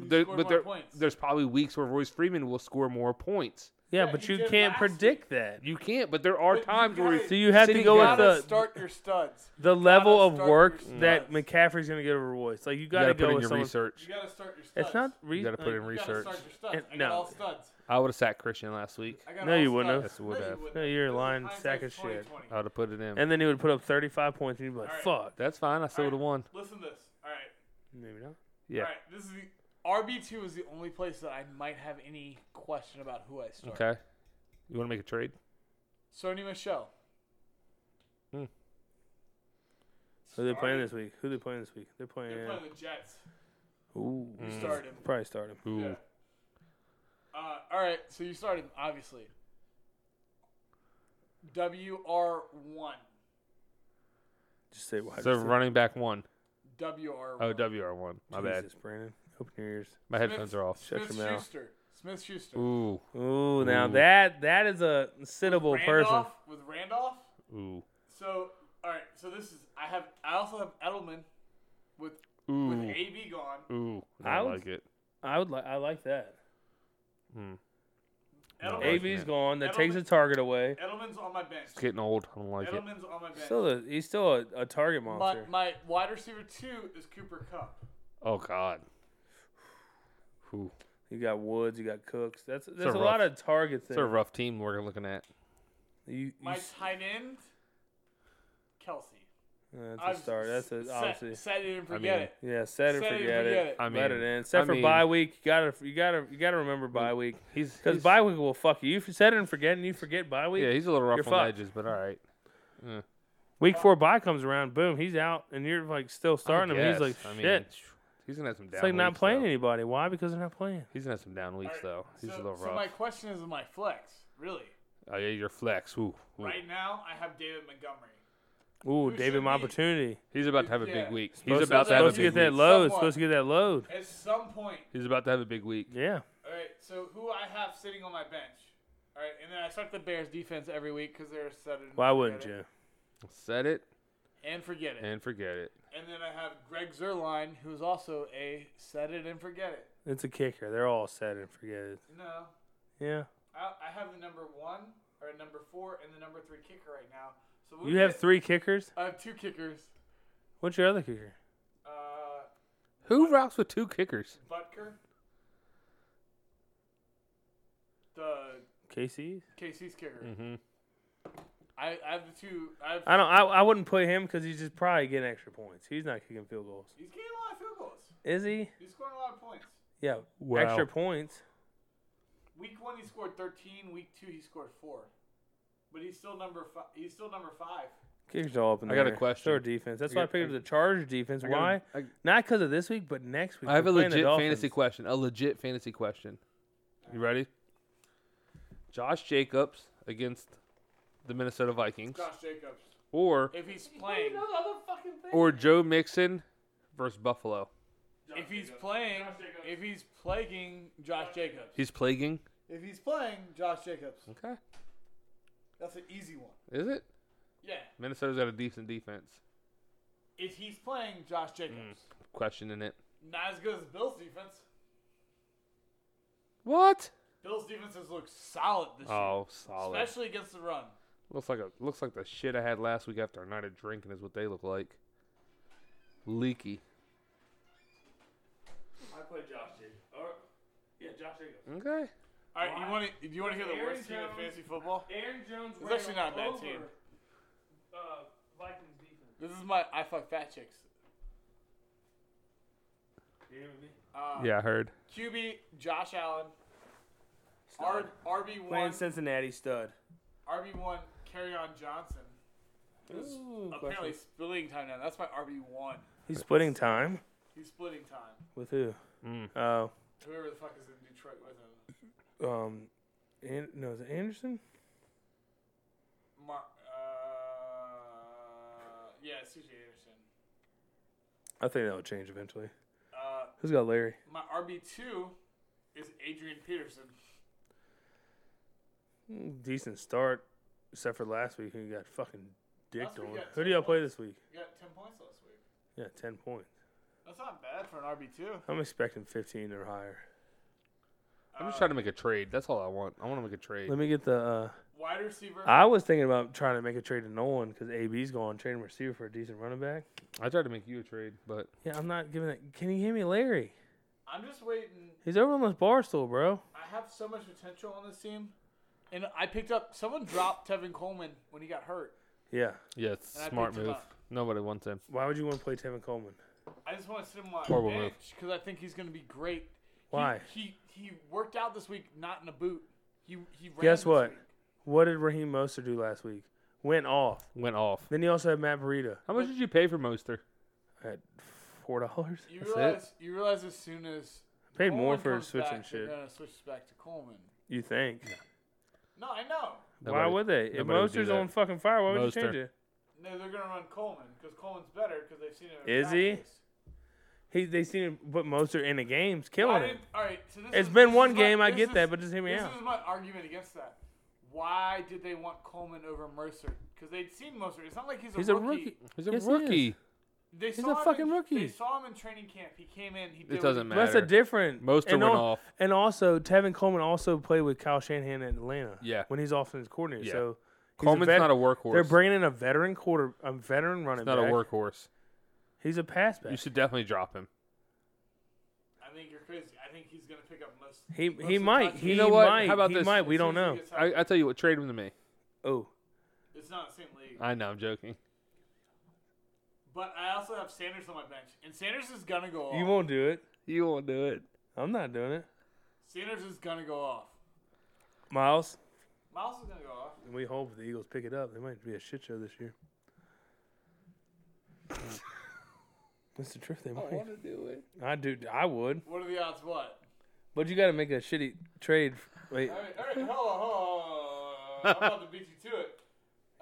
He
There,
scored
but
more
there,
points.
there's probably weeks where Royce Freeman will score more points.
Yeah,
Yeah,
but
he
you
did
can't
last
predict that.
You can't, but there are
But you
times where
gotta-
he's
So you have to
Sitting
go
You
with
gotta
the
start your studs.
the level of
start your
work that
studs.
McCaffrey's going to get over Royce. Like you got to
gotta
go
put in
with
your
someone.
You
research.
gotta start your studs.
It's not. Re-
You gotta put
like,
in
You gotta
research.
start your studs.
And-
I got
no.
all studs.
I would have sat Christian last week.
I got
No,
all
you wouldn't have.
studs.
Yes, would
No, you
have.
wouldn't
No, you're
This is
lying
hindsight's
sack of shit.
20.
I would have put it in.
And then he would put up 35 points, and you'd be like,
All
"Fuck."
That's fine. I still would have won.
Listen to this. All right.
Maybe not.
Yeah.
All right. This is the RB two is the only place that I might have any question about who I start.
Okay. You want to make a trade?
Sony Michelle.
Hmm.
Who they playing this week? Who they playing this week? They're playing.
They're playing the Jets.
Ooh. Mm.
You started him.
Probably start him.
Hmm. Ooh.
Yeah. Uh, all right. So you started him, obviously. WR one.
Just say why.
So running back one.
WR one.
Oh, WR one. My bad.
Jesus, Brandon. Open your ears.
My headphones are off.
Shut
Smith
your mouth.
Schuster. Smith Schuster.
Ooh.
Ooh, now
Ooh.
that that is a sittable person.
Randolph with Randolph.
Ooh.
So all right. So this is I have I also have Edelman with with
Ooh.
AB gone.
Ooh. I
I
don't
was-
like it.
I would like. I like that.
Mm.
Edelman,
Like
AV's
that.
gone. That takes
Edelman-
a target away.
Edelman's on my bench.
It's getting old. I don't like it.
Edelman's on my bench.
Still, a, he's still a, a target
my,
monster.
my wide receiver two is Cooper Cup.
Oh God. Ooh.
You got Woods. You got Cooks. That's there's a,
a
lot
rough-
of targets
It's a
there.
rough team we're looking at.
You, you,
My
s-
tight end, Kelsey. I've
that's a start. That's a,
set,
obviously.
Set it and forget
mean,
it.
Yeah, set it,
set it and
forget,
forget
it.
it.
I
Let
mean-
it in. Except
I
for
mean-
bye week, you gotta you gotta you gotta remember bye week
He's
because
he's-
bye week will fuck you. If you set it and forget, and you forget bye week,
Yeah, he's a little rough
You're
on the
fucked.
edges, but all right.
week four bye comes around, boom, he's out, and you're like still starting him. He's
guess.
like
I
shit.
mean, He's gonna have some down.
it's like not
weeks,
playing
though.
anybody. Why? Because they're not playing.
He's gonna have some down weeks
All
though.
right,
He's a
so,
little
so my
rough.
question is my flex, really.
Oh yeah, your flex. Ooh. ooh.
Right now, I have David Montgomery.
Ooh,
Who
David,
should
my
be?
opportunity.
He's about to have a big
Yeah.
week. He's
Supposed
about
to,
to have a
supposed to get
big
that
week.
load.
Somewhat.
Supposed to get that load.
At some point,
He's about to have a big week.
Yeah.
all right. So who I have sitting on my bench, all right, and then I start the Bears defense every week because they're set it. and
Why
forget
wouldn't
it.
you?
Set it
And forget it.
and forget it.
And then I have Greg Zerline, who's also a set it and forget it.
It's a kicker. They're all set and forget it.
No,
Yeah.
I, I have the number one or number four and the number three kicker right now. So we'll
You have
get-
three kickers.
I have two kickers.
What's your other kicker?
Uh,
Who rocks with two kickers?
Butker, the
KC's.
KC's kicker.
Mm-hmm.
I, I have the two. I have,
I don't. I, I wouldn't put him because he's just probably getting extra points. He's not kicking field goals,
he's getting a lot of field goals.
is he?
He's scoring a lot of points.
Yeah.
Wow.
Extra points.
Week one he scored 13. Week two he scored four. But he's still number five. He's still number five.
Kickers all up in
I
the
got a
air.
question.
So are defense. That's
I
why I
got-
picked
I-
up the Chargers defense.
I got a-
Why?
I-
Not because of this week, but next week.
I have a
We're playing the
legit fantasy
Dolphins.
question. A legit fantasy question. You ready? Josh Jacobs against the Minnesota Vikings,
Josh Jacobs.
or
If he's playing,
or Joe Mixon versus Buffalo.
if he's playing, if he's plaguing Josh Jacobs.
He's plaguing.
If he's playing Josh Jacobs,
Okay,
that's an easy one.
is it?
Yeah.
Minnesota's got a decent defense.
If he's playing Josh Jacobs,
question in it.
Not as good as Bills defense.
What?
Bills defense has looked solid this
Oh, solid.
year, especially against the run.
Looks like a looks like the shit I had last week after a night of drinking is what they look like. Leaky.
I play Josh Jacobs. Or, yeah, Josh Jacobs.
Okay.
All right, you want to? Do you want to hear the
Aaron
worst team in
Jones.
fantasy football?
Aaron Jones.
It's actually not a bad over, team.
Uh, Vikings defense.
This is my I fuck fat chicks. Uh,
Yeah, I heard.
QB Josh Allen. R- RB one.
Playing Cincinnati stud.
RB one. Carry on Johnson. Who's
Ooh,
apparently
question.
splitting time now. That's my RB one.
He's splitting time
He's splitting time.
with who?
Mm.
Oh,
Whoever the fuck is in Detroit with him.
um, An- no, is it Anderson?
Mar- uh, yeah, it's CJ Anderson.
I think that will change eventually.
Uh,
Who's got Larry?
my RB two is Adrian Peterson.
Mm, Decent start, except for last week who got fucking
Last
dicked
week
on.
got
Who do
10
y'all play this week?
You got ten points last week.
Yeah, ten points.
That's not bad for an RB two.
I'm expecting 15 or higher.
I'm just trying to make a trade. That's all I want. I want to make a trade.
Let me get the. Uh,
Wide receiver.
I was thinking about trying to make a trade to Nolan because AB's going trade him receiver for a decent running back.
I tried to make you a trade, but
Yeah, I'm not giving that. Can you give me Larry?
I'm just waiting.
He's over on this bar stool, bro.
I have so much potential on this team, and I picked up. Someone dropped Tevin Coleman when he got hurt.
Yeah.
yeah, it's
And I
a smart
picked him
move.
up.
Nobody wants him.
Why would you want to play Tevin Coleman?
I just want to sit him on
Horrible
the bench because I think he's going to be great. He-
Why?
He, he worked out this week, not in a boot. He he. Ran
Guess
this
what?
week.
What did Raheem Mostert do last week? Went off.
Went off.
Then you also had Matt Burita
How much did you pay for Moster?
at four dollars.
You
That's it.
realize you realize as soon as
Paid more
Coleman
for
comes
switching
back, they're
shit.
gonna switch back to Coleman.
You think?
No, I know.
Why would they? If
nobody would do
Mostert's
that.
on fucking fire, why would
Mostert.
you change it?
No, they're gonna run Coleman because Coleman's better because they've seen him. in
Is he?
practice.
He they seen him put Mostert in the games, killing
I
it.
didn't- All right, so this
It's
is-
been
this
one
is
game,
my,
I
this
get
is-
that, but just hear me
this
out.
is my argument against that. Why did they want Coleman over Mercer? Because they'd seen Mercer. It's not like he's a
He's a
rookie.
rookie.
He's a
Yes, he
rookie.
is.
They
a
saw him
fucking
in,
rookie.
They saw him in training camp. He came in. He did
It doesn't
what
That's a
matter.
different.
Mostert
and
went
al-
off.
and also Tevin Coleman also played with Kyle Shanahan at Atlanta.
Yeah.
when he's offensive coordinator.
Yeah.
So he's
Coleman's
vet-
not a workhorse.
They're bringing in a veteran quarter, a veteran running
He's not a
back.
workhorse.
He's a pass
You
back.
should definitely drop him.
I think you're crazy. I think he's gonna pick up most.
He
most of
he
the
might.
touches.
He
You know what?
might.
How about
he
this?
might. We
As soon
don't
as he
know.
gets
I,
healthy.
I tell you what, trade him to me.
Oh,
It's not the same league.
I know, I'm joking.
But I also have Sanders on my bench, and Sanders is gonna go off.
you won't do it.
You won't do it.
I'm not doing it.
Sanders is gonna go off.
Miles,
Miles is gonna go off.
we hope the Eagles pick it up. They might be a shit show this year. That's the truth. They might.
to do it.
I do. I would.
What are the odds? What?
But you got to make a shitty trade. Wait,
All right, all right. Hold on, hold on. I'm about to beat you to it.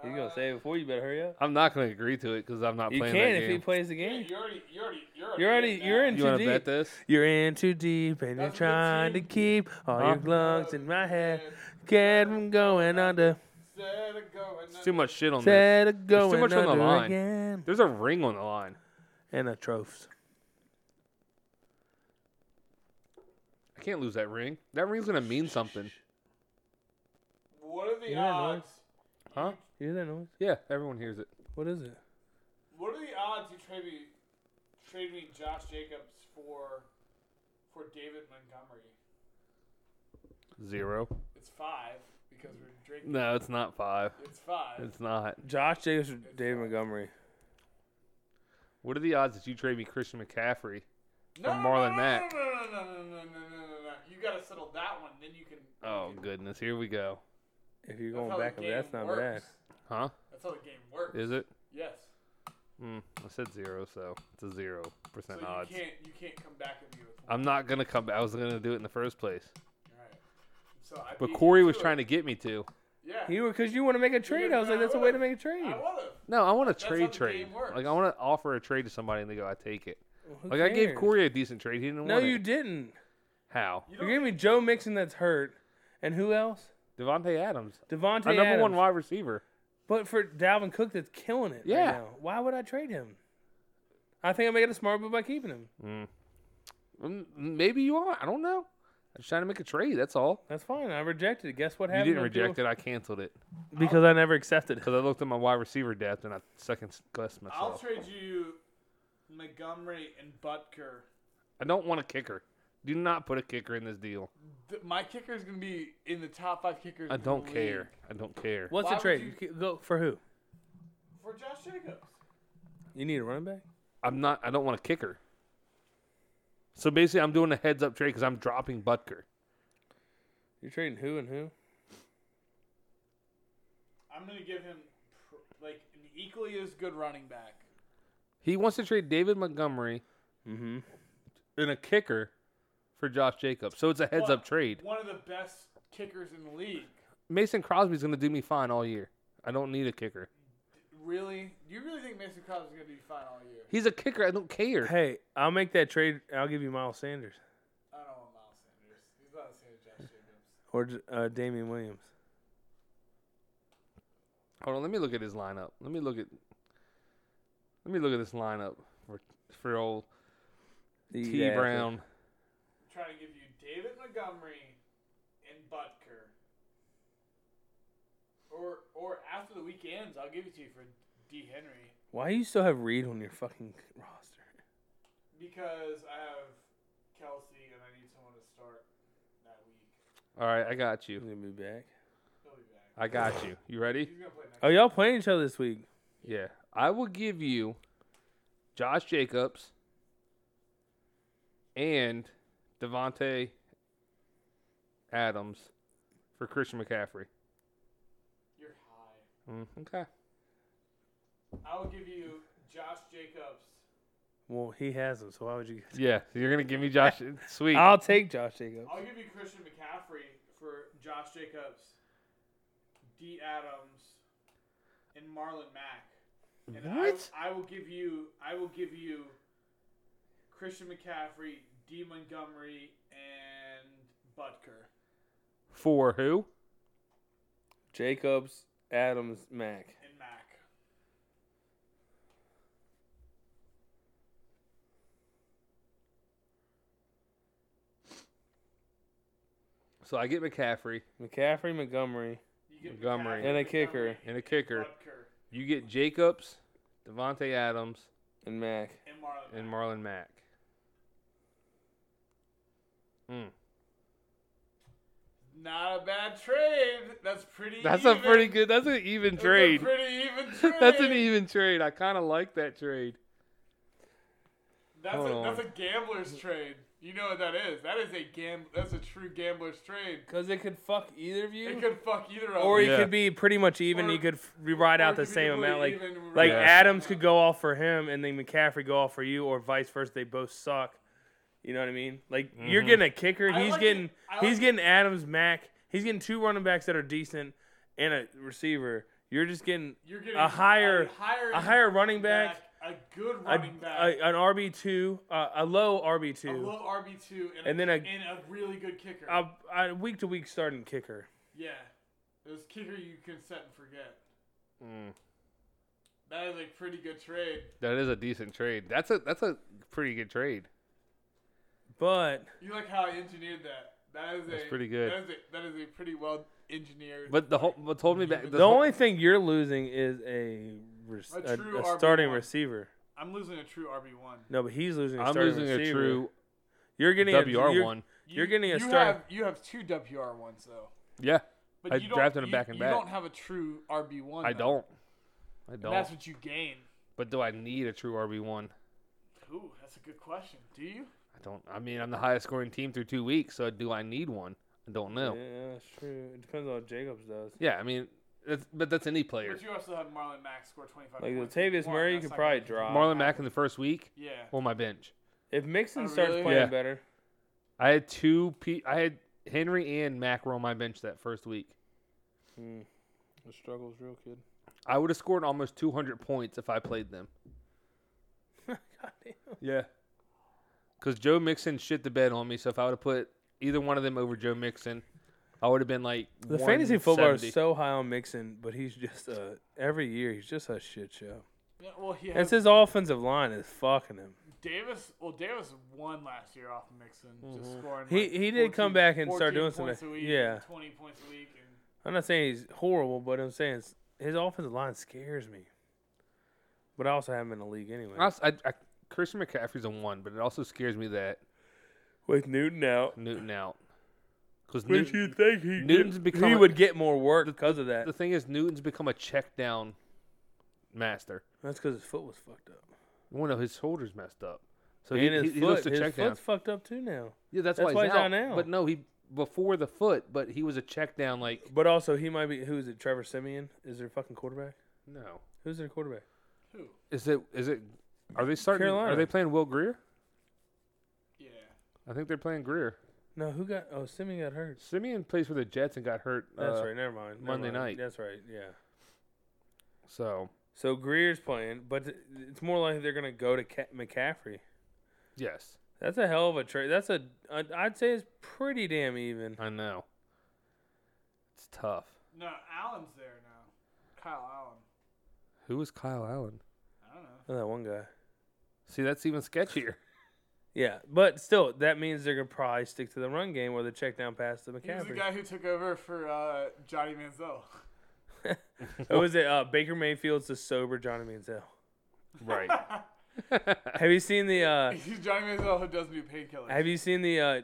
Uh,
he's gonna say it before. You better hurry up.
I'm not going to agree to it because I'm not
You
playing
can
that
if he
game.
plays the
Yeah,
game.
you already, you already, you're
You're already.
in
You're
that.
in
you
too
want to bet
deep.
this?
You're in too deep, and you're
That's a good
trying to
team.
keep all
Huh?
your lungs in my head. Get them going under.
Instead of going
It's too much shit on this.
Set it going
much on
under
the line.
again.
There's a ring on the line.
And a trophy.
I can't lose that ring. That ring's going to mean something.
What are the
Yeah, no,
odds?
Huh?
You hear that noise?
Yeah, everyone hears it.
What is it?
What are the odds you trade me, trade me Josh Jacobs for, for David Montgomery?
Zero.
It's five because we're drinking.
No, it's not five.
It's five.
It's not.
Josh Jacobs or David Montgomery?
What are the odds that you trade me Christian McCaffrey?
no,
from
no,
Marlon
no,
Mack.
No, no, no, no, no, no, no, no, no, no. You gotta settle that one, then you can.
Oh goodness, here we go.
If you're
That's
going
how the
back,
game
that's not bad.
works.
Huh?
That's how the game works.
Is it?
Yes.
Mm, I said zero, so it's a zero
So
percent
you
odds.
can't you can't come back at me with one.
I'm not gonna come. back. I was gonna do it in the first place,
Alright. So I
but Corey was trying to get me to.
Yeah.
You were because you want to make a trade. I was like, that's a way to make a trade.
I would have.
No, I want a
how
trade.
the
Trade.
game works.
Like I want to offer a trade to somebody, and they go, "I take it."
Who
like I gave
cares?
Corey a decent trade. He didn't
No,
want
you
it.
didn't.
How?
You
You
don't
gave me Joe Mixon that's hurt, and who else?
Devonte Adams,
Devontae.
our number
Adams.
one wide receiver.
But for Dalvin Cook, that's killing it.
Yeah.
Right now. Why would I trade him? I think I'm making a smart move by keeping him.
Mm, Maybe you are. I don't know. I'm just trying to make a trade. That's all.
That's fine. I rejected it. Guess what
You
happened?
didn't reject it. I canceled it
it because I never accepted it.
because I looked at my wide receiver depth and I second guessed
I'll
myself.
trade you Montgomery and Butker.
I don't want a kicker. Do not put a kicker in this deal.
Th- My kicker is going to be in the top five kickers.
I
in the
don't
league.
care. I don't care.
What's
Why
the
would
trade? You ca- Go for who?
For Josh Jacobs.
You need a running back.
I'm not. I don't want a kicker. So basically, I'm doing a heads up trade because I'm dropping Butker.
You're trading who and who?
I'm going to give him pr- like an equally as good running back.
He wants to trade David Montgomery
Mm-hmm.
and a kicker for Josh Jacobs. So it's a heads
One-
up trade.
One of the best kickers in the league.
Mason Crosby's going to do me fine all year. I don't need a kicker.
Really? You really think Mason Crosby's going to be fine all year?
He's a kicker. I don't care.
Hey, I'll make that trade. I'll give you Miles Sanders
I don't want Miles Sanders. He's not the same as Josh Jacobs.
or J- uh, Damian Williams.
Hold on. Let me look at his lineup. Let me look at. Let me look at this lineup for for old
You
T
guys are-
Brown.
I'm trying to give you David Montgomery and Butker. Or or after the weekends, I'll give it to you for D Henry
Why you still have Reed on your fucking roster?
because I have Kelsey and I need someone to start that week.
All right, I got
He's
you.
gonna be back.
He'll be back.
I got you. You ready?
He's gonna play next.
Oh, y'all playing each other this week?
Yeah. I will give you Josh Jacobs and Devontae Adams for Christian McCaffrey.
You're high.
Mm, okay.
I will give you Josh Jacobs.
Well, he has them, so why would you?
Yeah, so you're gonna give me Josh. Sweet.
I'll take Josh Jacobs.
I'll give you Christian McCaffrey for Josh Jacobs, D Adams, and Marlon Mack. And
What?
I, I will give you I will give you Christian McCaffrey, D Montgomery, and Butker.
For who?
Jacobs, Adams, Mac.
And Mack.
So I get McCaffrey
McCaffrey, Montgomery.
You get McCaffrey,
Montgomery.
And a
Montgomery,
kicker.
and a kicker.
Butker
You get Jacobs, Devontae Adams,
and Mac.
and Marlon
and
Mack.
Marlon Mack. Mm.
Not a bad trade. That's pretty
That's a
even.
pretty good. That's an even
That's a
trade.
pretty even trade.
That's an even trade. I kind of like that trade.
That's
Hold
a, that's
on.
a gambler's trade. You know what that is? That is a gam. That's a true gambler's trade.
Because it could fuck either of you.
It could fuck either of
or
them.
it
Yeah.
could be pretty much even.
Or-
you could f- ride
Or
out
it
the
could be
same amount. Like,
completely even.
like
Yeah.
Adams could go off for him, and then McCaffrey go off for you, or vice versa. They both suck. You know what I mean? Like you're
Mhm.
getting a kicker.
Mm-hmm. I
He's
like it.
getting
I
he's
like-
getting Adams, Mac. He's getting two running backs that are decent, and a receiver. You're just getting
You're getting
a higher-
higher,
a higher running back,
a good
a,
running back,
a- an RB two, uh, a low RB
a
two,
low RB two, and,
and then a-
and a really good kicker.
a a week to week starting kicker.
yeah, this kicker you can set and forget.
Mm.
That is a pretty good trade.
That is a decent trade. That's a that's a pretty good trade.
But
You like how I engineered that? That is
That's
a
pretty good.
That is a, that is a pretty well engineered.
But the whole what's holding me back.
The
this
the
whole-
only thing you're losing is a re-
A
a,
true
a
RB1.
starting receiver.
I'm losing a true RB one.
No, but he's losing. A
I'm
starting
losing a
receiver.
true
You're getting a-
WR
you're-
one.
You're getting a
you
start.
Have, you have two WR ones though.
Yeah,
But
I
you don't,
drafted him
you-
back and
you
back.
don't have a true RB one.
I don't. I
And that's
don't.
what you gain.
But do I need a true RB one?
Ooh, that's a good question. Do you?
I don't. I mean, I'm the highest scoring team through two weeks, so do I need one? I don't know.
Yeah, that's true. It depends on what Jacobs does.
Yeah, I mean, that's, but that's any player.
But you also have Marlon Mack score twenty five.
Like, Latavius Murray could probably drop.
Marlon Mack in the first week
Yeah.
on my bench.
If Mixon
Oh,
starts
really?
playing
Yeah.
better,
I had two. P- I had Henry and Mack were on my bench that first week.
hmm, the struggle's real, kid.
I would have scored almost 200 points if I played them.
Goddamn.
Yeah. Because Joe Mixon shit the bed on me. So if I would have put either one of them over Joe Mixon, I would have been like
The fantasy football
170.
is so high on Mixon, but he's just uh every year he's just a shit show.
Yeah, well, he
It's
has
his offensive line is fucking him.
Davis. Well, Davis won last year off of Mixon, just scoring.
Mm-hmm. He-
like,
he did come
14
back and start
14
doing some-
points a week
yeah.
and twenty points a week. And
I'm not saying he's horrible, but I'm saying it's, his offensive line scares me. But I also have him in the league anyway.
I, I, I, Christian McCaffrey's a one, but it also scares me that
With Newton out,
Newton out. Because
which you
Newton,
think he
Newton's become
he
a-
would get more work because of that.
the thing is, Newton's become a check down master.
That's because his foot was fucked up.
One of his shoulders messed up, so
and his
he, he, he looks
foot,
to
his
check down.
foot's fucked up too now.
Yeah, that's,
That's
why, he's, out.
now.
But no, he before the foot, but he was a check down like
But also, he might be. Who is it? Trevor Simeon is their fucking quarterback.
no.
Who's their quarterback?
who?
Is it is it are they starting
Carolina.
are they playing Will Greer?
Yeah.
I think they're playing Greer.
No, who got? Oh, Simeon got hurt.
Simeon plays for the Jets and got hurt.
That's
uh,
right. Never mind. Never
Monday
mind.
night.
That's right. Yeah.
So
So Greer's playing, but th- it's more likely they're gonna go to Ca- McCaffrey.
yes,
That's a hell of a trade. That's a. I- I'd say it's pretty damn even.
I know. It's tough.
No, Allen's there now. Kyle Allen.
Who is Kyle Allen?
I don't know.
Oh, that one guy.
See, that's even sketchier.
Yeah, but still, that means they're gonna probably stick to the run game or the check down pass to
He was the
McCaffrey.
guy who took over for uh, Johnny Manziel.
Or was it uh, Baker Mayfield's the sober Johnny Manziel?
right.
Have you seen the? Uh,
He's Johnny Manziel who doesn't do painkillers.
Have you seen the uh,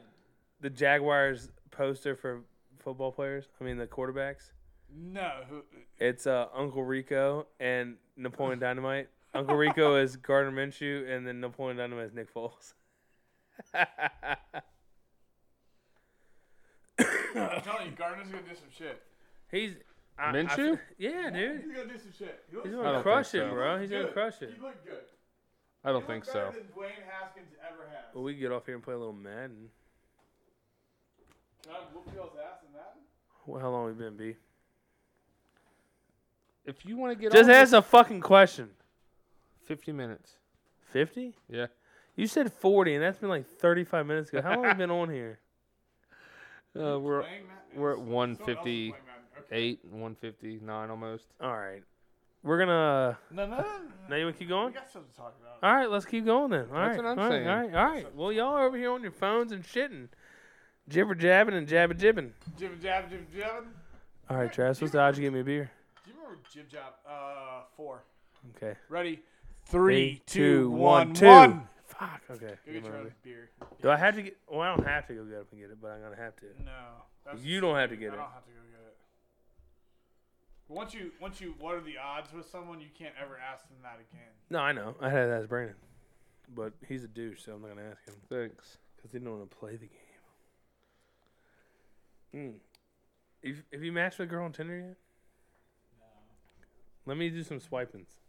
the Jaguars poster for football players? I mean the quarterbacks.
No. Who,
It's uh, Uncle Rico and Napoleon Dynamite. Uncle Rico is Gardner Minshew, and then Napoleon Dynamite is Nick Foles.
I'm telling you, Gardner's gonna do some shit.
He's I- I-
Minshew?
yeah, dude.
He's gonna do some shit. He looks
He's
good.
gonna
don't
crush
think
it,
so.
bro. He's gonna
Good.
crush it.
He looked good.
I don't
He
think
looked
so.
better Than Dwayne Haskins ever has.
Well, we can get off here and play a little Madden.
Can I whoop y'all's ass in that?
Well, how long we been, B?
If you want to get
Just
on
ask a fucking question.
fifty minutes.
Fifty?
Yeah.
You said forty, and that's been like thirty-five minutes ago. How long have we been on here?
Uh, we're
Playing Madden?
we're
Someone
at
else is
150.
playing Madden. Okay.
eight, one fifty nine almost.
All right, we're gonna.
No, no, no.
Now you wanna keep
We
going?
got something to talk about.
All right, let's keep going then. All right,
That's what I'm
all right,
saying.
All right, all right. Well, y'all are over here on your phones and shitting, jibber jabbing and jabba jibbing.
Jib jab, jib jabbing.
All right, Travis, what's the odds you get me a beer?
Do you remember jib jab? Uh, four.
Okay.
Ready? Three,
Eight,
two,
two,
one, one.
two. Fuck. Okay.
Go get
never
your own
mind.
beer.
Do I have to get? Well, I don't have to go get up and get it, but I'm gonna have to.
No. that's
You don't have to get
I
it.
don't have to go get it. But once you once you what are the odds with someone, you can't ever ask them that again.
No, I know. I had to ask Brandon, but he's a douche, so I'm not gonna ask him
Thanks.
because he didn't want to play the game. Mm. If have you matched with a girl on Tinder yet? Let me do some swipings.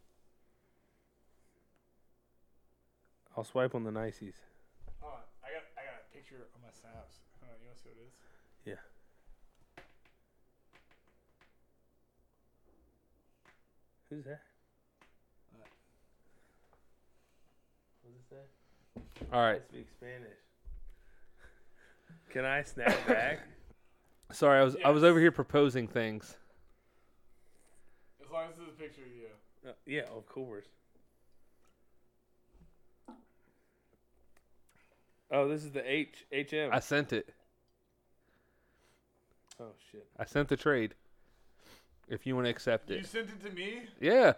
I'll swipe on the niceys.
Hold on. I got I got a picture on my snaps. Hold on, you wanna see what it is?
Yeah. Who's that? What does it say?
All right.
I speak Spanish. Can I snap back?
Sorry, I was I was over here proposing things.
As long as this is a picture of you.
Uh, yeah, of course. Oh, this is the H HM.
I sent it.
oh shit.
I sent the trade. If you want to accept
You
it.
sent it to me?
Yeah.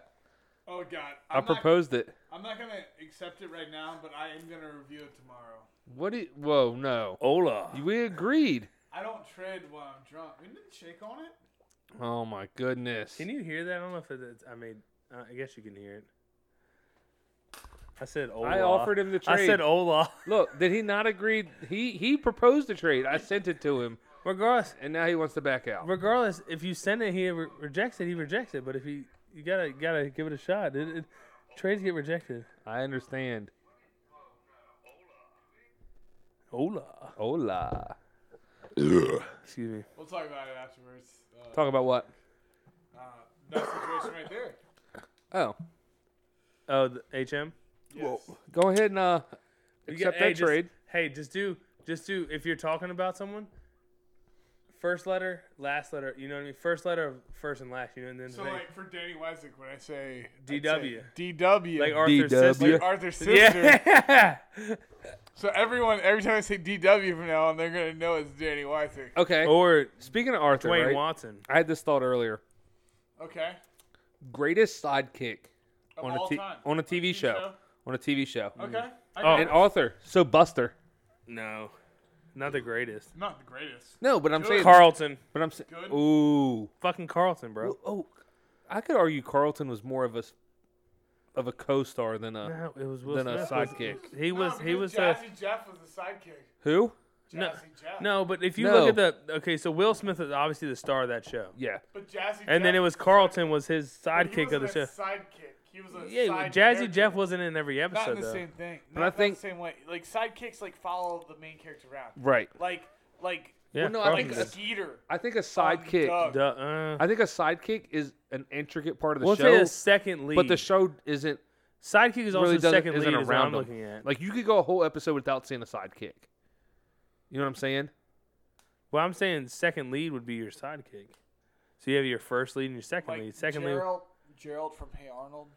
Oh god.
i
I'm not,
proposed it.
I'm not gonna accept it right now, but I am gonna review it tomorrow.
What do you, whoa, no.
Ola.
We agreed.
I don't trade while I'm drunk. We didn't shake on it.
Oh my goodness.
Can you hear that? I don't know if it's. I mean, uh, I guess you can hear it. I said Olaf.
I offered him the trade.
I said Olaf.
Look, did he not agree? He he proposed the trade. I sent it to him,
Regardless,
and now he wants to back out.
regardless, if you send it, he re- rejects it. He rejects it. But if you you gotta gotta give it a shot. It, it, trades get rejected.
I understand.
Ola.
Hola.
Excuse me.
We'll talk about it afterwards. Uh,
Talk about what?
uh, that situation right there.
Oh,
Oh, the HM.
Yes.
go ahead and uh,
You
accept
got- hey,
that trade.
Just, hey, just do just do if you're talking about someone, first letter, last letter. You know what I mean? First letter of first and last. You know, and then
So
they-
like for Danny Weswick, when I say I'd
DW.
say DW,
like
like,
Arthur's
DW.
sister.
Arthur's sister.
Yeah.
So everyone, every time I say DW from now on, they're gonna know it's Danny Weswick.
Okay.
or
Speaking of Arthur,
Oh. Dwayne
right?
Watson.
I had this thought earlier.
Okay.
Greatest sidekick
Of
on a
all
t-
time.
on a TV show. on a TV show. Mm.
Okay. I
Oh.
got
And
it.
Arthur, so Buster.
No, not the greatest.
not the greatest.
No, but I'm saying
Carlton,
But I'm saying,
Good.
ooh,
fucking Carlton, bro.
oh, I could argue Carlton was more of a s- of a co-star than a
No, it was Will
than a
Smith was-
sidekick.
He was
no,
he
because
was the
Jazzy Jeff was the sidekick.
Who?
Jazzy
No,
Jeff.
no, but if you
No.
look at the okay, so Will Smith is obviously the star of that show,
Yeah,
But Jazzy.
and then it
Jeff
was Carlton was his
but he
sidekick of the
wasn't
show.
a Sidekick. He was a
Yeah,
side
Jazzy
character.
Jeff wasn't in every
Not in
episode
the
though.
same thing.
But
Not,
I
not
think-
the same way. Like sidekicks, like follow the main character around.
right.
Like, like,
Yeah,
Well, no, I
Carlton
like
think
did.
Skeeter.
I think a
on
sidekick.
Doug.
Duh, uh,
I think a sidekick is an intricate part of the
we'll say
show,
a second lead,
but the show isn't
sidekick is also
really doesn't
second
isn't
lead. Is what
around
I'm
them.
looking at.
Like you could go a whole episode without seeing a sidekick. You know what I'm saying?
Well, I'm saying second lead would be your sidekick. So you have your first lead and your second
Like
lead. Second lead
Gerald, Gerald from Hey Arnold.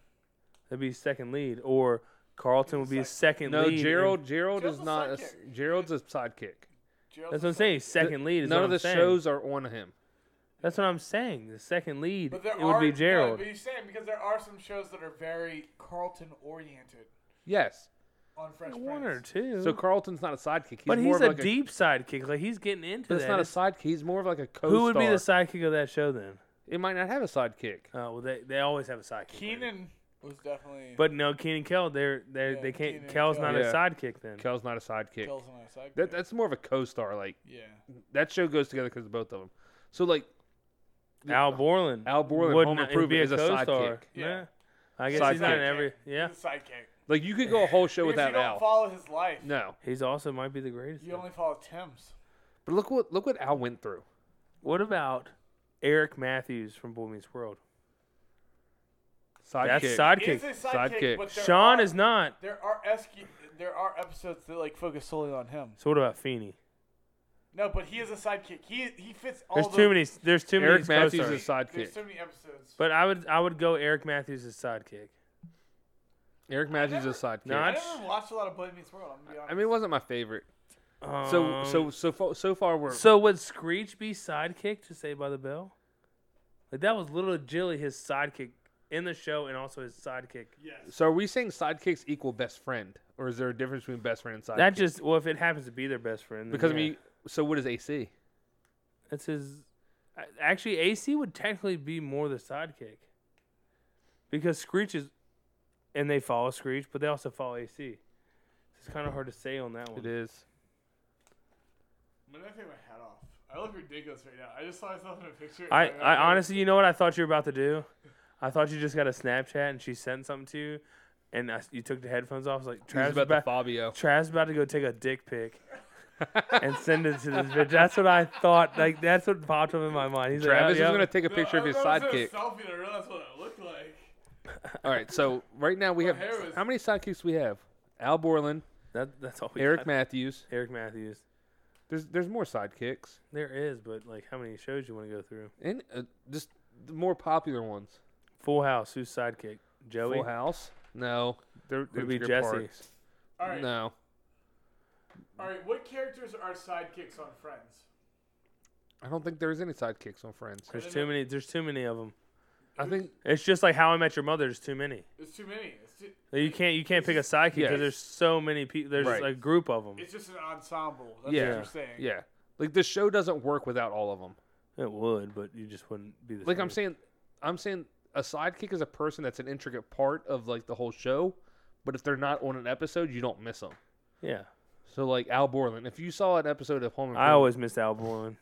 that'd be second lead, or Carlton would be a second
No,
lead. and-
Gerald. Gerald
Gerald's
is
a
not. A, s-
sidekick.
Gerald's a sidekick.
Gerald's
That's
the
what I'm saying.
sidekick.
Second lead is
None
what I'm
of the
saying.
shows are on him.
That's what I'm saying. The second lead
But there
it
are,
would be
yeah,
Gerald.
but you're saying because there are some shows that are very Carlton oriented
Yes.
on Fresh
One or
Prince.
two.
So Carlton's not a sidekick. He's
but
more
he's
of
a
like a
deep sidekick. Like he's getting into
But
that.
it's not a
It's-
sidekick. He's more of like a co-star.
who would be the sidekick of that show then?
It might not have a sidekick.
Oh well, they, they always have a sidekick. right?
Keenan was definitely.
But no, Keenan Kell. They're they
Yeah,
they can't.
Keenan and
Kell's
Kel.
not
Yeah.
a sidekick then.
Kel's not a sidekick.
Kills on a sidekick.
That, that's more of a co-star. Like
yeah.
that show goes together because of both of them. So like
Al Borland.
Al Borland,
would
Home
not- it'd
Improvement
be a
is a
co-star.
sidekick.
Yeah.
Yeah. I guess he's not in
Sidekick.
every. Yeah.
He's a sidekick.
Like you could go a whole show
Because
without
you don't
Al.
follow his life.
no,
He's also might be the greatest.
You only follow Tim's.
but look what look what Al went through.
What about Eric Matthews from Boy Meets World?
Sidekick.
That's
He's
sidekick.
a sidekick.
Sidekick.
But there
Sean
are,
is not.
There are escu- There are episodes that like focus solely on him.
So what about Feeney?
No, but he is a sidekick. He he fits all.
There's
the,
too many. There's too many.
Eric Matthews
co-stars.
is sidekick.
There's so many episodes.
But I would I would go Eric Matthews as sidekick.
Eric Matthews is a sidekick.
No,
I
I-
never watched a lot of Boy Meets World. I'm gonna be honest.
I mean, it wasn't my favorite. So
Um,
so so far, so far we're
so would Screech be sidekick to Saved by the Bell? Like that was Little Jilly his sidekick in the show and also his sidekick.
yes.
so are we saying sidekicks equal best friend, or is there a difference between best friend and sidekick?
That just well if it happens to be their best friend. then
because I
yeah.
mean, so what is AC?
that's his. a- Actually, AC would technically be more the sidekick because Screech is, and they follow Screech, but they also follow AC. It's kind of hard to say on that one.
It is.
I'm gonna take my hat off. I look ridiculous right now. I just saw myself in a picture.
I,
and
I honestly, you know what I thought you were about to do? I thought you just got a Snapchat and she sent something to you, and I s you took the headphones off. I was like,
He's
Travis
about
about,
the Fabio.
Travis about to go take a dick pic and send it to this bitch. That's what I thought. Like that's what popped up in my mind. He's
Travis
like, oh,
is
yeah.
gonna take a picture of his sidekick.
selfie and I realized what it looked like.
All right, so right now we have
hair was-
how many sidekicks we have? Al Borland,
That, that's all. We
Eric
got.
Matthews.
Eric Matthews.
There's there's more sidekicks
There is, but like, how many shows you want to go through?
and uh, just the more popular ones.
Full House. Who's sidekick? Joey.
Full House. No, there
Would be
there's
Jesse.
parts.
All right,
No,
all right. What characters are sidekicks on Friends?
I don't think there's any sidekicks on Friends.
There's too many. There's too many of them.
I think
It's just like How I Met Your Mother. There's too many.
It's too many. It's, too,
Like, You can't. You can't pick a sidekick because
Yes.
there's so many people. There's
Right.
a group of them.
it's just an ensemble. That's
Yeah.
what you're saying.
yeah, like the show doesn't work without all of them.
It would, but you just wouldn't be the.
Like
same.
I'm saying, I'm saying a sidekick is a person that's an intricate part of like the whole show, but if they're not on an episode, you don't miss them.
Yeah,
So like Al Borland, if you saw an episode of Home
I
Improvement,
always missed Al Borland.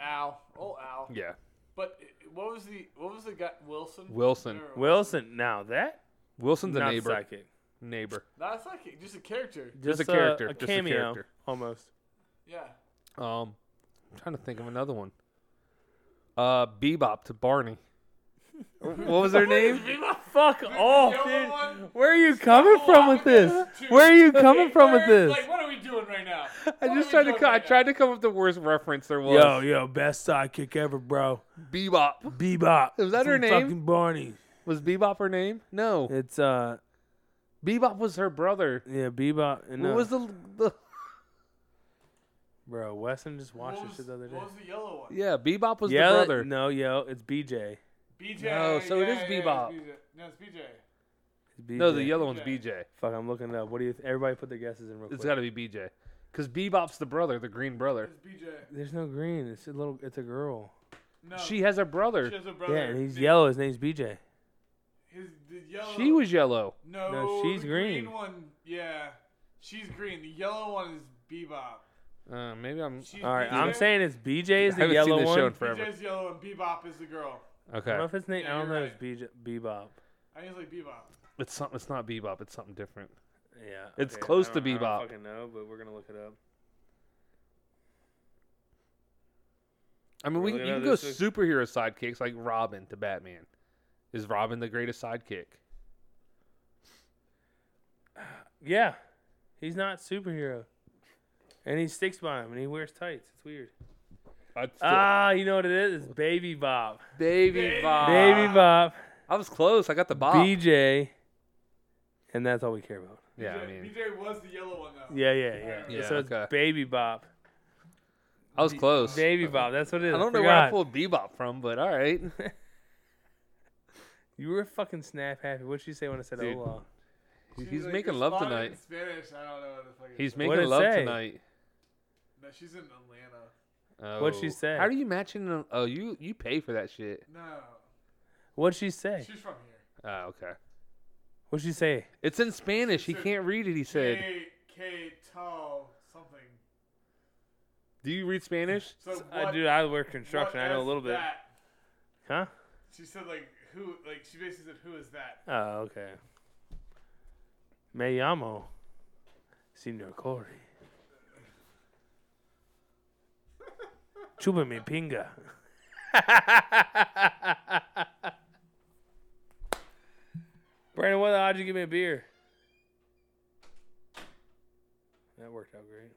Al, oh Al.
yeah,
But uh, what was the what was the guy Wilson?
Wilson.
Or-
Wilson. Now that
Wilson's a
not
neighbor.
sidekick.
Neighbor.
Not a sidekick, just a character.
Just
a character,
A,
just a
cameo,
character.
almost.
Yeah.
Um, I'm trying to think of another one. Uh, Bebop to Barney. what was their name?
Bebop.
Fuck off,
yellow
dude.
one?
Where are you coming from with this?
Dude.
Where are you coming from with
Where-
this?
Like, what are we doing right now?
I
What
just
are
tried
we
to.
doing
co- I
right now?
tried to come up with the worst reference there was.
Yo, yo, best sidekick ever, bro.
Bebop.
Bebop.
Was that her
from
name?
Fucking Barney.
Was Bebop her name? No.
It's uh,
Bebop was her brother.
yeah, Bebop. And,
What was the, the
bro? Weston just watched
What
this shit
was,
the other day.
what was the yellow one?
Yeah, Bebop was
yeah,
the brother.
no, yo, it's BJ.
BJ.
No, so
yeah,
it is
yeah, Yeah,
Bebop.
it's BJ. No, it's BJ.
It's BJ.
No, the yellow one's
BJ.
BJ.
Fuck, I'm looking it up. What do you? Th- Everybody put their guesses in real
It's
quick.
got to be BJ, because Bebop's the brother, the green brother.
It's BJ.
There's no green. It's a little. It's a girl.
No,
She has a brother.
she has a brother.
Yeah, and he's
The-
yellow. His name's BJ.
His, the yellow.
She was yellow.
No,
No, she's
the green.
green.
one. Yeah, she's green. The yellow one is Bebop.
Uh, maybe I'm.
She's
All right,
BJ.
I'm saying it's BJ is
I
the
haven't
yellow
seen this
one.
show in forever.
BJ's yellow and Bebop is the girl.
I don't know
Okay,
if it's name.
Yeah,
I don't know.
you're
if It's BJ, Bebop.
I think it's like Bebop.
it's something. It's not Bebop. It's something different.
Yeah.
It's
okay,
close
I
to
don't- I
Bebop.
don't fucking know, but we're gonna look it up.
I mean, we
Really?
you can
No,
go
this is-
superhero sidekicks like Robin to Batman. Is Robin the greatest sidekick?
Yeah, he's not superhero, and he sticks by him, and he wears tights. It's weird.
I'd still-
Ah, you know what it is? It's Baby Bob.
baby Bob.
Baby Bob.
I was close. I got the Bob.
BJ, and that's all we care about.
yeah,
BJ,
I mean,
BJ was the yellow one though.
Yeah, yeah, yeah.
Yeah,
so it's
okay.
Baby Bop.
I was close.
Baby Bop, that's what it is.
I don't know where I
forgot.
pulled Bebop from, but all right.
You were fucking snap happy. What'd you say when I said
Dude.
hola?
She's
He's
like
making
responding
love
in
tonight.
Spanish, I don't know what the fuck it
He's
is.
What'd
making
it
love
say?
tonight.
No, she's in Atlanta.
What'd she
Oh.
say?
How are you matching? Them? Oh, you you pay for that shit.
No,
What'd she say?
she's from here.
Oh, okay.
What'd she say?
It's in Spanish. He can't read it. He said,
K K tall something.
"Do you read Spanish?"
So what,
Uh, dude, I work
what
construction. I know a
is
little bit.
That?
Huh?
She said like who like she basically said who is that?
Oh, okay. Me llamo Senor Corey. Chupa mi pinga. Brandon, what the odds you give me a beer? That worked out great.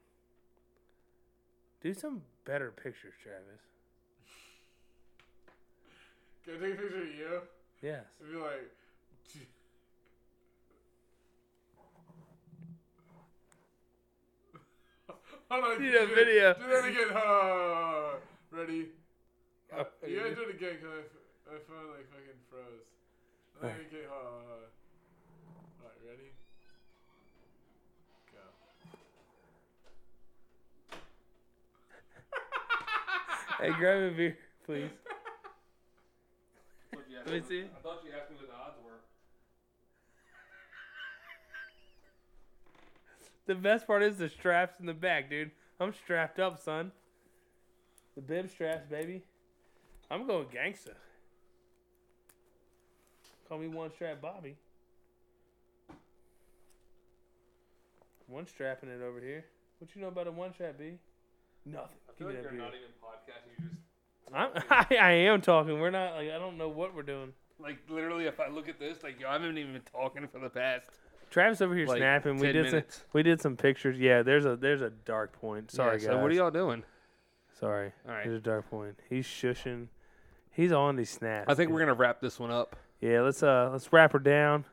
Do some better pictures, Travis.
Can I take a picture of you?
Yes.
And be like, hold on,
Need
do
a
that-
video.
Do that again. Uh, ready? Uh,
Oh,
you
yeah.
gotta do it again because my phone like fucking froze. Let me get. Hold on, hold on. Alright, ready? Go.
Hey, grab me a beer, please. Let me see.
I thought you asked me what the odds were.
The best part is the straps in the back, dude. I'm strapped up, son. The bib straps, baby. I'm going gangsta. Call me one strap Bobby. One strapping it over here. What you know about a one strap B? Nothing. Give me that beer.
even podcasting. You're just
I'm, I, I am talking. We're not like I don't know what we're doing.
like literally. If I look at this, like yo, I haven't even been talking for the past.
Travis over here
Like,
snapping. We
10
did some,
minutes.
we did some pictures. Yeah, there's a there's a dark point. Sorry
Yeah,
guys.
So what are y'all doing?
Sorry.
All right.
Here's a dark point. He's shushing. He's on these snaps.
I think
dude.
we're gonna wrap this one up.
Yeah, let's uh let's wrap her down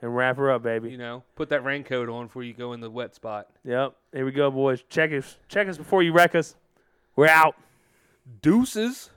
and wrap her up, baby.
You know, put that raincoat on before you go in the wet spot.
Yep. Here we go, boys. Check us check us before you wreck us. We're out.
Deuces.